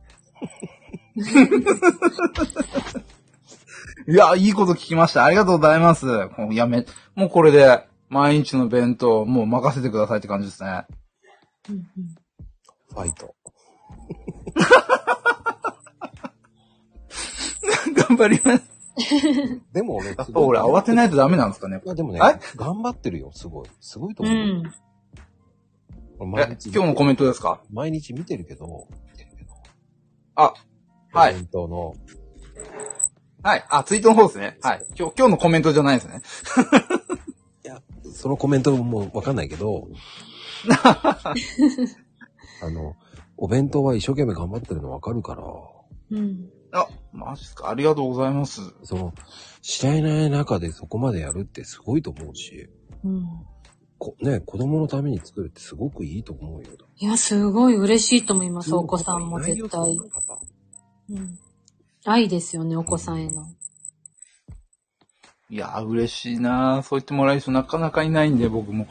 Speaker 4: いや、いいこと聞きました。ありがとうございます。もうやめ、もうこれで、毎日の弁当、もう任せてくださいって感じですね。
Speaker 2: うんうん。
Speaker 1: ファイト。
Speaker 4: 頑張ります。
Speaker 1: でも俺、すごい
Speaker 4: 俺、慌てないとダメなんですかね。
Speaker 1: いや、でもね
Speaker 4: え、
Speaker 1: 頑張ってるよ、すごい。すごいと
Speaker 2: う
Speaker 1: 思う。
Speaker 2: ん。
Speaker 1: 俺毎
Speaker 4: え
Speaker 1: 日
Speaker 4: 今日のコメントですか
Speaker 1: 毎日見てるけど、見てるけど
Speaker 4: あ、はい
Speaker 1: お弁当の、
Speaker 4: はい。あ、ツイートの方ですね。はい。今日、今日のコメントじゃないですね。
Speaker 1: そのコメントもわかんないけ ど、あの、お弁当は一生懸命頑張ってるのわかるから、
Speaker 2: うん。
Speaker 4: あ、マジっすか。ありがとうございます。
Speaker 1: その、知らない中でそこまでやるってすごいと思うし、
Speaker 2: うん。
Speaker 1: こね、子供のために作るってすごくいいと思うよ。
Speaker 2: いや、すごい嬉しいと思います、お子さんも絶対。
Speaker 1: パパ
Speaker 2: うん。愛ですよね、お子さんへの。
Speaker 4: いやー、嬉しいなーそう言ってもらえる人なかなかいないんで、僕も。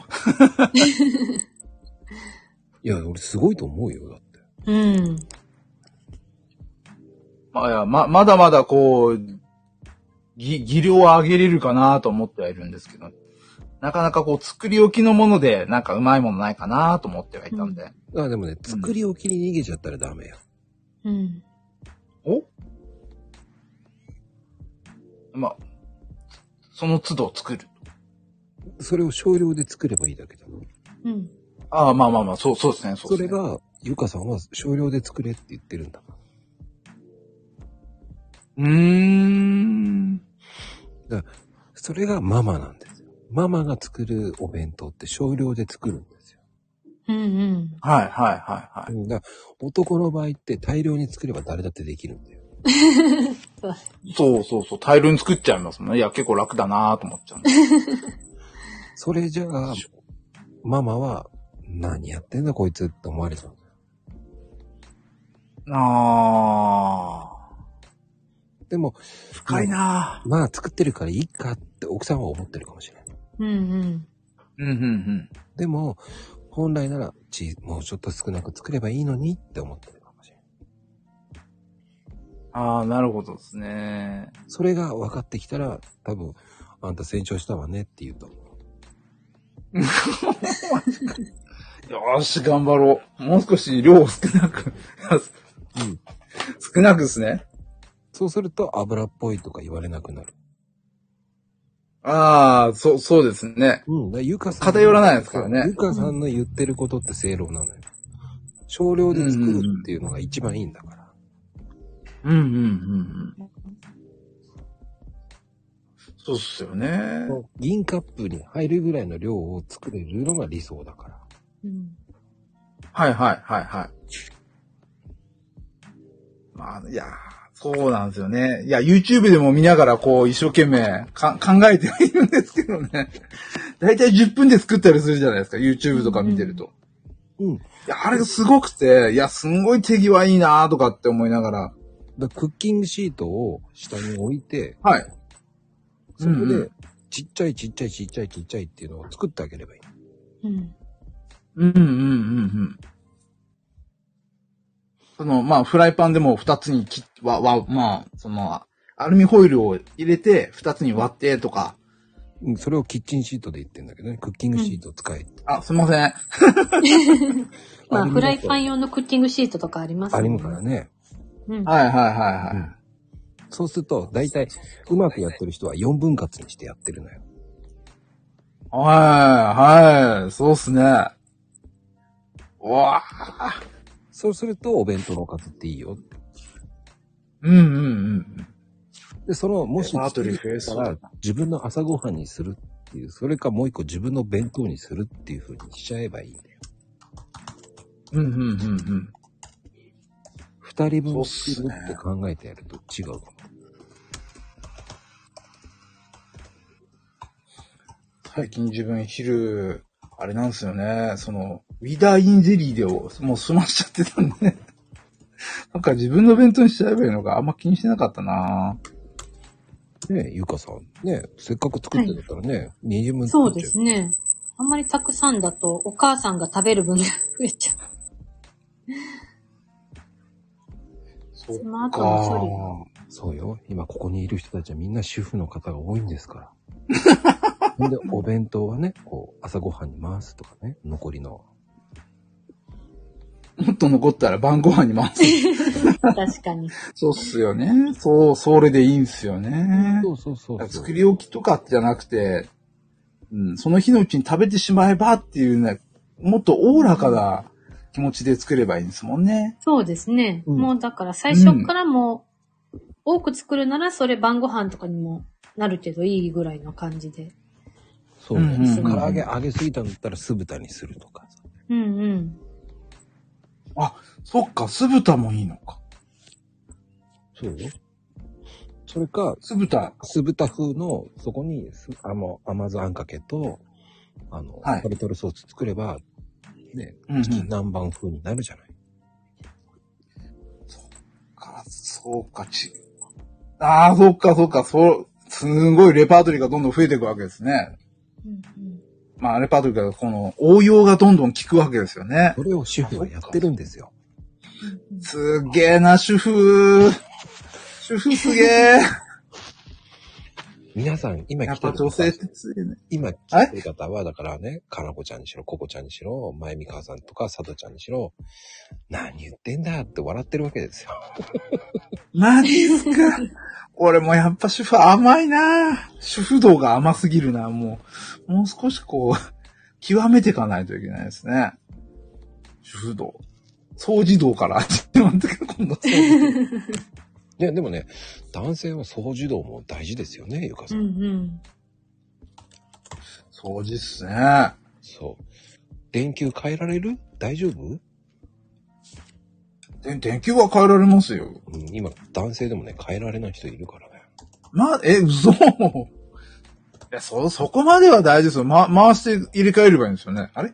Speaker 1: いや、俺すごいと思うよ、だって。
Speaker 2: うん。
Speaker 4: まあ、いや、ま、まだまだこう、ぎ、技量を上げれるかなと思ってはいるんですけど、なかなかこう、作り置きのもので、なんかうまいものないかなと思ってはいたんで。
Speaker 1: あでもね、作り置きに逃げちゃったらダメよ。
Speaker 2: うん。
Speaker 4: おまあ、その都度作る。
Speaker 1: それを少量で作ればいいだけだもん。
Speaker 2: うん。
Speaker 4: ああ、まあまあまあ、そう、そうですね、そ
Speaker 1: そ
Speaker 4: うです
Speaker 1: れ
Speaker 4: ね。
Speaker 1: が、ゆかさんは少量で作れって言ってるんだから。
Speaker 4: うーん。
Speaker 1: それがママなんですよ。ママが作るお弁当って少量で作るんですよ。
Speaker 2: うんうん。
Speaker 4: はい、はい、はい、はい。
Speaker 1: だから男の場合って大量に作れば誰だってできるんだよ。
Speaker 4: そうそうそう、大量に作っちゃいますもんね。いや、結構楽だなと思っちゃうんで。
Speaker 1: それじゃあ、ママは、何やってんだこいつって思われちゃう。
Speaker 4: ああ。
Speaker 1: でも、
Speaker 4: 深いな
Speaker 1: まあ作ってるからいいかって奥さんは思ってるかもしれない。
Speaker 2: うんうん。
Speaker 4: うん、うん、うん。
Speaker 1: でも、本来なら、ち、もうちょっと少なく作ればいいのにって思ってるかもしれない。
Speaker 4: ああ、なるほどですね。
Speaker 1: それが分かってきたら、多分、あんた成長したわねって言うと思う。
Speaker 4: よーし、頑張ろう。もう少し量を少なく、
Speaker 1: うん
Speaker 4: 少なくですね。
Speaker 1: そうすると油っぽいとか言われなくなる。
Speaker 4: ああ、そう、そうですね。
Speaker 1: うん、だからゆかさん。
Speaker 4: 偏らないですからね
Speaker 1: ゆかさんの言ってることって正論なのよ。少量で作るっていうのが一番いいんだから。
Speaker 4: うんうんうんうん。そうっすよね。
Speaker 1: 銀カップに入るぐらいの量を作れるのが理想だから。
Speaker 2: うん。
Speaker 4: はいはいはいはい。まあ、いやー、そうなんですよね。いや、YouTube でも見ながらこう、一生懸命か考えてはいるんですけどね。 だいたい10分で作ったりするじゃないですか、YouTube とか見てると。
Speaker 1: うん。だか
Speaker 4: いや、あれがすごくて、いや、すんごい手際いいなとかって思いながら。
Speaker 1: らクッキングシートを下に置いて、
Speaker 4: はい。
Speaker 1: そこ
Speaker 4: うんう
Speaker 1: で、ちっちゃいちっちゃいちっちゃいちっちゃいっていうのを作ってあげればいい。
Speaker 2: うん。
Speaker 4: うんうんうんうん。その、まあ、フライパンでも二つに切っ、わ、わ、まあ、その、アルミホイルを入れて、二つに割ってとか。
Speaker 1: うん、それをキッチンシートで言ってんだけどね、クッキングシートを使えって。
Speaker 4: あ、すいませ
Speaker 2: まあ、
Speaker 4: ん。
Speaker 1: アルミ
Speaker 2: フ
Speaker 1: だと
Speaker 2: ライパン用のクッキングシートとかあります
Speaker 1: あれもからね。
Speaker 2: うん。
Speaker 4: はいはいはいはい。
Speaker 1: そうすると、大体、うまくやってる人は4分割にしてやってるのよ。
Speaker 4: はい、はい、そうっすね。うわあ
Speaker 1: そうすると、お弁当のおかずっていいよ。
Speaker 4: うんうんうん。
Speaker 1: で、その、もし
Speaker 4: レパート
Speaker 1: 作
Speaker 4: リー
Speaker 1: る
Speaker 4: 増えそう
Speaker 1: から、自分の朝ごはんにするっていう、それかもう一個自分の弁当にするっていう風にしちゃえばいいんだよ。
Speaker 4: うんうんうんうん。
Speaker 1: 二人
Speaker 4: そう
Speaker 1: 分
Speaker 4: っす
Speaker 1: 作
Speaker 4: ね
Speaker 1: るって考えてやると違うかも。
Speaker 4: 最近自分昼、あれなんですよね、その、ウィダーインゼリーでをもう済ましちゃってたんで、 なんか自分の弁当にしちゃえばいいのかあんま気にしてなかったな
Speaker 1: ねゆかさん。ねせっかく作ってんだったらね、20分
Speaker 2: そ
Speaker 1: 作
Speaker 2: う
Speaker 1: っちゃ
Speaker 2: で
Speaker 1: う。
Speaker 2: すね。あんまりたくさんだと、お母さんが食べる分が 増えちゃう。
Speaker 4: そ
Speaker 2: その後の処理が。
Speaker 4: か。
Speaker 1: そうよ。今ここにいる人たちはみんな主婦の方が多いんですから。 ほんで、お弁当はね、こう、朝ごはんに回すとかね、残りの。
Speaker 4: もっと残ったら晩ご飯に回す。
Speaker 2: 確かに。
Speaker 4: そうっすよね。そう、それでいいんすよね。
Speaker 1: そうそうそうそう
Speaker 4: 作。り置きとかじゃなくて、うん、その日のうちに食べてしまえばっていうね、もっとおおらかな気持ちで作ればいいんですもんね。
Speaker 2: そうですね。
Speaker 1: うん
Speaker 2: もうだから最初からもう、多く作るならそれ晩ご飯とかにもなるけどいいぐらいの感じで。
Speaker 1: そうね。
Speaker 4: うんうん
Speaker 1: 唐揚げ揚げすぎたんだったら酢豚にするとかさ。
Speaker 2: うんうん。
Speaker 4: そっか、酢豚もいいのか。
Speaker 1: そうよ。それか、
Speaker 4: 酢豚。
Speaker 1: 酢豚風の、そこにすあの甘酢あんかけと、あの、
Speaker 4: はい
Speaker 1: タルタルソース作れば、ね、
Speaker 4: うん、うん。
Speaker 1: チキン南蛮風になるじゃない。
Speaker 4: か、そうか、ち、ああ、そっか、そっか、そう、すごいレパートリーがどんどん増えていくわけですね。
Speaker 2: うんうん
Speaker 4: まあ、レパートリーが、この、応用がどんどん効くわけですよね。
Speaker 1: それを主婦はやってるんですよ。
Speaker 4: すげえな、主婦。主婦すげ え。
Speaker 1: 皆さん、今
Speaker 4: や
Speaker 1: 来
Speaker 4: ってぱ
Speaker 1: る
Speaker 4: 女性って強いね。
Speaker 1: 今来てる方は、だからね、かなこちゃんにしろ、ここちゃんにしろ、まゆみかわさんとか、さとちゃんにしろ、何言ってんだって笑ってるわけですよ。
Speaker 4: マジっすか。俺もやっぱ主婦甘いな主婦道が甘すぎるなもう、もう少しこう、 極めていかないといけないですね。主婦道。掃除道から、ちょっと待って今度掃除道。
Speaker 1: いや、でもね、男性は掃除道も大事ですよね、ゆか
Speaker 2: う
Speaker 1: さん。
Speaker 2: んうん。
Speaker 4: 掃除っすね。
Speaker 1: そう。電球変えられる大丈夫、
Speaker 4: で電球は変えられますよ。
Speaker 1: うん、今、男性でもね、変えられない人いるからね。
Speaker 4: ま、え、嘘。いや、そ、そこまでは大事ですよ。ま、回して入れ替えればいいんですよね。あれ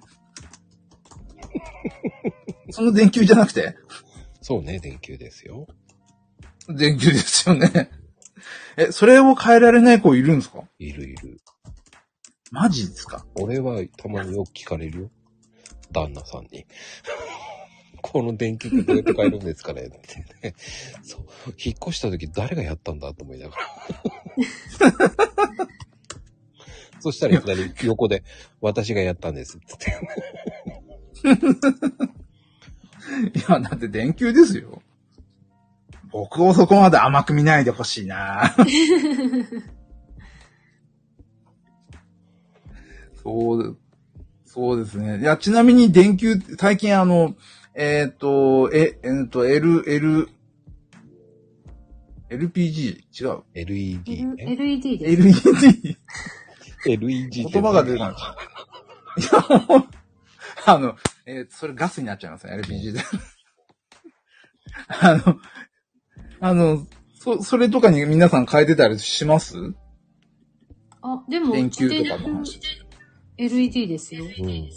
Speaker 4: その電球じゃなくて
Speaker 1: そうね、電球ですよ。
Speaker 4: 電球ですよね。え、それを変えられない子いるんですか
Speaker 1: いるいる。
Speaker 4: マジですか
Speaker 1: 俺はたまによく聞かれるよ。旦那さんに。 この電球ってどうやって変えるんですかね ってね。そう。引っ越した時誰がやったんだと思いながら。 そしたらいきなり横で、私がやったんですって言って。
Speaker 4: いや、だって電球ですよ。僕をそこまで甘く見ないでほしい なそう、そうですね。いや、ちなみに電球、最近あの、えっ、と、え、えっ、と、L、L、LPG? 違う。
Speaker 1: LED ね。
Speaker 2: LED です。
Speaker 4: LED?
Speaker 1: LED
Speaker 4: 言葉が出ない。いや、もうあの、えーそれガスになっちゃいますね、LPG で。 あの、あの、そ、それとかに皆さん変えてたりします
Speaker 2: あ、でも、
Speaker 4: 電球とかの話。
Speaker 2: LED ですよ。
Speaker 1: うん。変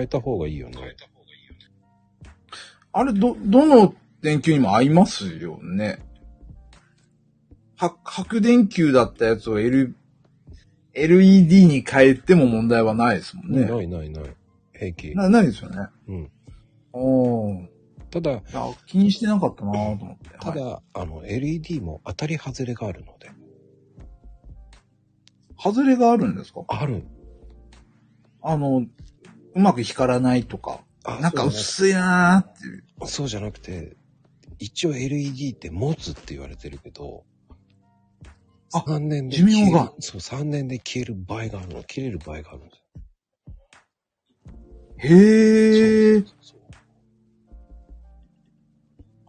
Speaker 1: えた方がいいよね。
Speaker 4: あれ、ど、どの電球にも合いますよね。は、白電球だったやつを L、LED に変えても問題はないですもんね。
Speaker 1: ないないない。平気。
Speaker 4: な、ないですよね。
Speaker 1: うん。
Speaker 4: おー。
Speaker 1: ただ、
Speaker 4: いや、気にしてなかったなぁと思って。
Speaker 1: ただ、あの、LED も当たり外れがあるので。
Speaker 4: 外れがあるんですか
Speaker 1: ある。
Speaker 4: あの、うまく光らないとか。
Speaker 1: あ
Speaker 4: なん
Speaker 1: そうじゃな
Speaker 4: か
Speaker 1: い
Speaker 4: 薄いなーっていう。
Speaker 1: そうじゃなくて、一応 LED って持つって言われてるけど、
Speaker 4: あ
Speaker 1: 3年で
Speaker 4: 寿命が
Speaker 1: 消えるそう、3年で消える場合があるの。切れる場合があるんです
Speaker 4: へー。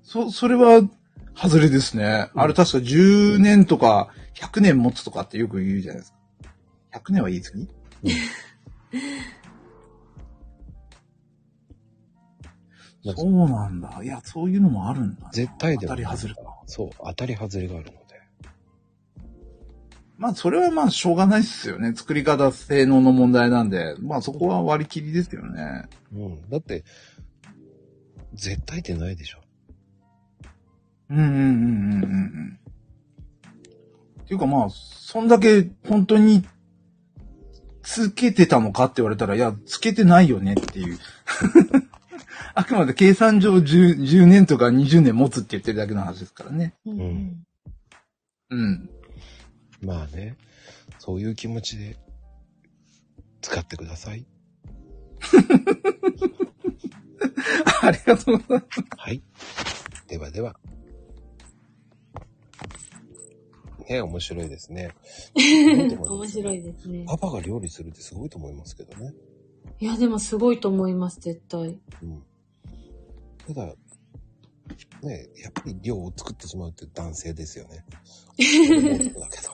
Speaker 1: そう
Speaker 4: そ、それは、外れですね。あれ確か10年とか、100年持つとかってよく言うじゃないですか。100年は言い過ぎ
Speaker 1: なんか
Speaker 4: そうなんだ。いや、そういうのもあるんだな。
Speaker 1: 絶対で
Speaker 4: 当
Speaker 1: も
Speaker 4: た
Speaker 1: ない
Speaker 4: り外れか。
Speaker 1: そう、当たり外れがあるので。
Speaker 4: まあ、それはまあ、しょうがないっすよね。作り方、性能の問題なんで、まあ、そこは割り切りですよね。
Speaker 1: うん。だって、絶対ってないでしょ。
Speaker 4: うんうんうんうんうんうん。っていうかまあ、そんだけ本当に、つけてたのかって言われたら、いや、つけてないよねっていう。 あくまで計算上 10, 10年とか20年持つって言ってるだけの話ですからね。
Speaker 2: うん
Speaker 1: ん
Speaker 4: うん。
Speaker 1: まあね、そういう気持ちで使ってください。
Speaker 4: ありがとうございます。
Speaker 1: はい。ではでは。ね面白いです ね。面
Speaker 2: 面白い。ですね。
Speaker 1: パパが料理するってすごいと思いますけどね。
Speaker 2: いや、でもすごいと思います、絶対。
Speaker 1: うん。ただ、ねやっぱり量を作ってしまうって男性ですよね。俺もそうだけど。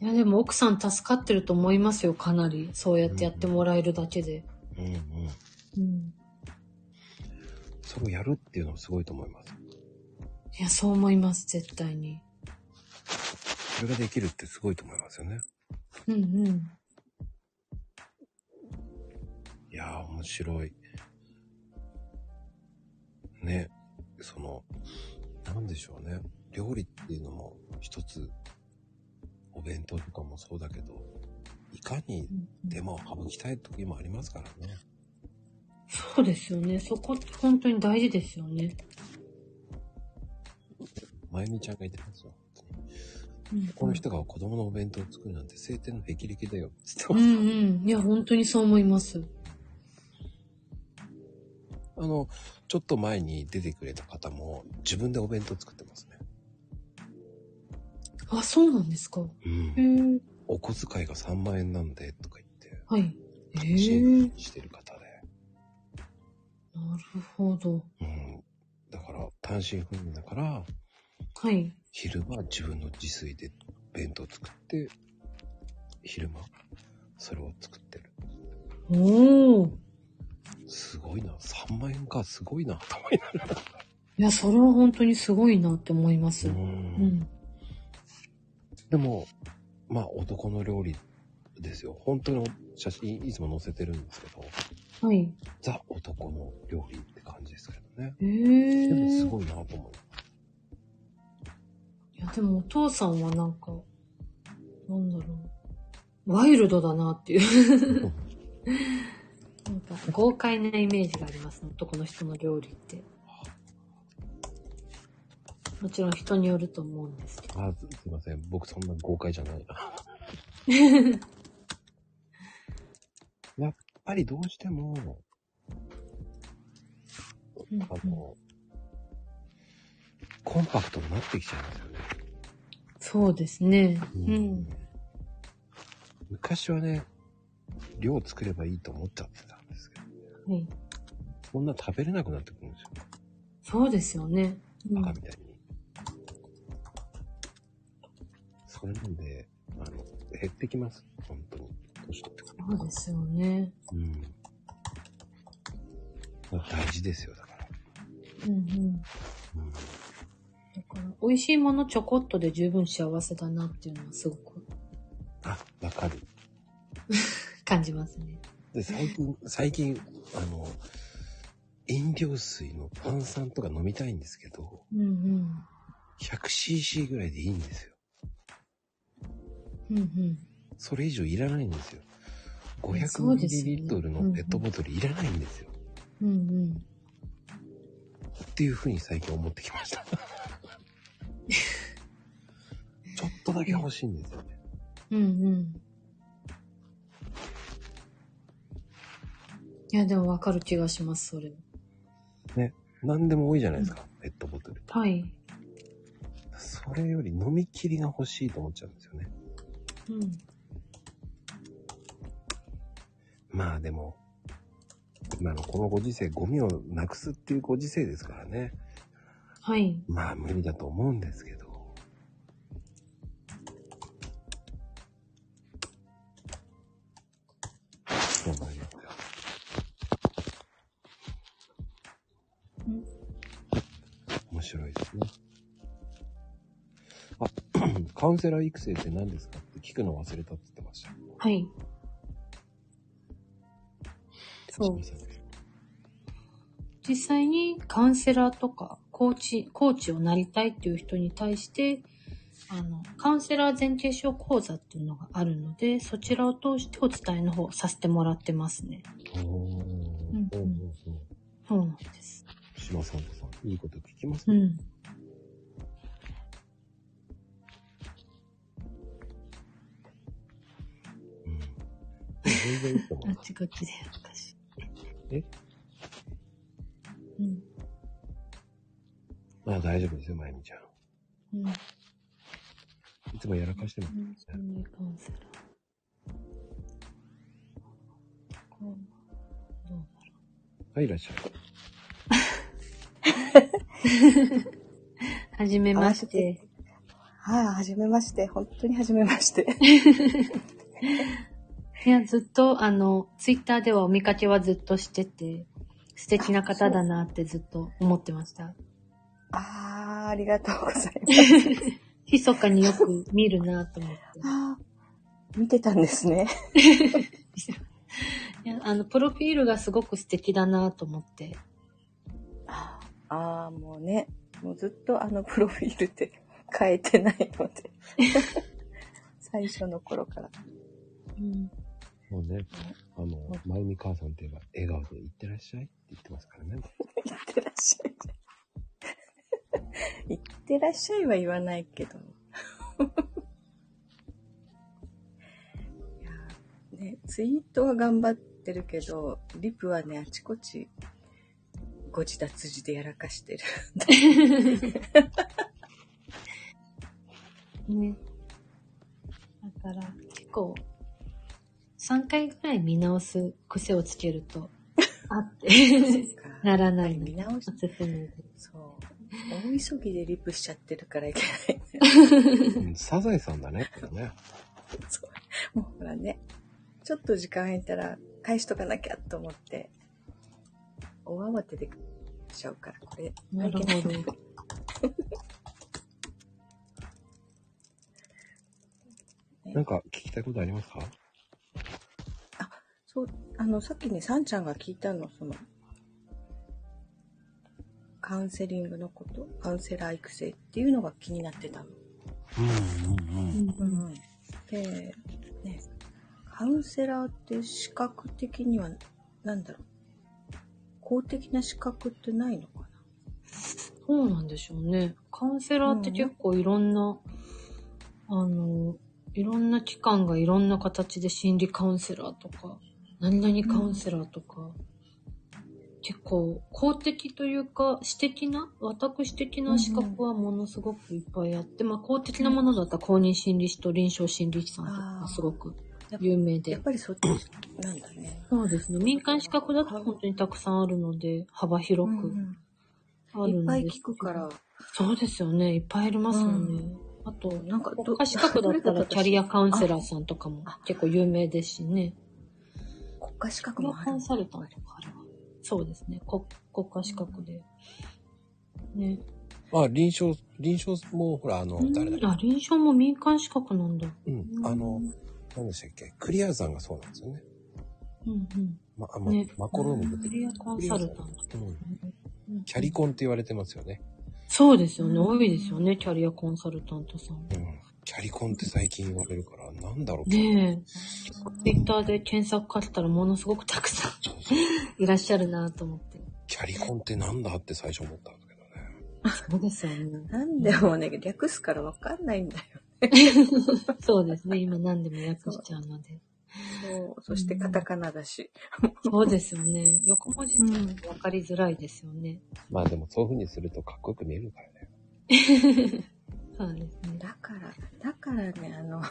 Speaker 2: いや、でも奥さん助かってると思いますよ、かなり。そうやってやってもらえるだけで。
Speaker 1: うんうん。
Speaker 2: うん。
Speaker 1: それをやるっていうのもすごいと思います。
Speaker 2: いや、そう思います、絶対に。
Speaker 1: それができるってすごいと思いますよね。
Speaker 2: うんうん。
Speaker 1: いやー、面白い。ね、その、なんでしょうね。料理っていうのも一つ、お弁当とかもそうだけど、いかに手間を省きたい時もありますからね。
Speaker 2: そうですよね。そこって本当に大事ですよね。
Speaker 1: まゆみちゃんが言ってますよ。
Speaker 2: うん
Speaker 1: この人が子供のお弁当を作るなんて晴天の霹靂だよ。つって
Speaker 2: う
Speaker 1: ます
Speaker 2: んうん。いや、本当にそう思います。
Speaker 1: あの、ちょっと前に出てくれた方も自分でお弁当作ってますね。
Speaker 2: あ、そうなんですか。
Speaker 1: う
Speaker 2: へ
Speaker 1: ん。
Speaker 2: え。
Speaker 1: お小遣いが3万円なんで、とか言って、
Speaker 2: はい。へ
Speaker 1: 支
Speaker 2: え。
Speaker 1: 援してる方で。
Speaker 2: なるほど。
Speaker 1: うん。だから、単身赴任だから、
Speaker 2: はい。
Speaker 1: 昼間自分の自炊で弁当作って、昼間、それを作ってる。
Speaker 2: おー。
Speaker 1: すごいな。3万円か、すごいな。たまになる。。
Speaker 2: いや、それは本当にすごいなって思います。うんん。
Speaker 1: でも、まあ、男の料理ですよ。本当に写真、いつも載せてるんですけど、
Speaker 2: はい。
Speaker 1: ザ男の料理って感じですけどね。
Speaker 2: へ
Speaker 1: でも、す
Speaker 2: え。
Speaker 1: ごいなと思う。
Speaker 2: いや、でもお父さんはなんか、なんだろう。ワイルドだなっていう。 なんか、豪快なイメージがありますね。男の人の料理って。もちろん人によると思うんですけど。
Speaker 1: あ、すすいません。僕そんな豪快じゃ ないな。やっぱりどうしても、
Speaker 2: うん
Speaker 1: あの、コンパクトになってきちゃいますよね。
Speaker 2: そうですね。うん。
Speaker 1: 昔はね、量作ればいいと思っちゃってたんですけど、
Speaker 2: はい。
Speaker 1: そんな食べれなくなってくるんですよ。
Speaker 2: そうですよね。うん
Speaker 1: バカみたいに。それなんで、あの、減ってきます。本当に。年取ってくる。
Speaker 2: そうですよね。
Speaker 1: うん。大事ですよ、だから。
Speaker 2: うんうん。
Speaker 1: うん。
Speaker 2: だから、美味しいものちょこっとで十分幸せだなっていうのはすごく
Speaker 1: あ、わかる。
Speaker 2: 感じますね。
Speaker 1: で、最近、最近、あの、飲料水の炭酸とか飲みたいんですけど、
Speaker 2: うんうん。
Speaker 1: 100cc ぐらいでいいんですよ。
Speaker 2: うんうん。
Speaker 1: それ以上いらないんですよ。
Speaker 2: そうですよね
Speaker 1: 500ml のペットボトルいらないんですよ。
Speaker 2: うんうん。
Speaker 1: っていうふうに最近思ってきま した。ちょっとだけ欲しいんですよね。
Speaker 2: うんうん。いや、でもわかる気がします、それ。
Speaker 1: 何でも多いじゃないですか、ペットボトル。
Speaker 2: はい。
Speaker 1: それより飲み切りが欲しいと思っちゃうんですよね。
Speaker 2: うん。
Speaker 1: まあでも、今のこのご時世、ゴミをなくすっていうご時世ですからね。
Speaker 2: はい。
Speaker 1: まあ無理だと思うんですけど。そうなんですよ面白いですね。 カウンセラー育成って何ですかって聞くの忘れたって言ってました。
Speaker 2: はい。
Speaker 1: すい
Speaker 2: そう
Speaker 1: ま。せん
Speaker 2: 実際にカウンセラーとか、コーチ、コーチをなりたいっていう人に対して、あの、カウンセラー前傾症講座っていうのがあるので、そちらを通してお伝えの方させてもらってますね。
Speaker 1: おー
Speaker 2: うん
Speaker 1: うんうんうん。
Speaker 2: そうなんです。
Speaker 1: 島さんとさん、いいこと聞きます
Speaker 2: う
Speaker 1: ね。
Speaker 2: ん。
Speaker 1: うん。全然いいと思
Speaker 2: あ
Speaker 1: う
Speaker 2: っ。ちこっちでやるかし。
Speaker 1: え
Speaker 2: うん。
Speaker 1: まあ大丈夫ですよ、まゆみちゃん。
Speaker 2: うん。
Speaker 1: いつもやらかしてます。
Speaker 2: 心理カウンセラー。こうどうだろ
Speaker 1: はい、いらっしゃい。
Speaker 2: うはじめまして。
Speaker 5: はい、はじめまして。本当にはじめまして。
Speaker 2: いや、ずっと、あの、ツイッターではお見かけはずっとしてて、素敵な方だなってずっと思ってました。
Speaker 5: あー、ありがとうございます。
Speaker 2: 密かによく見るなと思って。
Speaker 5: あー見てたんですね。
Speaker 2: いや、あの、プロフィールがすごく素敵だなと思って。
Speaker 5: あー、もうね、もうずっとあのプロフィールって変えてないの で。最初の頃から。
Speaker 2: うん。
Speaker 1: もうね、あの、まゆみ母さんといえば、笑顔でいってらっしゃいって言ってますからね。
Speaker 5: いってらっしゃい。いってらっしゃいは言わないけど。いやーね、ツイートは頑張ってるけど、リプはね、あちこち、ご自達字でやらかして る。
Speaker 2: ね。だから、結構、3回ぐらい見直す癖をつけると、あ って、ならないの
Speaker 5: 見直し
Speaker 2: お、すすめです。
Speaker 5: そう。大急ぎでリプしちゃってるからいけない。
Speaker 1: うんサザエさんだね、これね。
Speaker 5: もうほらね、ちょっと時間空いたら返しとかなきゃと思って、大慌てでしちゃうから、これ、
Speaker 2: なるほ
Speaker 5: いけ
Speaker 2: ど
Speaker 5: ない。
Speaker 1: なんか聞きたいことありますか
Speaker 5: そう、あの、さっきね、さんちゃんが聞いたの、その、カウンセリングのこと、カウンセラー育成っていうのが気になってたの。
Speaker 1: うんうんうん。
Speaker 5: うん、で、ね、カウンセラーって資格的には、なんだろう、公的な資格ってないのかな
Speaker 2: そうなんでしょうね。カウンセラーって結構いろんな、あの、いろんな機関がいろんな形で心理カウンセラーとか、何々カウンセラーとか、結構公的というか、私的な、私的な資格はものすごくいっぱいあって、まあ公的なものだったら公認心理師と臨床心理師さんと
Speaker 5: あー
Speaker 2: かすごく
Speaker 5: やっぱ
Speaker 2: 有名
Speaker 5: や
Speaker 2: で
Speaker 5: っ。ぱりそっちなんだね。
Speaker 2: そうですね。民間資格だと本当にたくさんあるので、幅広くあ
Speaker 5: い
Speaker 2: る
Speaker 5: っ
Speaker 2: ん
Speaker 5: ぱい
Speaker 2: です
Speaker 5: 聞くから、
Speaker 2: そうですよね。いっぱいいりますよね。
Speaker 5: うん
Speaker 2: あと、
Speaker 5: なんかど
Speaker 2: 国家資格だった
Speaker 5: どれ
Speaker 2: ら
Speaker 5: だと私
Speaker 2: キャリアカウンセラーさんとかも結構有名ですしね。
Speaker 5: 国家資格
Speaker 2: 国
Speaker 5: も
Speaker 2: 家
Speaker 5: あ
Speaker 2: コ
Speaker 5: る
Speaker 2: ン。サルタントかあるわそうですね。国国家資格で。ね。
Speaker 1: まあ、臨床、臨床も、ほら、あの
Speaker 2: う、ん
Speaker 1: 誰だ
Speaker 2: あ、臨床も民間資格なんだ。
Speaker 1: うん。あの、何でしたっけクリアーさんがそうなんですよね。
Speaker 2: うんうん。
Speaker 1: ま、あま、
Speaker 2: ね
Speaker 1: マコローム出
Speaker 2: キャ
Speaker 1: て
Speaker 2: リアコンサルタン
Speaker 1: く
Speaker 2: ト。
Speaker 1: る。うん。
Speaker 2: うん
Speaker 1: キャリコンって言われてますよね。
Speaker 2: そうですよね。多いですよね。キャリアコンサルタントさん。
Speaker 1: うん。キャリコンって最近言われるから、なんだろう。
Speaker 2: ねえ。ツイッターで検索かけたらものすごくたくさん いらっしゃるなと思って。
Speaker 1: キャリコンってなんだって最初思ったんだけどね。
Speaker 2: そうですよね。
Speaker 5: なんでもね、略すからわかんないんだよ。
Speaker 2: そうですね。今何でも訳しちゃうので。
Speaker 5: そう。そしてカタカナだし。
Speaker 2: そうですよね。横文字って分かりづらいですよね。
Speaker 1: まあでもそういう風にするとかっこよく見えるからね。
Speaker 2: そうですね。
Speaker 5: だから、だからね、あの、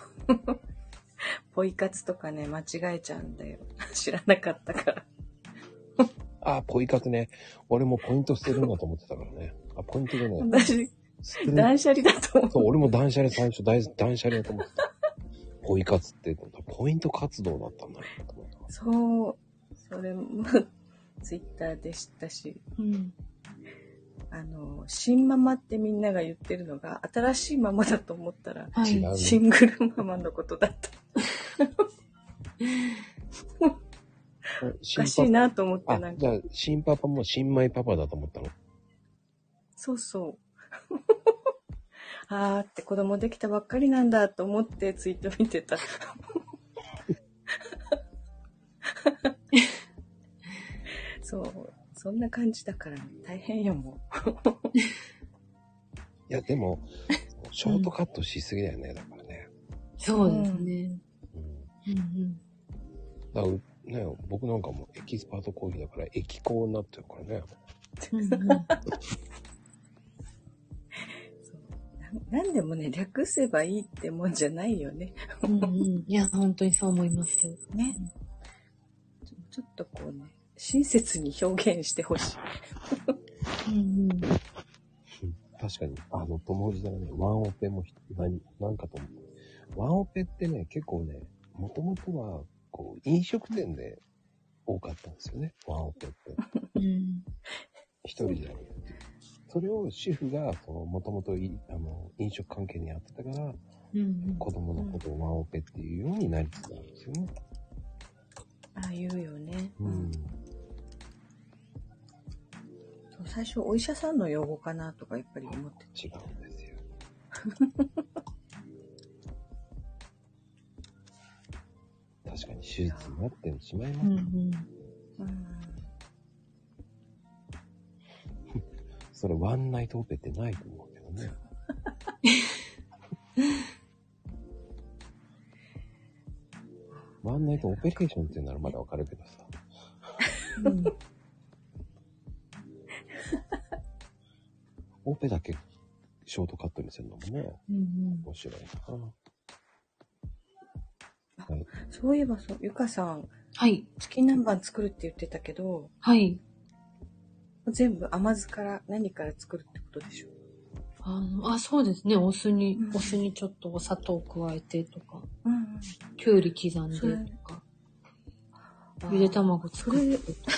Speaker 5: ポイ活とかね、間違えちゃうんだよ。知らなかったから。
Speaker 1: あ、ポイ活ね。俺もポイント捨てるんだと思ってたからね。あ、ポイントでね。
Speaker 5: 私、
Speaker 1: 捨てる
Speaker 5: 断捨離だと思う。
Speaker 1: そう、俺も断捨離最初、大断捨離だと思ってた。ポイ活って、ポイント活動だったんだなと思った
Speaker 5: そう。それも、ツイッターで知ったし、
Speaker 2: うん。
Speaker 5: あの、新ママってみんなが言ってるのが、新しいママだと思ったら、
Speaker 2: は
Speaker 1: 違
Speaker 2: い。
Speaker 1: うね。
Speaker 5: シングルママのことだった。お
Speaker 1: 新
Speaker 5: かしいなと思って、
Speaker 1: パ
Speaker 5: な
Speaker 1: パ。あ、
Speaker 5: んか、
Speaker 1: じゃあ、新パパも新米パパだと思ったの。
Speaker 5: そうそう。 あーって子供できたばっかりなんだと思ってツイート見て た。そう。そんな感じだから大変よ、も
Speaker 1: いや、でも、ショートカットしすぎだよね、だからね。
Speaker 2: そうですね。
Speaker 1: うん。
Speaker 2: うんうん。
Speaker 1: だからうね、僕なんかもエキスパート講義だから、液行になってるからね。
Speaker 2: うんうん
Speaker 5: う。ななんでもね、略せばいいってもんじゃないよね。
Speaker 2: うんうんいや、本当にそう思います。
Speaker 5: ね。ちょっとこうね、親切に表現してほしい。
Speaker 2: うんうん。
Speaker 1: 確かに、あの、友藤さんがね、ワンオペもひ何、なんかと思う。ワンオペってね、結構ね、もともとは、こう、飲食店で多かったんですよね、ワンオペって。
Speaker 2: うん
Speaker 1: 一人じゃなくて。それを主婦が、その、もともとい、あの、飲食関係にやってたから、
Speaker 2: うんうん
Speaker 1: 子供のことをワンオペっていうようになりつつあるんですよね。
Speaker 5: ああ、言うよね。
Speaker 1: うん。
Speaker 5: そう最初、お医者さんの用語かなとか、やっぱり思って
Speaker 1: 違うんですよ。確かに手術になってしまいます
Speaker 2: う。ん
Speaker 5: た。うん。
Speaker 1: それワンナイトオペってないと思うけどね。ワンナイトオペレーションって言うならまだわかるけどさ。
Speaker 2: うん
Speaker 1: オペだけショートカットにするのもね、
Speaker 2: うん
Speaker 1: 面白いな。はい、
Speaker 5: そういえばそう、ゆかさん、
Speaker 2: はい。
Speaker 5: 月南蛮作るって言ってたけど、
Speaker 2: はい。
Speaker 5: 全部甘酢から何から作るってことでしょ
Speaker 2: あの、あ、そうですね。お酢に
Speaker 5: う、ん
Speaker 2: お酢にちょっとお砂糖加えてとか、
Speaker 5: うんうん。
Speaker 2: きゅうり刻んでとか、ゆで卵作ってとか。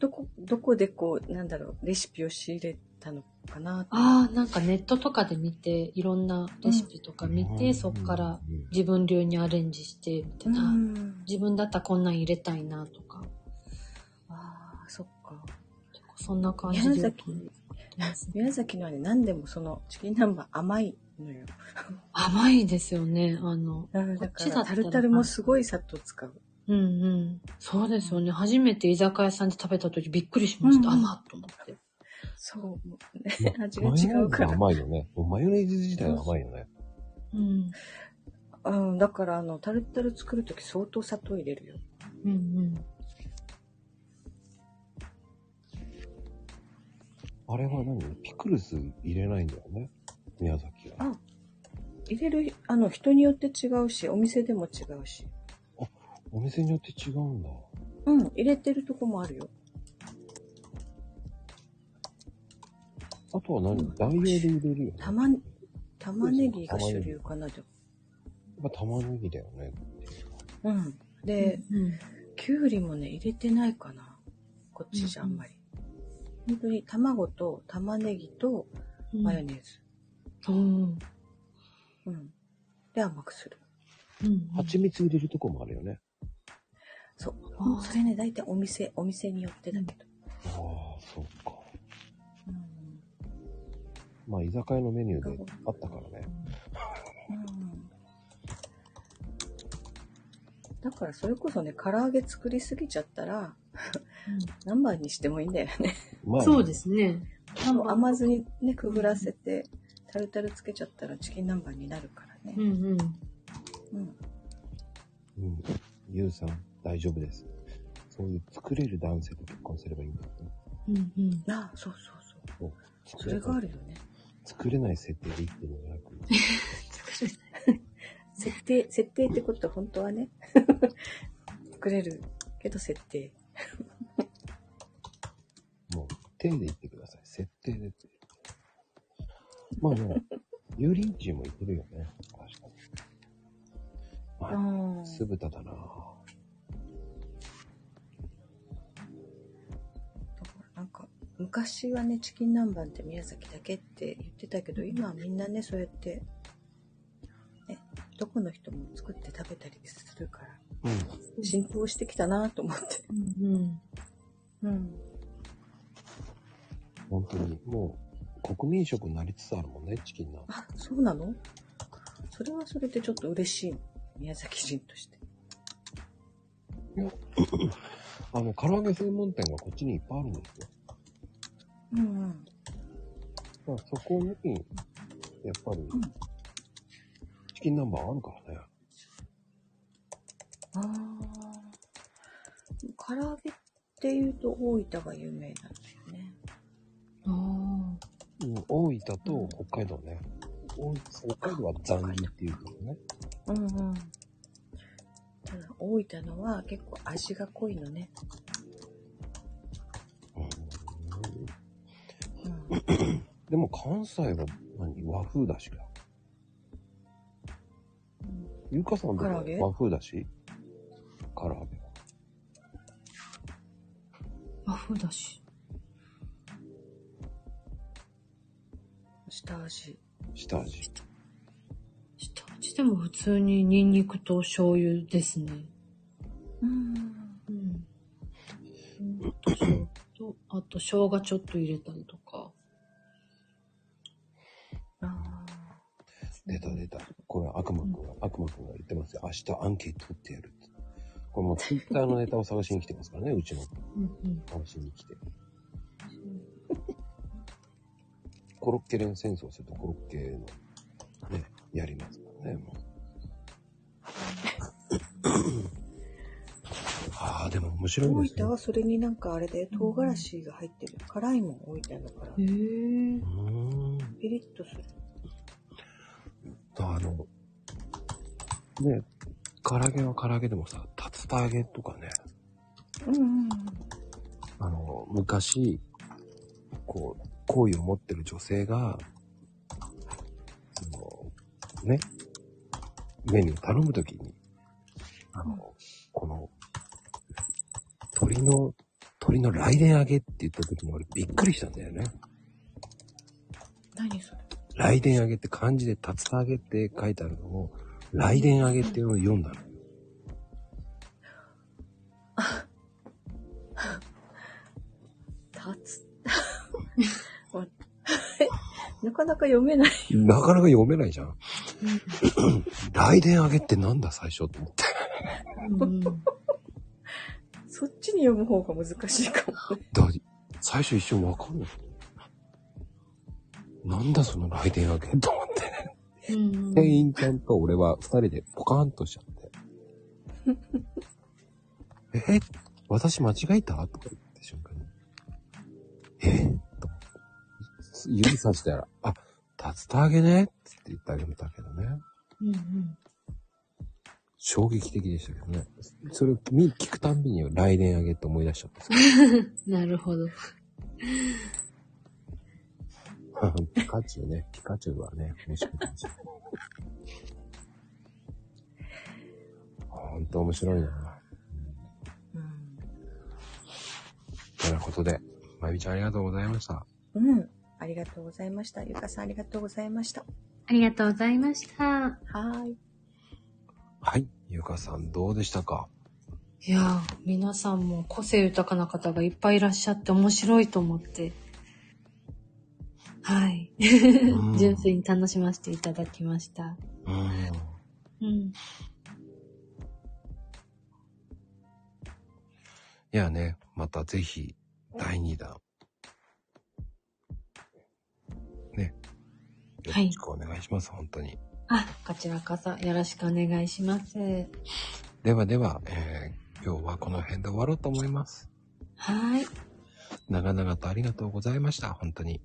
Speaker 5: どこ、どこでこう、なんだろう、レシピを仕入れたのかな
Speaker 2: ああ、なんかネットとかで見て、いろんなレシピとか見て、そっから
Speaker 1: うん
Speaker 2: 自分流にアレンジして、みたいな、
Speaker 5: ん。
Speaker 2: 自分だったらこんなん入れたいなとか、
Speaker 5: ああ、そっか。
Speaker 2: そんな感じで。
Speaker 5: 宮崎、宮崎のはね、何でもその、チキン南蛮甘いのよ。
Speaker 2: 甘いですよね。あの、
Speaker 5: うん
Speaker 2: こ
Speaker 5: だ
Speaker 2: っ
Speaker 5: か
Speaker 2: ちだ
Speaker 5: ら、
Speaker 2: ったら
Speaker 5: タルタルもすごい砂糖使う。
Speaker 2: うんうん。そうですよね。初めて居酒屋さんで食べた時びっくりしました。
Speaker 5: うん
Speaker 2: 甘っと思って。
Speaker 5: そう、もう
Speaker 1: ま
Speaker 5: ね、味が
Speaker 1: マヨネ
Speaker 5: 違
Speaker 1: ー
Speaker 5: う
Speaker 1: ズ
Speaker 5: から。
Speaker 1: 甘いよね。マヨネーズ自体は甘いよね。
Speaker 2: うん。
Speaker 5: うん、だから、あの、タルタル作るとき相当砂糖入れるよ。
Speaker 2: うんうん。
Speaker 1: あれは何ピクルス入れないんだよね。宮崎は。
Speaker 5: あ入れる、あの、人によって違うし、お店でも違うし。
Speaker 1: お店によって違うんだ。
Speaker 5: うん、入れてるとこもあるよ。
Speaker 1: あとは何代用で入れるよね。
Speaker 5: 玉、玉ねぎが主流かな、でも。
Speaker 1: まあ、玉ねぎだよね。
Speaker 5: うん。で、
Speaker 2: うん。
Speaker 5: きゅうりもね、入れてないかな。こっちじゃあんまり。本当に卵と玉ねぎとマヨネーズ。
Speaker 2: うん。
Speaker 5: うん。で、甘くする。
Speaker 2: うん。
Speaker 1: 蜂蜜入れるとこもあるよね。
Speaker 5: そう。それね、大体お店、お店によってだけど。
Speaker 1: ああ、そうか。
Speaker 5: うん。
Speaker 1: まあ、居酒屋のメニューであったからね。
Speaker 5: うんだからそれこそね、唐揚げ作りすぎちゃったら、何番にしてもいいんだよね。
Speaker 1: まあ、
Speaker 2: そうですね。
Speaker 5: もう甘酢にね、くぐらせて、タルタルつけちゃったらチキン南蛮になるから
Speaker 2: う
Speaker 5: ね。
Speaker 2: んうん。
Speaker 5: うん。
Speaker 1: うん。ゆうさん、大丈夫です。そういう作れる男性と結婚すればいいんだよね。
Speaker 2: うんうん。
Speaker 5: ああ、そうそうそう。
Speaker 1: 作
Speaker 5: それがあるよね。
Speaker 1: 作れない設定でいいっていうのがなく。
Speaker 5: 設定、設定ってことは本当はね、 作れるけど設定。
Speaker 1: もう、手で言ってください。設定でって。まあまあ、油淋鶏もいけるよね。確かに。
Speaker 5: あ
Speaker 1: まあ、
Speaker 5: あ。
Speaker 1: 酢豚だな
Speaker 5: だからなんか、昔はね、チキン南蛮って宮崎だけって言ってたけど、今はみんなね、そうやって、ね、どこの人も作って食べたりするから、
Speaker 1: うん。
Speaker 5: 進行してきたなと思って。
Speaker 2: うん。
Speaker 5: うん。
Speaker 1: 本当に、もう、国民食になりつつあるもんね、チキンな。
Speaker 5: あ、そうなのそれはそれでちょっと嬉しいの。宮崎人として。
Speaker 1: あの、唐揚げ専門店がこっちにいっぱいあるんですよ。
Speaker 5: うんうん。
Speaker 1: だからそこに、やっぱり、チキン南蛮あるからね。
Speaker 5: ああ。唐揚げっていうと大分が有名なんですよね。
Speaker 2: あ
Speaker 1: うん、大分と北海道ね。大分北海道は残儀っていうけどね。
Speaker 5: うんうん。ただ、大分のは結構味が濃いのね。
Speaker 1: うん
Speaker 5: うん。
Speaker 1: でも関西は何和風だしだ。ゆうかさんと
Speaker 5: 唐
Speaker 1: か
Speaker 5: 揚げ
Speaker 1: 和風だし唐揚げ。
Speaker 2: あ。和風だし。
Speaker 5: 下味。
Speaker 1: 下味。
Speaker 2: 下味でも普通にニンニクと醤油ですね。
Speaker 5: うん。
Speaker 2: うん。と醤油と、あと生姜ちょっと入れたりとか。
Speaker 5: あ
Speaker 1: 出た出た。これ悪魔くんが、悪魔くんが言ってますよ。明日アンケート取ってやるって。これもうツイッターのネタを探しに来てますからね、うちの
Speaker 2: うんうん。
Speaker 1: 探しに来て。コロッケ連戦争するとコロッケの、ね、やりますからね、もう。ああ、でも面
Speaker 5: あ。
Speaker 1: 白
Speaker 5: 大
Speaker 1: いですね
Speaker 5: 分。はそれになんかあれで唐辛子が入ってる。辛いもん、大分だから。
Speaker 2: へ
Speaker 1: う
Speaker 2: え。
Speaker 1: ーん。
Speaker 5: ピリッとする。
Speaker 1: あの、ね、唐揚げは唐揚げでもさ、竜田揚げとかね、
Speaker 5: うんうんうん。
Speaker 1: あの、昔、こう、好意を持ってる女性が、その、ね、メニューを頼むときに、あの、この、鶏の、鶏の雷電揚げって言ったときに俺びっくりしたんだよね。
Speaker 5: 何それ
Speaker 1: 雷電揚げって漢字で竜田揚げって書いてあるのを、雷電揚げっていうのを読んだの。
Speaker 5: 立つ。わ なかなか読めない。
Speaker 1: なかなか読めないじゃん。雷電揚げってなんだ最初って思って。
Speaker 2: うんうん
Speaker 5: そっちに読む方が難しいかもね。
Speaker 1: だ最初一瞬わかんない。なんだその雷電揚げと思って。
Speaker 2: うん
Speaker 1: 店員ちゃんと俺は二人でポカーンとしちゃって。え私間違えたとか言って瞬間に。えと思って指さしたら、あ、竜田揚げねって言ってあげたけどね。
Speaker 2: うん
Speaker 1: 衝撃的でしたけどね。それを見聞くたんびに来年あげって思 い出しちゃったんです
Speaker 2: うん。なるほど。
Speaker 1: けどピカチュウね、ピカチュウはね、面白いかもしれない。ほんと面白いな。
Speaker 5: うん。
Speaker 1: ということで、まゆみちゃんありがとうございました。
Speaker 5: うん。ありがとうございました。ゆかさんありがとうございました。
Speaker 2: ありがとうございました。
Speaker 5: はーい。
Speaker 1: はい。ゆかさんどうでしたか
Speaker 2: いやー、皆さんも個性豊かな方がいっぱいいらっしゃって面白いと思って。はい。
Speaker 1: うん
Speaker 2: 純粋に楽しませていただきました。
Speaker 1: うん。
Speaker 2: う
Speaker 1: い
Speaker 2: ん。
Speaker 1: やね、またぜひ、第2弾。ね。よ
Speaker 2: はい
Speaker 1: ろしくお願いします、本当に。
Speaker 2: あ、こちらこそよろしくお願いします。
Speaker 1: ではでは、えー今日はこの辺で終わろうと思います。
Speaker 2: はい。
Speaker 1: 長々とありがとうございました。本当に。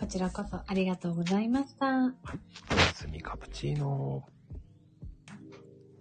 Speaker 2: こちらこそありがとうございました。
Speaker 1: おやすみカプチーノー。